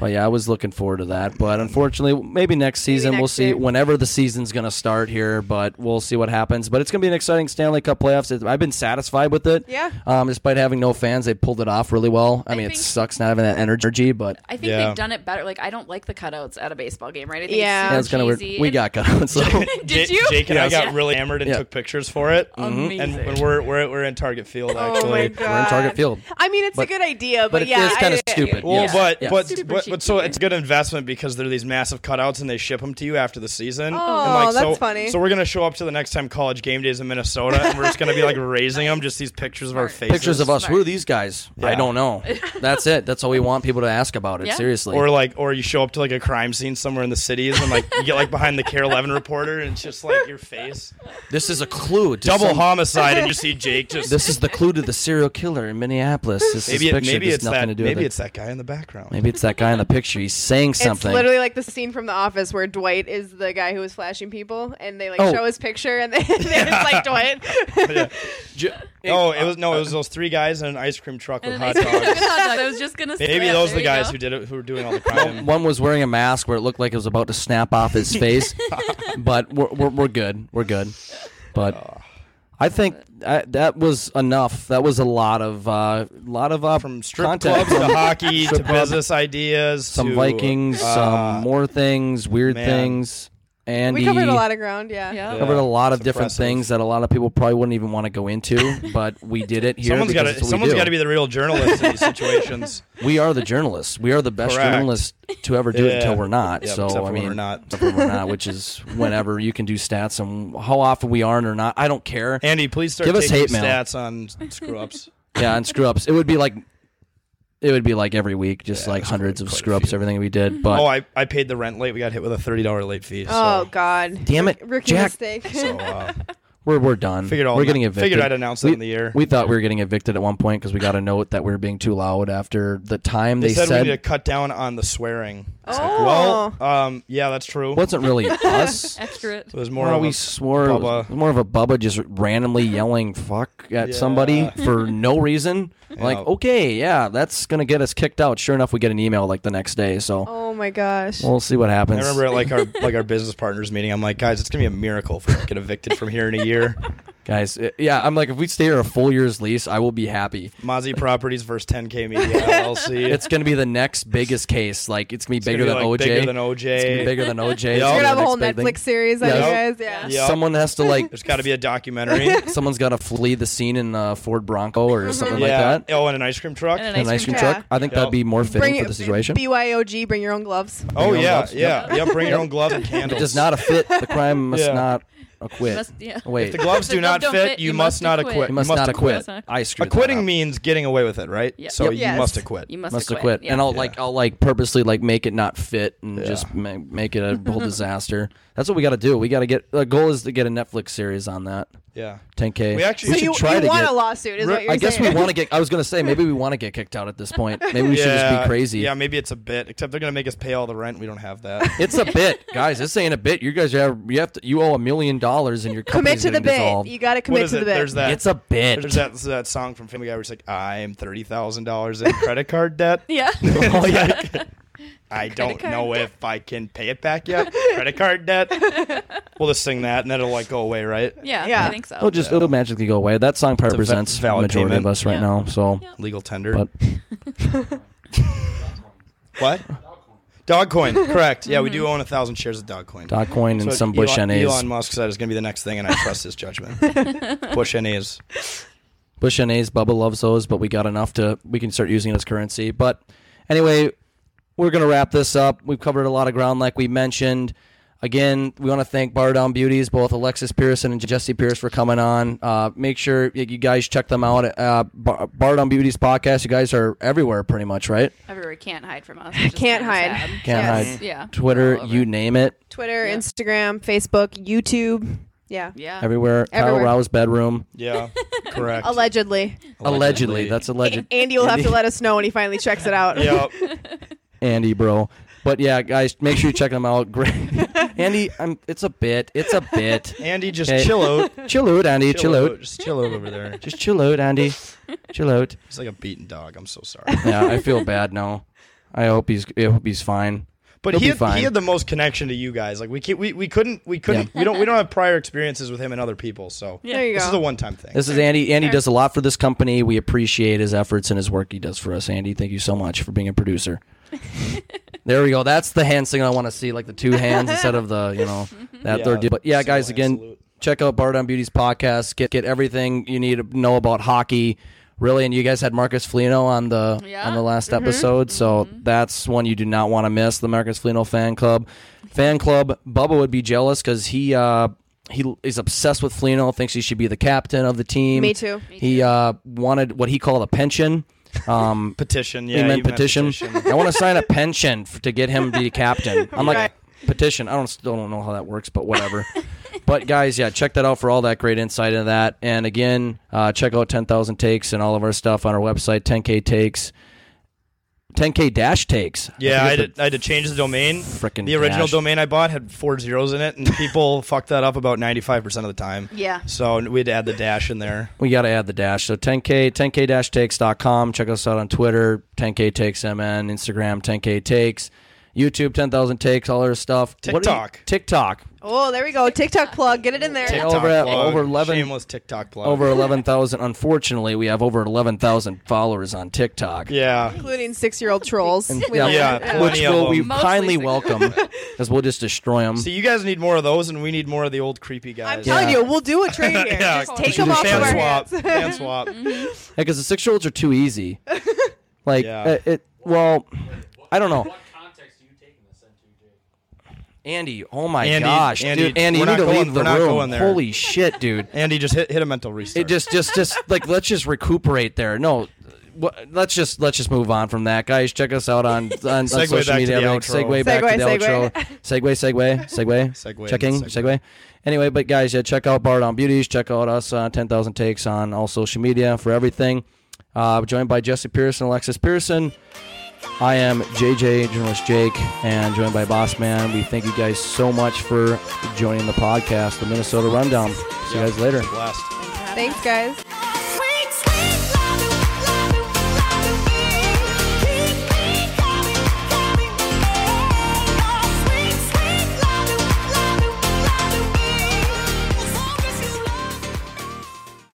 [SPEAKER 1] But yeah, I was looking forward to that. But unfortunately, maybe next season we'll
[SPEAKER 8] next
[SPEAKER 1] see
[SPEAKER 8] year.
[SPEAKER 1] whenever the season's going to start here. But we'll see what happens. But it's going to be an exciting Stanley Cup playoffs. It- I've been satisfied with it.
[SPEAKER 8] Yeah.
[SPEAKER 1] Um, despite having no fans, they pulled it off really well. I, mean, it
[SPEAKER 10] think-
[SPEAKER 1] sucks not having that energy, but
[SPEAKER 10] I think
[SPEAKER 6] Yeah.
[SPEAKER 10] they've done it better. Like I don't like the cutouts at a baseball game, right? I think
[SPEAKER 8] Yeah.
[SPEAKER 1] yeah,
[SPEAKER 10] it's
[SPEAKER 1] it's kind of weird.
[SPEAKER 10] cheesy
[SPEAKER 1] We
[SPEAKER 10] and-
[SPEAKER 1] got cut. So
[SPEAKER 10] Did
[SPEAKER 6] Ja-
[SPEAKER 10] you?
[SPEAKER 6] Jake and I got
[SPEAKER 10] Yeah.
[SPEAKER 6] really hammered and
[SPEAKER 1] Yeah. Mm-hmm.
[SPEAKER 6] took pictures for it.
[SPEAKER 10] Amazing.
[SPEAKER 6] And when we're, we're we're in Target Field actually.
[SPEAKER 8] Oh my god.
[SPEAKER 1] we're in Target Field.
[SPEAKER 8] I mean, it's a
[SPEAKER 1] But-
[SPEAKER 8] good idea, but,
[SPEAKER 1] but it
[SPEAKER 8] yeah,
[SPEAKER 1] is kinda
[SPEAKER 8] I-
[SPEAKER 1] stupid.
[SPEAKER 6] Well,
[SPEAKER 1] Yeah.
[SPEAKER 6] but
[SPEAKER 1] Yeah.
[SPEAKER 6] but
[SPEAKER 10] Super
[SPEAKER 6] but, but so
[SPEAKER 10] cheeky.
[SPEAKER 6] it's a good investment because they're these massive cutouts and they ship them to you after the season.
[SPEAKER 8] Oh,
[SPEAKER 6] and like, so,
[SPEAKER 8] that's funny.
[SPEAKER 6] So we're gonna show up to the next time college game days in Minnesota and we're just gonna be like raising them just these pictures of our faces.
[SPEAKER 1] Pictures of us. Who are these guys? I
[SPEAKER 6] Yeah.
[SPEAKER 1] don't know. That's it. That's all we want people to ask about it.
[SPEAKER 10] Yeah.
[SPEAKER 1] Seriously.
[SPEAKER 6] Or like, or you show up to like a crime scene somewhere in the cities, and like you get like behind the Care Eleven reporter, and it's just like your face,
[SPEAKER 1] this is a clue. To
[SPEAKER 6] double
[SPEAKER 1] some-
[SPEAKER 6] homicide, and you see Jake just
[SPEAKER 1] This is the clue to the serial killer in Minneapolis. This
[SPEAKER 6] maybe
[SPEAKER 1] is
[SPEAKER 6] it,
[SPEAKER 1] picture.
[SPEAKER 6] maybe
[SPEAKER 1] There's
[SPEAKER 6] it's
[SPEAKER 1] nothing
[SPEAKER 6] that
[SPEAKER 1] to do
[SPEAKER 6] maybe
[SPEAKER 1] with
[SPEAKER 6] it's that guy in the background.
[SPEAKER 1] Maybe it's that guy in the picture. He's saying something.
[SPEAKER 8] It's literally like the scene from The Office where Dwight is the guy who was flashing people, and they like
[SPEAKER 1] Oh.
[SPEAKER 8] show his picture, and then it's like Dwight.
[SPEAKER 6] oh, it was no, it was those three guys in an ice cream truck with hot dogs.
[SPEAKER 10] I was just gonna. say
[SPEAKER 6] Maybe
[SPEAKER 10] that.
[SPEAKER 6] those
[SPEAKER 10] There
[SPEAKER 6] are the
[SPEAKER 10] you
[SPEAKER 6] guys
[SPEAKER 10] go.
[SPEAKER 6] who did it, who were doing all the crime.
[SPEAKER 1] One was wearing a mask where it looked like it was about to snap off his face, but we're, we're, we're good. We're good. But
[SPEAKER 6] Ah.
[SPEAKER 1] I think I, that was enough. That was a lot of uh, lot of uh,
[SPEAKER 6] From strip
[SPEAKER 1] content.
[SPEAKER 6] clubs to hockey to
[SPEAKER 1] Strip club.
[SPEAKER 6] business ideas,
[SPEAKER 1] some
[SPEAKER 6] to,
[SPEAKER 1] Vikings,
[SPEAKER 6] uh,
[SPEAKER 1] some more things, weird
[SPEAKER 6] man.
[SPEAKER 1] things. Andy
[SPEAKER 8] we covered a lot of ground, yeah.
[SPEAKER 10] Yeah.
[SPEAKER 1] covered a lot of
[SPEAKER 6] It's
[SPEAKER 1] different
[SPEAKER 6] impressive.
[SPEAKER 1] things that a lot of people probably wouldn't even want to go into, but we did it here.
[SPEAKER 6] Someone's got
[SPEAKER 1] because
[SPEAKER 6] to
[SPEAKER 1] it's what we
[SPEAKER 6] someone's
[SPEAKER 1] do.
[SPEAKER 6] got to be the real journalist in these situations.
[SPEAKER 1] We are the journalists. We are the best
[SPEAKER 6] Correct.
[SPEAKER 1] journalists to ever do it
[SPEAKER 6] Yeah.
[SPEAKER 1] until we're not.
[SPEAKER 6] Yep,
[SPEAKER 1] so
[SPEAKER 6] except for
[SPEAKER 1] I
[SPEAKER 6] when
[SPEAKER 1] mean,
[SPEAKER 6] we're not.
[SPEAKER 1] except for when we're not, which is whenever you can do stats and how often we aren't or not. I don't care.
[SPEAKER 6] Andy, please start
[SPEAKER 1] Give us
[SPEAKER 6] taking
[SPEAKER 1] hate mail.
[SPEAKER 6] stats on screw ups.
[SPEAKER 1] yeah, and screw ups. It would be like, it would be like every week, just like hundreds of screw ups. Everything we
[SPEAKER 8] Mm-hmm.
[SPEAKER 1] did, but
[SPEAKER 6] Oh, I, I paid the rent late. We got hit with a thirty dollar late fee. So,
[SPEAKER 8] Oh God.
[SPEAKER 1] Damn it,
[SPEAKER 8] Rookie
[SPEAKER 1] Jack.
[SPEAKER 8] mistake.
[SPEAKER 6] so, uh,
[SPEAKER 1] we're we're done.
[SPEAKER 6] Figured I'll
[SPEAKER 1] we're getting
[SPEAKER 6] not-
[SPEAKER 1] evicted.
[SPEAKER 6] figured I'd announce it
[SPEAKER 1] we,
[SPEAKER 6] in the year.
[SPEAKER 1] We thought we were getting evicted at one point because we got a note that we were being too loud after the time
[SPEAKER 6] they,
[SPEAKER 1] they,
[SPEAKER 6] said, we need to cut down on the swearing. It's like,
[SPEAKER 8] Oh.
[SPEAKER 6] well, um, yeah, that's true.
[SPEAKER 1] wasn't really us.
[SPEAKER 10] Extra. it.
[SPEAKER 6] It was more
[SPEAKER 1] More
[SPEAKER 6] of
[SPEAKER 1] Oh, we
[SPEAKER 6] a
[SPEAKER 1] swore it was-
[SPEAKER 6] Bubba.
[SPEAKER 1] it was more of a Bubba just randomly yelling "fuck" at somebody for no reason. Like, okay, yeah, that's gonna get us kicked out. Sure enough, we get an email like the next day. So
[SPEAKER 8] Oh my gosh.
[SPEAKER 1] we'll see what happens.
[SPEAKER 6] I remember at like our like our business partners meeting. I'm like, guys, it's gonna be a miracle if we don't get evicted from here in a year.
[SPEAKER 1] guys. it- yeah, I'm like, if we stay here a full year's lease, I will be happy.
[SPEAKER 6] Mozzie Properties versus 10K Media LLC.
[SPEAKER 1] It's gonna be the next biggest case. Like, it's gonna be
[SPEAKER 6] gonna
[SPEAKER 1] bigger
[SPEAKER 6] be,
[SPEAKER 1] than OJ.
[SPEAKER 6] like, Bigger than
[SPEAKER 1] It's gonna be
[SPEAKER 6] OJ.
[SPEAKER 1] bigger than OJ.
[SPEAKER 6] We're
[SPEAKER 8] We're
[SPEAKER 6] Oh,
[SPEAKER 8] gonna have a
[SPEAKER 1] It's
[SPEAKER 8] whole
[SPEAKER 1] the next big
[SPEAKER 8] Netflix
[SPEAKER 1] thing.
[SPEAKER 8] series on
[SPEAKER 6] Yeah.
[SPEAKER 8] you guys. Yeah.
[SPEAKER 6] Yep.
[SPEAKER 1] Someone has to like.
[SPEAKER 6] There's got to be a documentary.
[SPEAKER 1] someone's got to flee the scene in a Ford Bronco
[SPEAKER 8] Mm-hmm.
[SPEAKER 1] or something
[SPEAKER 6] yeah.
[SPEAKER 1] like that.
[SPEAKER 6] Oh, and an ice cream truck.
[SPEAKER 10] And an
[SPEAKER 1] An ice cream
[SPEAKER 8] truck.
[SPEAKER 1] truck. I think that'd be more fitting for the situation.
[SPEAKER 8] BYOG, bring your own gloves.
[SPEAKER 6] oh
[SPEAKER 1] your own
[SPEAKER 6] yeah,
[SPEAKER 1] gloves.
[SPEAKER 6] yeah, yeah. Bring your own gloves and
[SPEAKER 1] It
[SPEAKER 6] candles.
[SPEAKER 1] does not fit. The crime must
[SPEAKER 6] Yeah.
[SPEAKER 1] not acquit.
[SPEAKER 10] Must- yeah.
[SPEAKER 1] Wait,
[SPEAKER 6] If the gloves do
[SPEAKER 10] glove
[SPEAKER 6] not
[SPEAKER 10] don't
[SPEAKER 6] fit, you, must, not acquit.
[SPEAKER 1] you must, not acquit.
[SPEAKER 10] acquit.
[SPEAKER 1] I screwed that
[SPEAKER 6] Acquitting
[SPEAKER 1] up.
[SPEAKER 6] means getting away with it, right?
[SPEAKER 10] Yep.
[SPEAKER 6] So
[SPEAKER 10] Yep.
[SPEAKER 6] you
[SPEAKER 8] Yes.
[SPEAKER 6] must acquit.
[SPEAKER 10] You must,
[SPEAKER 1] Must
[SPEAKER 10] acquit.
[SPEAKER 1] acquit,
[SPEAKER 10] Yeah.
[SPEAKER 1] and I'll like I'll like purposely like make it not fit and just ma- make it a whole disaster. That's what we got to do. We got to get the goal is to get a Netflix series on that
[SPEAKER 6] yeah.
[SPEAKER 1] 10k.
[SPEAKER 6] We actually-
[SPEAKER 8] So
[SPEAKER 6] should
[SPEAKER 8] you,
[SPEAKER 1] try
[SPEAKER 8] you
[SPEAKER 1] to
[SPEAKER 8] want
[SPEAKER 1] get-
[SPEAKER 8] a lawsuit, is what you're
[SPEAKER 1] I guess
[SPEAKER 8] saying.
[SPEAKER 1] we want to get. I was gonna say maybe we want to get kicked out at this point. Maybe we
[SPEAKER 6] yeah.
[SPEAKER 1] should just be crazy.
[SPEAKER 6] Yeah, maybe it's a bit. Except they're gonna make us pay all the rent. We don't have that.
[SPEAKER 1] It's a bit, guys. This ain't a bit. You guys have you have to you owe a million dollars and your
[SPEAKER 8] commit
[SPEAKER 1] company's
[SPEAKER 8] to the
[SPEAKER 1] getting
[SPEAKER 8] bit.
[SPEAKER 1] dissolved.
[SPEAKER 8] You gotta
[SPEAKER 6] what
[SPEAKER 8] commit
[SPEAKER 6] is
[SPEAKER 8] to
[SPEAKER 6] it?
[SPEAKER 8] the bit.
[SPEAKER 6] There's that.
[SPEAKER 1] It's a bit.
[SPEAKER 6] There's that, that song from Family Guy where it's like, I'm thirty thousand dollars in credit card debt.
[SPEAKER 10] Yeah.
[SPEAKER 6] oh, yeah. I don't know if I can pay it back yet. Credit card debt. We'll just sing that and that'll like go away, right?
[SPEAKER 10] yeah.
[SPEAKER 8] Yeah.
[SPEAKER 10] I think so.
[SPEAKER 1] It'll just it'll magically go away. That song
[SPEAKER 6] It's a va-
[SPEAKER 1] represents the
[SPEAKER 6] valid
[SPEAKER 1] majority
[SPEAKER 6] payment.
[SPEAKER 1] of us right
[SPEAKER 10] Yeah.
[SPEAKER 1] now. So
[SPEAKER 6] Legal tender.
[SPEAKER 1] But-
[SPEAKER 6] what? Dogcoin, correct. Yeah, we do own a thousand shares of Dogcoin.
[SPEAKER 1] Dogcoin and
[SPEAKER 6] So
[SPEAKER 1] some Bush
[SPEAKER 6] Elon,
[SPEAKER 1] NAs.
[SPEAKER 6] Elon Musk said it's going to be the next thing, and I trust his judgment. Bush NAs.
[SPEAKER 1] Bush NAs, Bubba loves those, but we got enough to we can start using it as currency. But anyway, we're gonna wrap this up. We've covered a lot of ground, like we mentioned. Again, we want to thank Bar Down Beauties, both Alexis Pearson and Jesse Pierce, for coming on. Uh, make sure you you guys check them out. Uh, Bar Bar Down Beauties podcast. You guys are everywhere, pretty much, right?
[SPEAKER 10] Everywhere can't hide from us. which is
[SPEAKER 8] Can't
[SPEAKER 10] kinda
[SPEAKER 8] hide.
[SPEAKER 10] sad.
[SPEAKER 1] Can't
[SPEAKER 8] Yes.
[SPEAKER 1] hide.
[SPEAKER 10] Yeah.
[SPEAKER 1] Twitter,
[SPEAKER 10] We're all over
[SPEAKER 1] you name it,
[SPEAKER 8] Twitter, Instagram, Facebook, YouTube. Yeah.
[SPEAKER 10] Yeah.
[SPEAKER 1] everywhere. Kyle
[SPEAKER 8] Everywhere.
[SPEAKER 1] Rao's bedroom,
[SPEAKER 6] Yeah, correct.
[SPEAKER 8] Allegedly.
[SPEAKER 1] allegedly. That's alleged.
[SPEAKER 8] Andy will have to let us know when he finally checks it out.
[SPEAKER 6] Yep.
[SPEAKER 1] Andy, bro. But yeah, guys, make sure you check them out. Great, Andy. I'm, it's a bit. It's a bit.
[SPEAKER 6] Andy, just
[SPEAKER 1] Hey.
[SPEAKER 6] chill out.
[SPEAKER 1] Chill out, Andy. Chill, out.
[SPEAKER 6] Just chill out over there.
[SPEAKER 1] Just chill out, Andy. chill out.
[SPEAKER 6] He's like a beaten dog. I'm so sorry.
[SPEAKER 1] Yeah, I feel bad now. I hope he's I hope he's fine.
[SPEAKER 6] But
[SPEAKER 1] He'll
[SPEAKER 6] he
[SPEAKER 1] be
[SPEAKER 6] had,
[SPEAKER 1] fine.
[SPEAKER 6] he had the most connection to you guys. Like we can't, we, we couldn't we couldn't we don't we don't have prior experiences with him and other people. So
[SPEAKER 8] There you
[SPEAKER 6] this
[SPEAKER 8] go.
[SPEAKER 6] is a one time thing.
[SPEAKER 1] This is Andy. Andy does a lot for this company. We appreciate his efforts and his work he does for us. Andy, thank you so much for being a producer. there we go. That's the hand signal I want to see, like the two hands instead of the you know that
[SPEAKER 6] Yeah,
[SPEAKER 1] third. Deal. But yeah,
[SPEAKER 6] single
[SPEAKER 1] guys,
[SPEAKER 6] hand
[SPEAKER 1] again,
[SPEAKER 6] salute.
[SPEAKER 1] check out Bard on Beauty's podcast. Get get everything you need to know about hockey. Really, and you guys had Marcus Foligno on the
[SPEAKER 10] Yeah.
[SPEAKER 1] on the last
[SPEAKER 8] Mm-hmm.
[SPEAKER 1] episode, so that's one you do not want to miss. The Marcus Foligno fan club, fan club. Bubba would be jealous because he uh, he is obsessed with Foligno. Thinks he should be the captain of the team.
[SPEAKER 8] Me too.
[SPEAKER 1] He uh, wanted what he called a pension. Um,
[SPEAKER 6] petition, yeah,
[SPEAKER 1] he meant
[SPEAKER 6] you meant
[SPEAKER 1] petition. I want to sign a pension f to get him to be captain. I'm like petition. I don't still don't know how that works, but whatever. but guys, yeah, check that out for all that great insight into that. And again, uh, check out 10,000 takes and all of our stuff on our website 10k takes. 10k dash takes.
[SPEAKER 6] Yeah, I,
[SPEAKER 1] forget
[SPEAKER 6] did, I had to change the domain.
[SPEAKER 1] Frickin'
[SPEAKER 6] the original
[SPEAKER 1] dash.
[SPEAKER 6] domain I bought had four zeros in it, and people fucked that up about ninety five percent of the time.
[SPEAKER 10] Yeah.
[SPEAKER 6] So we had to add the dash in there.
[SPEAKER 1] We got to add the dash. So 10K, 10K dash takes.com. Check us out on Twitter, 10K takes MN, Instagram, 10K takes, YouTube, 10,000 takes, all our stuff. What do you-
[SPEAKER 6] TikTok.
[SPEAKER 1] TikTok.
[SPEAKER 8] Oh, there we go. TikTok plug. Get it in there.
[SPEAKER 1] Tik- over
[SPEAKER 8] uh,
[SPEAKER 1] at- over 11
[SPEAKER 6] shameless TikTok plug.
[SPEAKER 1] Over 11,000. Unfortunately, we have over 11,000 followers on TikTok.
[SPEAKER 6] yeah.
[SPEAKER 8] Including six-year-old trolls. We
[SPEAKER 1] Yeah,
[SPEAKER 8] love
[SPEAKER 6] Yeah,
[SPEAKER 8] it.
[SPEAKER 1] Which
[SPEAKER 6] plenty of
[SPEAKER 1] will we
[SPEAKER 6] them.
[SPEAKER 10] Mostly
[SPEAKER 1] kindly
[SPEAKER 10] six.
[SPEAKER 1] welcome because we'll just destroy them.
[SPEAKER 6] So you guys need more of those, and we need more of the old creepy guys.
[SPEAKER 8] I'm telling
[SPEAKER 1] Yeah.
[SPEAKER 8] you, we'll do a trade here. Just take
[SPEAKER 1] should
[SPEAKER 8] them off
[SPEAKER 1] just
[SPEAKER 8] of
[SPEAKER 6] Fan
[SPEAKER 8] our
[SPEAKER 6] swap.
[SPEAKER 8] hands. Mm-hmm.
[SPEAKER 6] Fan swap.
[SPEAKER 1] Because the six year olds are too easy. Like,
[SPEAKER 6] Yeah.
[SPEAKER 1] uh, it, well, I don't know. Andy, oh my
[SPEAKER 6] Andy,
[SPEAKER 1] gosh,
[SPEAKER 6] Andy,
[SPEAKER 1] dude, Andy, you
[SPEAKER 6] we're
[SPEAKER 1] need
[SPEAKER 6] not
[SPEAKER 1] to
[SPEAKER 6] going-
[SPEAKER 1] leave the
[SPEAKER 6] we're not
[SPEAKER 1] room.
[SPEAKER 6] going there.
[SPEAKER 1] Holy shit, dude!
[SPEAKER 6] Andy, just hit, hit a mental restart.
[SPEAKER 1] It just, just, just like let's just recuperate there. No, wha- let's just let's just move on from that, guys. Check us out on on, on
[SPEAKER 6] Segue
[SPEAKER 1] social
[SPEAKER 6] back to
[SPEAKER 1] media.
[SPEAKER 6] the
[SPEAKER 1] Like,
[SPEAKER 6] outro.
[SPEAKER 1] segue back to
[SPEAKER 8] Segue,
[SPEAKER 1] the outro.
[SPEAKER 8] segue.
[SPEAKER 1] Segue, segue, segue,
[SPEAKER 6] Segue,
[SPEAKER 1] Checking,
[SPEAKER 6] segue.
[SPEAKER 1] segue. Anyway, but guys, yeah, check out Bard on Beauties. Check out us on Ten Thousand Takes on all social media for everything. Uh, joined by Jesse Pearson, Alexis Pearson. I am JJ, journalist Jake, and joined by Boss Man. We thank you guys so much for joining the podcast, the Minnesota Rundown. See you guys later.
[SPEAKER 6] Blast.
[SPEAKER 8] Thanks, guys.